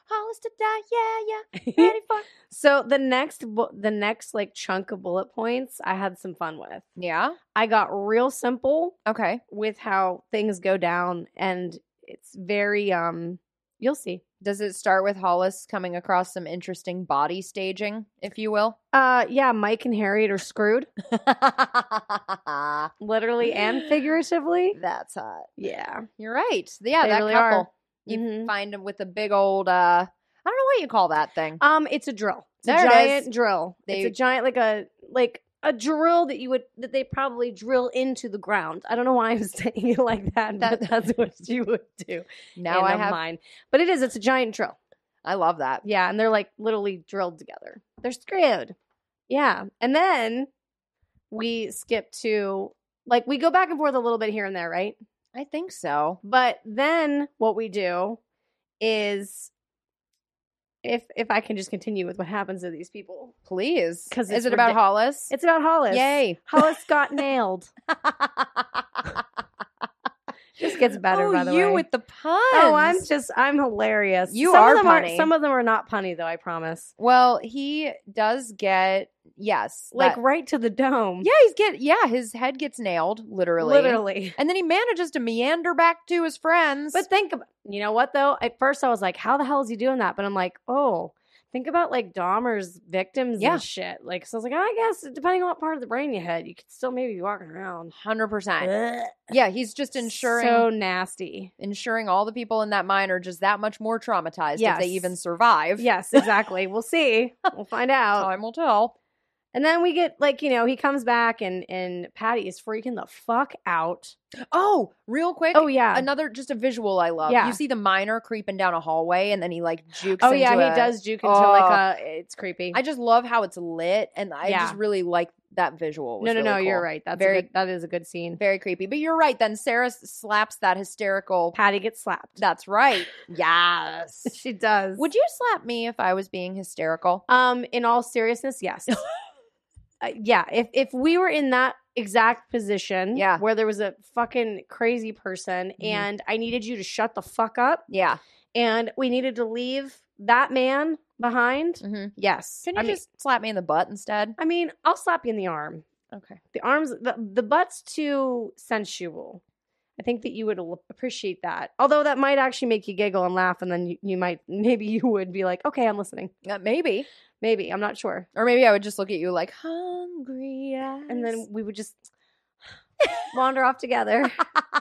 Hollis to die? Yeah, yeah. Ready for? So the next bu- the next like chunk of bullet points, I had some fun with. yeah. I got real simple Okay. with how things go down and it's very um you'll see. Does it start with Hollis coming across some interesting body staging, if you will? Uh yeah, Mike and Harriet are screwed That's literally and figuratively. hot. Yeah. You're right. Yeah, They that really are. couple. You Mhm. find him with a big old uh I don't know what you call that thing. Um, it's a drill. It's There a it giant is. drill. They- It's a giant like a like a drill that you would that they probably drill into the ground. I don't know why I'm saying it like that, That- but that's what you would do. now in I a have mine. But it is, it's a giant drill. I love that. Yeah, and they're like literally drilled together. They're screwed. Yeah. And then we skip to like we go back and forth a little bit here and there, right? I think so. But then what we do is if if I can just continue with what happens to these people. Please. 'Cause is it's it about ridic- Hollis? It's about Hollis. Yay. Hollis got nailed. Just gets better, oh, by the you way. with the puns. Oh, I'm just I'm hilarious. You some are of them punny. some of them are not punny though, I promise. Well, he does get yes. Like that- right to the dome. Yeah, he's get yeah, his head gets nailed, literally. Literally. And then he manages to meander back to his friends. But think about you know what though? At first I was like, how the hell is he doing that? But I'm like, oh, think about like Dahmer's victims Yeah. and shit. Like so I was like, I guess depending on what part of the brain you had, you could still maybe be walking around. hundred percent. Ugh. Yeah, he's just ensuring so nasty. ensuring all the people in that mine are just that much more traumatized if Yes. they even survive. Yes, exactly. we'll see. We'll find out. Time will tell. And then we get like, you know, he comes back and and Patty is freaking the fuck out. Oh, real quick. Oh yeah. Another just a visual I love. Yeah. You see the miner creeping down a hallway and then he like jukes. oh yeah, into he a- does juke into like Oh. a it's creepy. I just love how it's lit and I Yeah. just really like that visual. It was no, no, really no, you're cool. right. That's Very- a good, that is a good scene. Very creepy. But you're right. Then Sarah s- slaps that hysterical. Patty gets slapped. That's right. Yes. She does. Would you slap me if I was being hysterical? Um, in all seriousness, yes. Uh, yeah, if if we were in that exact position, Yeah. where there was a fucking crazy person, Mhm. and I needed you to shut the fuck up, Yeah. and we needed to leave that man behind. hmm Yes, Can you I mean, just slap me in the butt instead? I mean, I'll slap you in the arm. Okay. The arms, the, the butt's too sensual. I think that you would l- appreciate that. Although that might actually make you giggle and laugh, and then you, you might maybe you would be like, okay, I'm listening. Uh, maybe. Maybe I'm not sure. Or maybe I would just look at you like hungry eyes. and then we would just wander off together.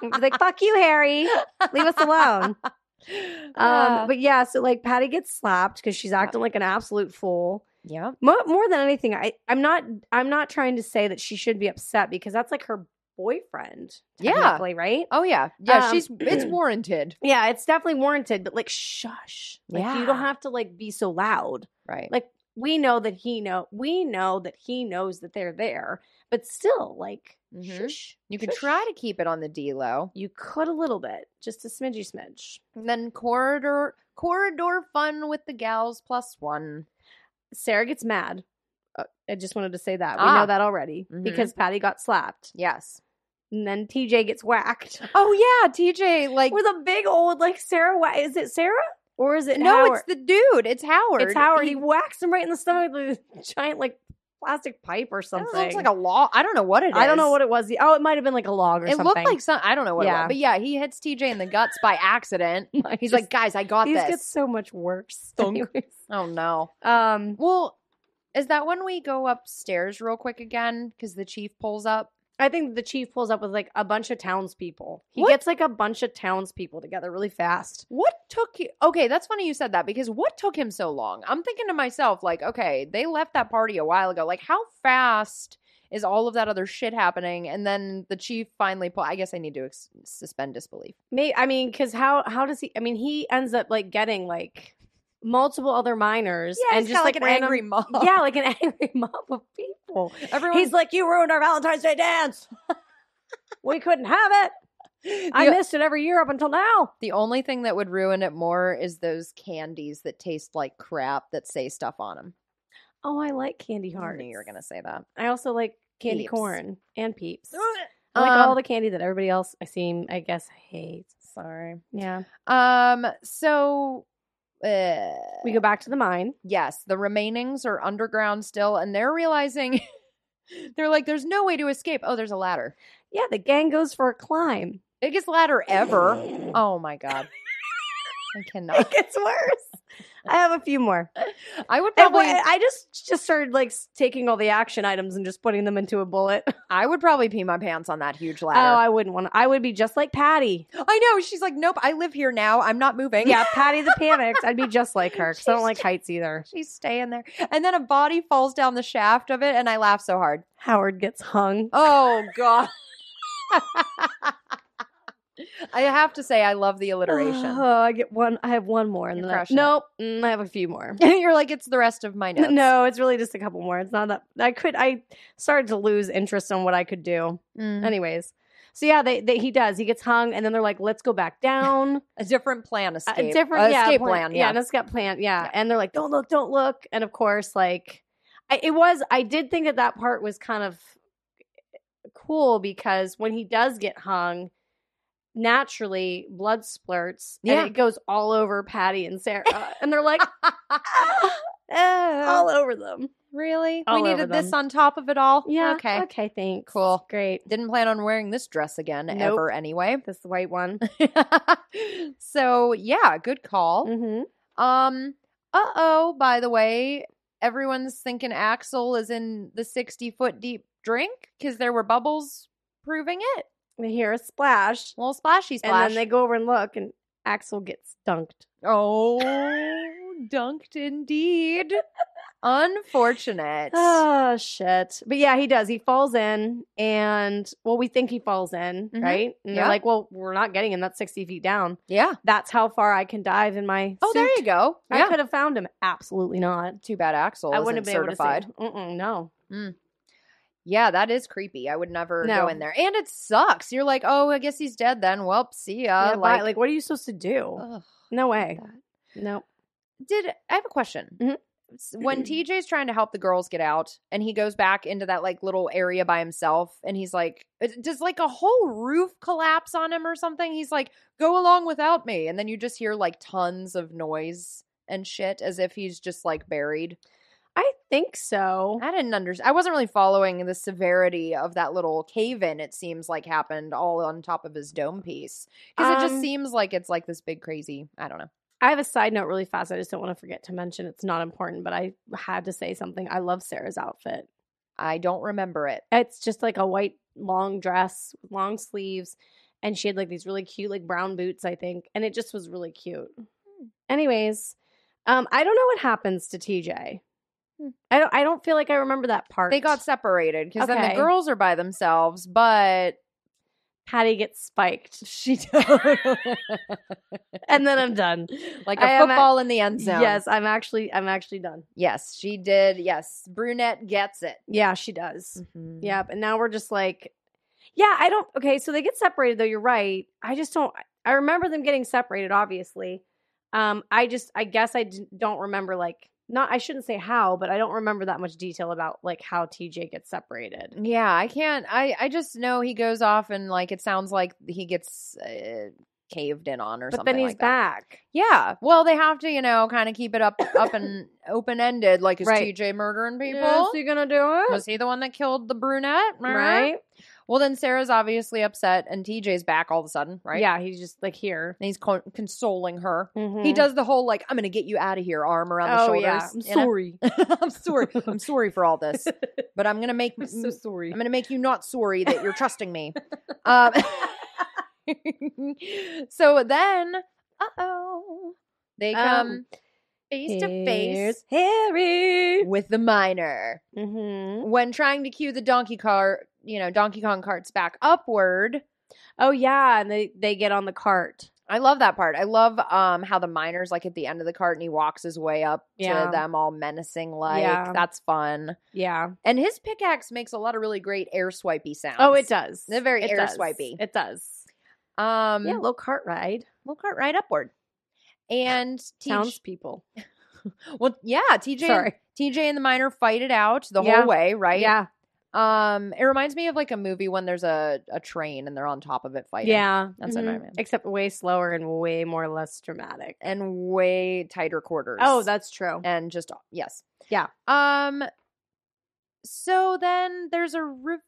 We'd be like, fuck you, Harry. Leave us alone. Yeah. Um, but yeah, so like Patty gets slapped because she's acting like an absolute fool. yeah. More, more than anything, I, I'm not I'm not trying to say that she should be upset because that's like her boyfriend, Yeah. technically, right? Oh yeah. Yeah, Um, she's it's warranted. Yeah, it's definitely warranted, but like shush. Like you don't Yeah. have to like be so loud. Right. Like we know that he know we know that he knows that they're there, but still like Mhm. shush. you could shush. try to keep it on the D low. You could a little bit, just a smidgy smidge. And then corridor corridor fun with the gals plus one. Sarah gets mad. Uh, I just wanted to say that. We Ah. know that already Mhm. because Patty got slapped. Yes. And then TJ gets whacked. Oh yeah, TJ like With a big old, like, Sarah, wha- is it Sarah? Or is it No, Howard? it's the dude. It's Howard. It's Howard. He, He, whacks him right in the stomach with a giant, like, plastic pipe or it something. looks like a law. I don't know what it is. I don't know what it was. Oh, it might have been like a log or it something. looked like some I don't know what it Yeah. was. But yeah, he hits TJ in the guts by accident. He's like, guys, I got these this. get so much worse. Thunk. Anyways, oh no. um, Well, is that when we go upstairs real quick again? Because the chief pulls up. I think the chief pulls up with like a bunch of townspeople. He What? gets like a bunch of townspeople together really fast. What took you? Okay, that's funny you said that because what took him so long? I'm thinking to myself, like, okay, they left that party a while ago. Like, how fast is all of that other shit happening, and then the chief finally. Pull, I guess I need to ex- suspend disbelief. May I mean, because how how does he? I mean, he ends up like getting like multiple other minors and he's just kinda like, an random, angry mom. yeah, like an angry mob of people. everyone. He's like, you ruined our Valentine's Day dance. we couldn't have it. I the, missed it every year up until now. the only thing that would ruin it more is those candies that taste like crap that say stuff on them. Oh, I like candy I hearts. knew you were gonna say that. I also like candy Peeps. Um, corn and peeps. I like all the candy that everybody else I seem, I guess, hates. Sorry. Yeah. Um. So, uh, We go back to the mine. yes, the remainings are underground still, and they're realizing they're like, "There's no way to escape." Oh, there's a ladder. Yeah, the gang goes for a climb. Biggest ladder ever. Oh my god. I cannot. gets worse. I have a few more. I would And probably. wait, I just just started like s- taking all the action items and just putting them into a bullet. I would probably pee my pants on that huge Oh, ladder. I wouldn't want. I would be just like Patty. Oh, I, know. She's like, "Nope. I live here now. I'm not moving." Yeah, Patty the panicked. I'd be just like her because I don't She's like ju- heights either. She's staying there, and then a body falls down the shaft of it, and I laugh so hard. Howard gets hung. Oh god. I have to say I love the alliteration. Oh, I get one. I have one more, and You're then I, crushing it. nope. Mm, I have a few more. You're like it's the rest of my notes. No, it's really just a couple more. It's not that I could. I started to lose interest in what I could do. Mm. Anyways, so yeah, they, they he does. He gets hung, and then they're like, "Let's go back down." a different plan escape. A different a yeah, escape plan. plan. Yeah, Yeah. an escape plan. Yeah. Yeah. and they're like, "Don't look, don't look." And of course, like, I, it was. I did think that that part was kind of cool because when he does get hung. Naturally, blood splurts Yeah. and it goes all over Patty and Sarah, uh, and they're like "Ah, all over them. really? all we over needed this them. on top of it all. Yeah. Okay. Okay. Thanks. Cool. Great. Didn't plan on wearing this dress again Nope. ever anyway. This white one. so yeah, good call. Mm-hmm. Um. Uh oh. By the way, everyone's thinking Axel is in the sixty foot deep drink because there were bubbles proving it. They hear a splash, Little splashy splash. and then they go over and look, and Axel gets dunked. Oh, dunked indeed. Unfortunate. Oh shit! But yeah, he does. He falls in, and well, we think he falls in, Mhm. right? And Yeah. they're like, "Well, we're not getting him. That's sixty feet down. yeah. That's how far I can dive in my." Oh, there you go. I Yeah. could have found him. Absolutely not. Too bad Axel I isn't wouldn't have been certified. able to see. him. Mm-mm, no. Yeah, that is creepy. I would never go No. in there. And it sucks. You're like, oh, I guess he's dead then. Well, see ya. yeah, like, like, what are you supposed to do? Uh, ugh, no way. that. No. Did I have a question? Mhm. S- When TJ's trying to help the girls get out and he goes back into that like little area by himself and he's like, it- does like a whole roof collapse on him or something? He's like, go along without me. And then you just hear like tons of noise and shit as if he's just like buried. I think so. I didn't understand. I wasn't really following the severity of that little cave in, it seems like happened all on top of his dome piece. Because it just Um, seems like it's like this big crazy, I don't know. I have a side note really fast. I just don't want to forget to mention it's not important, but I had to say something. I love Sarah's outfit. I don't remember it. It's just like a white long dress, with long sleeves, and she had like these really cute like brown boots, I think, and it just was really cute. Hmm. Anyways, um I don't know what happens to TJ. Hmm. I don't I don't feel like I remember that part. They got separated because then the Okay. girls are by themselves, but Patty gets spiked she and then I'm done. like a I am at- football in the end zone. Yes, I'm actually I'm actually done. yes, she did. Yes, brunette gets it. Yeah, she does. Yep. And now we're just like, yeah, I don't. Okay. So they get separated, though. You're right. I just don't. I remember them getting separated, obviously. Um, I just, I guess I d- don't remember, like, not, I shouldn't say how, but I don't remember that much detail about, like, how TJ gets separated. Yeah, I can't. I I just know he goes off and like it sounds like he gets uh, caved in on or But something. then he's like that. back. Yeah. Well, they have to you know kind of keep it up up and open ended. Like is Right. TJ murdering people? Yes, you gonna do it? Was he the one that killed the brunette? Right? Well, then Sarah's obviously upset, and TJ's back all of a sudden, right? Yeah. He's just, like, here. and he's con- consoling her. He Mhm. does the whole like, "I'm gonna get you out of here," arm around the Oh, shoulders. yeah. I'm you know? sorry. I'm sorry. I'm sorry for all this, but I'm gonna make I'm so sorry. I'm gonna make you not sorry that you're trusting me. Um, so then, uh oh, they Um, come. face to face Here's Harry. with the miner. hmm When trying to cue the Donkey Car, you know, Donkey Kong carts back upward. Oh yeah, and they they get on the cart. I love that part. I love um how the miner's like at the end of the cart and he walks his way up Yeah. to them all menacing like. Yeah. That's fun. Yeah. And his pickaxe makes a lot of really great air swipey sounds. Oh, it does. They're very it air does. swipey. It does. Um yeah, little cart ride. we'll cart right upward. And TJ Townspeople. well yeah, TJ and- Sorry. TJ and the miner fight it out the Yeah. whole way, right? Yeah. Um it reminds me of like a movie when there's a, a train and they're on top of it fighting. Yeah. That's what I mhm. meant. Except way slower and way more less dramatic. And way tighter quarters. Oh, that's true. and just yes Yeah. um so then there's a reveal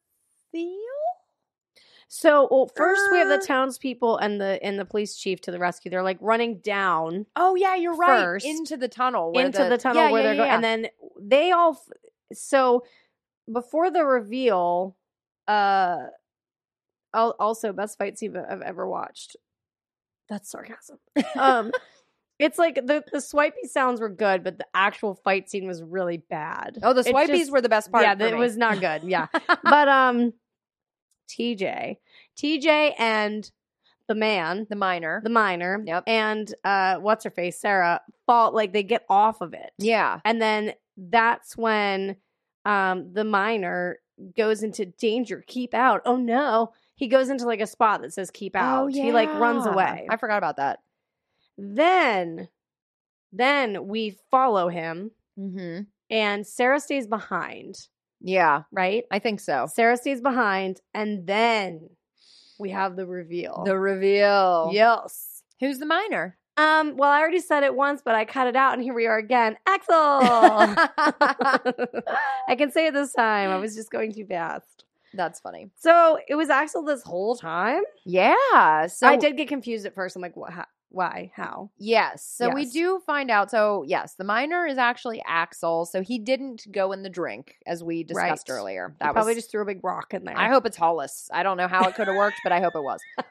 So, well, first we have the Er. townspeople and the and the police chief to the rescue. They're like running down oh yeah you're right First, into the tunnel where into the, tunnel yeah, where yeah, they're yeah, going, yeah. and then they all. f- So, before the reveal, uh, al- also best fight scene I've ever watched. That's sarcasm. Um, it's like the the swipey sounds were good, but the actual fight scene was really bad. oh the It swipies just- were the best part yeah, for that me. was not good. Yeah, but um, TJ, TJ, and the man, the minor the miner, Yep. and uh, what's her face, Sarah, fall like they get off of it, yeah and then that's when um the miner goes into danger, keep out. Oh no, he goes into like a spot that says keep out. he like runs Oh, yeah. away. i forgot about that Then, then we follow him, mm-hmm and Sarah stays behind. yeah Right. i think so Sarah stays behind, and then we have the reveal. the reveal yes. who's the minor Um. Well, I already said it once, but I cut it out, and here we are again. Axel. I can say it this time. I was just going too fast. that's funny So it was Axel this whole time. yeah so I did get confused at first. I'm like, what? How, why? How? Yes. So we Yes. do find out. So, yes, the minor is actually Axel. So he didn't go in the drink as we discussed Right. earlier. That That probably was just threw a big rock in there. I hope it's Hollis. I don't know how it could have worked, but I hope it was. Uh,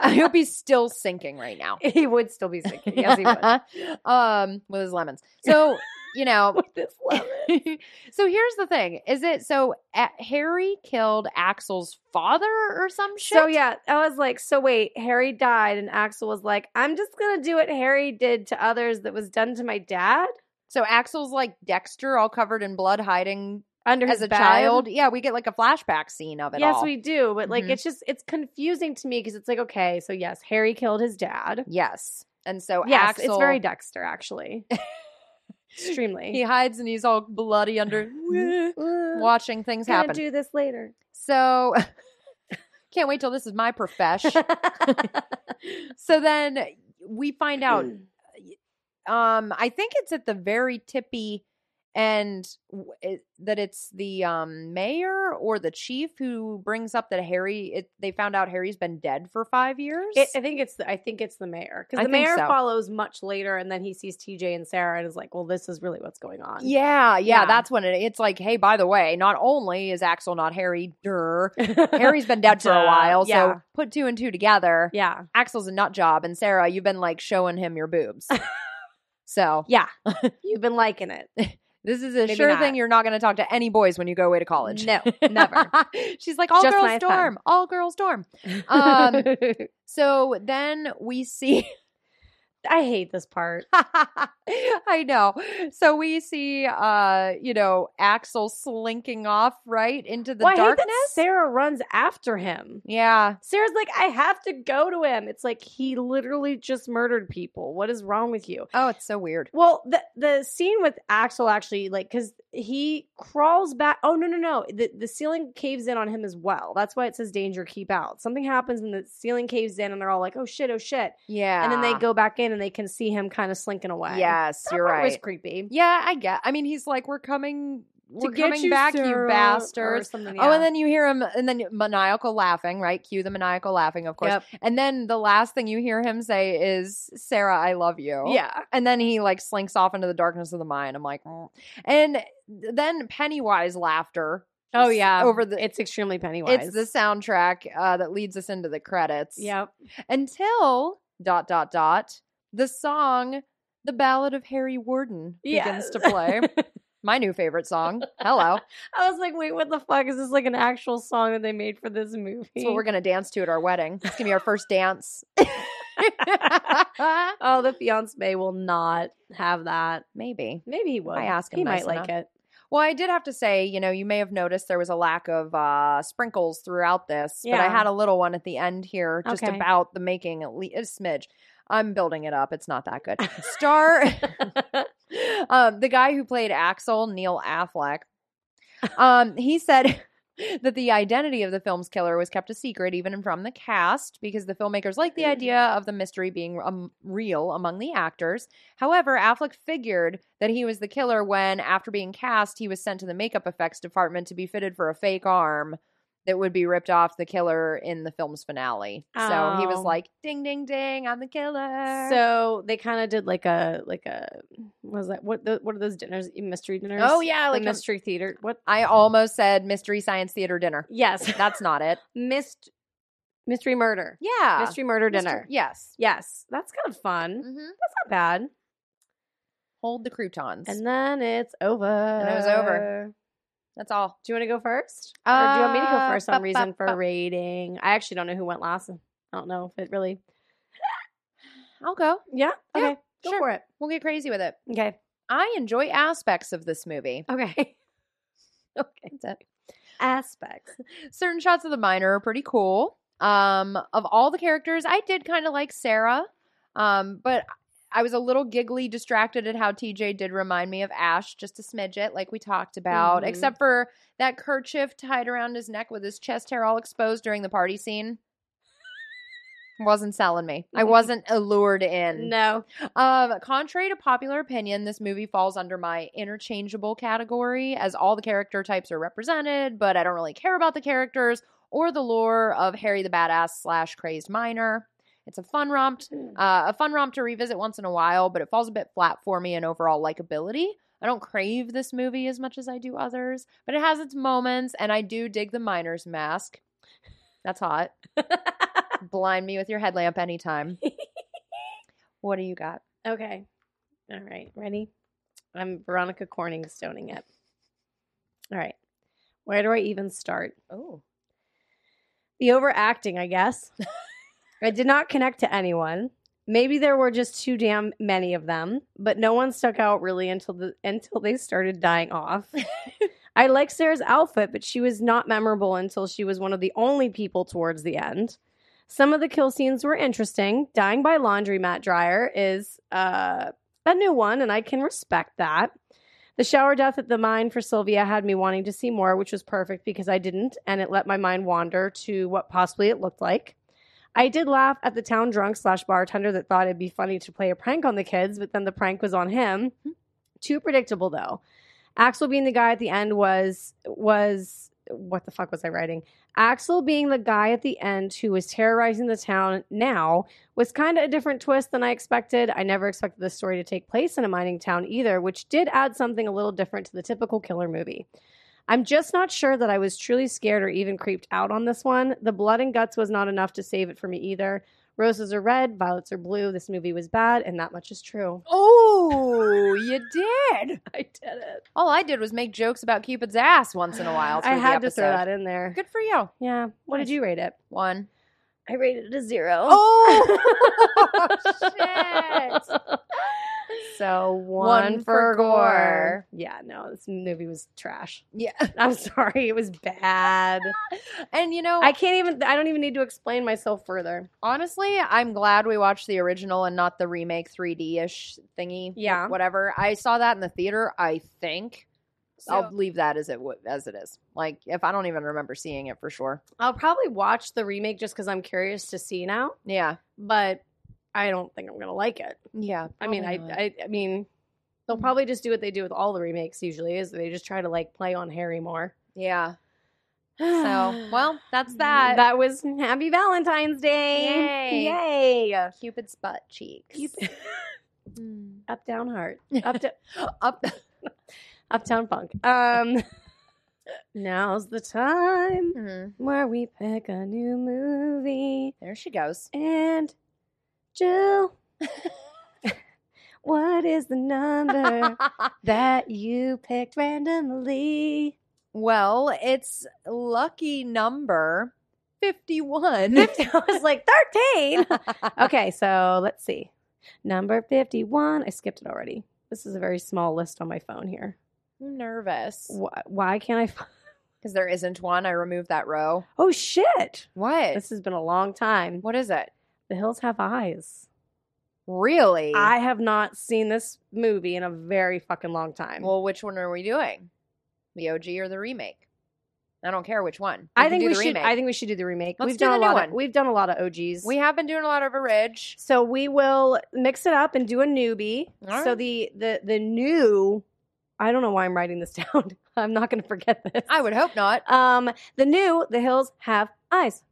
I hope he's still sinking right now. he would still be sick. Yes, he would. would. um, with his lemons. So, you know, With this lemon. so here's the thing. Is it so a- Harry killed Axel's father or some shit? So yeah, I was like, so wait, Harry died, and Axel was like, I'm just gonna do what Harry did to others that was done to my dad So Axel's like Dexter all covered in blood hiding under as his a bed." child. Yeah, we get like a flashback scene of it Yes, all. we do, but like, Mhm. it's just it's confusing to me because it's like, okay, so yes, Harry killed his dad. Yes. And so yes, Axel, it's very Dexter actually, extremely. he hides and he's all bloody under What's watching things gonna happen. do this later? so can't wait till this is my profesh. so then we find out Mm. um I think it's at the very tippy and it, that it's the um mayor or the chief who brings up that Harry it, they found out Harry's been dead for 5 years. It, I think it's the, I think it's the mayor I because the think mayor so. follows much later, and then he sees TJ and Sarah and is like, "Well, this is really what's going on." yeah, yeah, Yeah. that's when it, it's like, hey, by the way, not only is Axel not Harry, der, Harry's been dead for a Duh. while, Yeah. so put two and two together. yeah, Axel's a nut job, and Sarah, you've been like showing him your boobs. so yeah. You've been liking it. this is a Maybe sure not. thing you're not going to talk to any boys when you go away to college. No, never. She's like all Just my girls son." dorm, all girls dorm. Um, So then we see. I hate this part. I know. So we see, uh, you know, Axel slinking off right into the Well, I hate that darkness. Sarah runs after him. yeah, Sarah's like, I have to go to him. It's like he literally just murdered people. What is wrong with you? Oh, it's so weird. Well, the the scene with Axel actually like because he crawls back. Oh no no no! The the ceiling caves in on him as well. That's why it says danger, keep out. Something happens and the ceiling caves in, and they're all like, oh shit, oh shit, Yeah. and then they go back in and they can see him kind of slinking away. Yes, that you're part right. was creepy. Yeah, I get. I mean, he's like, "We're coming, we're get coming back, Sarah," you or bastards." something, Oh, yeah. and then you hear him, and then maniacal laughing, right? Cue the maniacal laughing, of course. Yep. And then the last thing you hear him say is, "Sarah, I love you." yeah, And then he like slinks off into the darkness of the mine. I'm like, "Mm." and then Pennywise laughter. oh yeah. over the. it's extremely Pennywise. It's the soundtrack uh, that leads us into the credits. Yep. Until dot dot dot the song The Ballad of Harry Warden begins to Yes. play. My new favorite song. Hello. I was like, wait, what the fuck? Is this like an actual song that they made for this movie? That's what we're going to dance to at our wedding. It's going to be our first dance. oh, the fiance will not have that. Maybe. Maybe he would. I ask him he nice might like it. Well, I did have to say, you know, you may have noticed there was a lack of uh, sprinkles throughout this, but I Yeah. had a little one at the end here just Okay. about the making, at least a smidge. I'm building it up. It's not that good. Star, um, the guy who played Axel, Neil Affleck, um, he said that the identity of the film's killer was kept a secret even from the cast because the filmmakers liked the idea Mm. of the mystery being um, real among the actors. However, Affleck figured that he was the killer when, after being cast, he was sent to the makeup effects department to be fitted for a fake arm that would be ripped off the killer in the film's finale. So he was Oh. like, "Ding, ding, ding! I'm the killer." So they kind of did like a like a what was that what the, what are those dinners E, mystery dinners? oh yeah, like like a- mystery theater. What? I almost said mystery science theater dinner. Yes, That's not it. mist mystery murder. Yeah. Mystery murder Mystery- dinner. Mm. Yes. Yes, that's kind of fun. That's hmm not bad. Hold the croutons. And then it's over. And it was over. That's all. Do you want to go first? or do you want me to go Uh, first on ba- reason ba- for ba- rating? I actually don't know who went last. I don't know if it really. I'll go. Yeah. Yeah, Okay. go sure. for it. We'll get crazy with it. Okay. I enjoy aspects of this movie. Okay. Okay. That's it. Aspects. Certain shots of the miner are pretty cool. Um, of all the characters, I did kind of like Sarah, um, but I was a little giggly distracted at how TJ did remind me of Ash just a smidget, like we talked about, Mhm. except for that kerchief tied around his neck with his chest hair all exposed during the party scene. wasn't selling me. I wasn't allured in. No. Um, contrary to popular opinion, this movie falls under my interchangeable category as all the character types are represented, but I don't really care about the characters or the lore of Harry the Badass slash Crazed Miner. It's a fun romp, uh, a fun romp to revisit once in a while, but it falls a bit flat for me in overall likability. I don't crave this movie as much as I do others, but it has its moments, and I do dig the Miner's Mask. That's hot. Blind me with your headlamp anytime. what do you got? Okay. All right. Ready? I'm Veronica Corning stoning it. All right. Where do I even start? Oh. The overacting, I guess. I did not connect to anyone. Maybe there were just too damn many of them, but no one stuck out really until the until they started dying off. I like Sarah's outfit, but she was not memorable until she was one of the only people towards the end. Some of the kill scenes were interesting. Dying by laundromat dryer is uh, a new one, and I can respect that. The shower death at the mine for Sylvia had me wanting to see more, which was perfect because I didn't, and it let my mind wander to what possibly it looked like. I did laugh at the town drunk slash bartender that thought it'd be funny to play a prank on the kids, but then the prank was on him. Too predictable though. Axel being the guy at the end was was what the fuck was I writing? Axel being the guy at the end who was terrorizing the town now was kind of a different twist than I expected. I never expected this story to take place in a mining town either, which did add something a little different to the typical killer movie. I'm just not sure that I was truly scared or even creeped out on this one. The blood and guts was not enough to save it for me either. Roses are red, violets are blue. This movie was bad, and that much is true. Oh, you did. I did it. All I did was make jokes about Cupid's ass once in a while. I through the had to throw episode. that in there. Good for you. Yeah. What did Nice. you rate it? One. I rated it a zero. Oh, shit. So one, One for for gore. gore. Yeah, no, this movie was trash. Yeah. I'm sorry, it was bad. And you know, I can't even. I don't even need to explain myself further. honestly, I'm glad we watched the original and not the remake 3D ish thingy. Yeah. Whatever. I saw that in the theater, I think. So I'll I'll, leave that as it w- as it is. Like if I don't even remember seeing it for sure. probably watch the remake just because I'm curious to see now. Yeah. But I don't think I'm gonna like it. Yeah. I mean, I, probably not. I, I mean, they'll Mhm. probably just do what they do with all the remakes usually is they just try to like play on Harry more. Yeah. So, well, that's that. That was Happy Valentine's Day. Yay. Cupid's butt cheeks. Cupid- Up down heart. Up to Up. Uptown Funk. Um Now's the time Mm-hmm. where we pick a new movie There she goes. and Jill What is the number that you picked randomly? well, it's lucky number 51. I was like 13. Okay, so let's see. Number 51. I skipped it already. This is a very small list on my phone here. I'm nervous Why, why can't I? Find- because there isn't one. I removed that row. oh, shit. What? This has been a long time. what is it? The Hills Have Eyes. Really? I have not seen this movie in a very fucking long time. well, which one are we doing? The OG or the remake? I don't care which one. I can think do we the should. remake. I think we should do the remake. Let's we've do done the a new lot. Of, one. we've done a lot of OGs. we have been doing a lot of Ridge. so we will mix it up and do a newbie. All So right. the the the new. I don't know why I'm writing this down. I'm not going to forget this. I would hope not. Um, the new The Hills Have Eyes.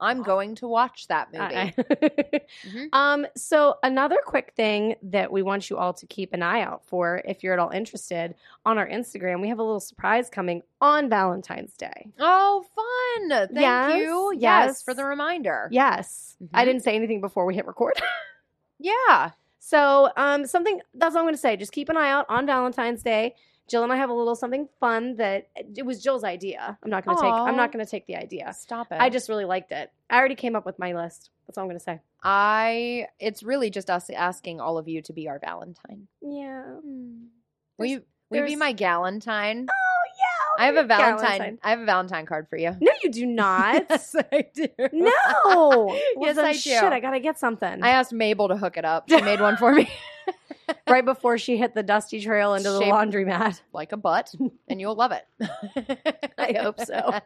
I'm going to watch that movie. I- I- Mhm. um, so another quick thing that we want you all to keep an eye out for, if you're at all interested, on our Instagram, we have a little surprise coming on Valentine's Day. Oh, fun. Thank Yes, you. Yes, yes. for the reminder. Yes, I Mhm. didn't say anything before we hit record. Yeah. So, um, something that's all I'm going to say. Just keep an eye out on Valentine's Day. Jill and I have a little something fun that it was Jill's idea. I'm not going to take. I'm Aw. not going to take the idea. Stop it. I just really liked it. I already came up with my list. That's all I'm going to say. I it's really just us asking all of you to be our Valentine. Yeah. Will Hmm. There's- you will you be there's- my galentine? Oh yeah. I have a Valentine. Valentine. I have a Valentine card for you. No, you do not. yes, I do. No. Well, Yes, then I do. Shit, I gotta get something. I asked Mabel to hook it up. She made one for me. right before she hit the dusty trail into the Shape- laundromat. like a butt, and you'll love it. I hope so.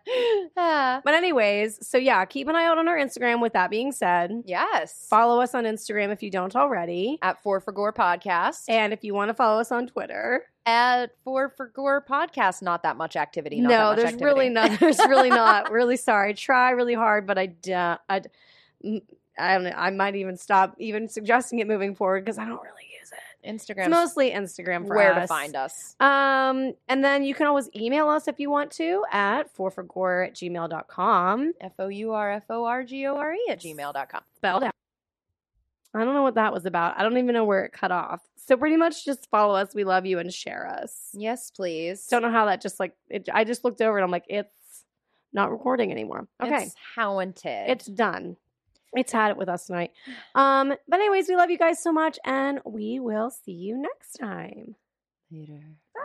Ah, But anyways, so yeah, keep an eye out on our Instagram. With that being said, yes. follow us on Instagram if you don't already, at Four for Gore Podcast. and if you want to follow us on Twitter. at Four for Gore Podcast, not that much activity. Not that no, much there's activity. really not. There's really not. really sorry. Try really hard, but I don't. I, d- m- I don't know. I might even stop even suggesting it moving forward because I don't really use it. It's Instagram. mostly Instagram for where us. to find us. Um, and then you can always email us if you want to at fourforgore at gmail.com. F O U R F O R G O R E at gmail.com. Spelled out. I don't know what that was about. I don't even know where it cut off. So pretty much just follow us. We love you and share us. Yes, please. Don't know how that just like it, I just looked over and I'm like, it's not recording anymore. Okay. It's haunted. It's done. It's had it with us tonight. Um, but anyways, we love you guys so much and we will see you next time. later.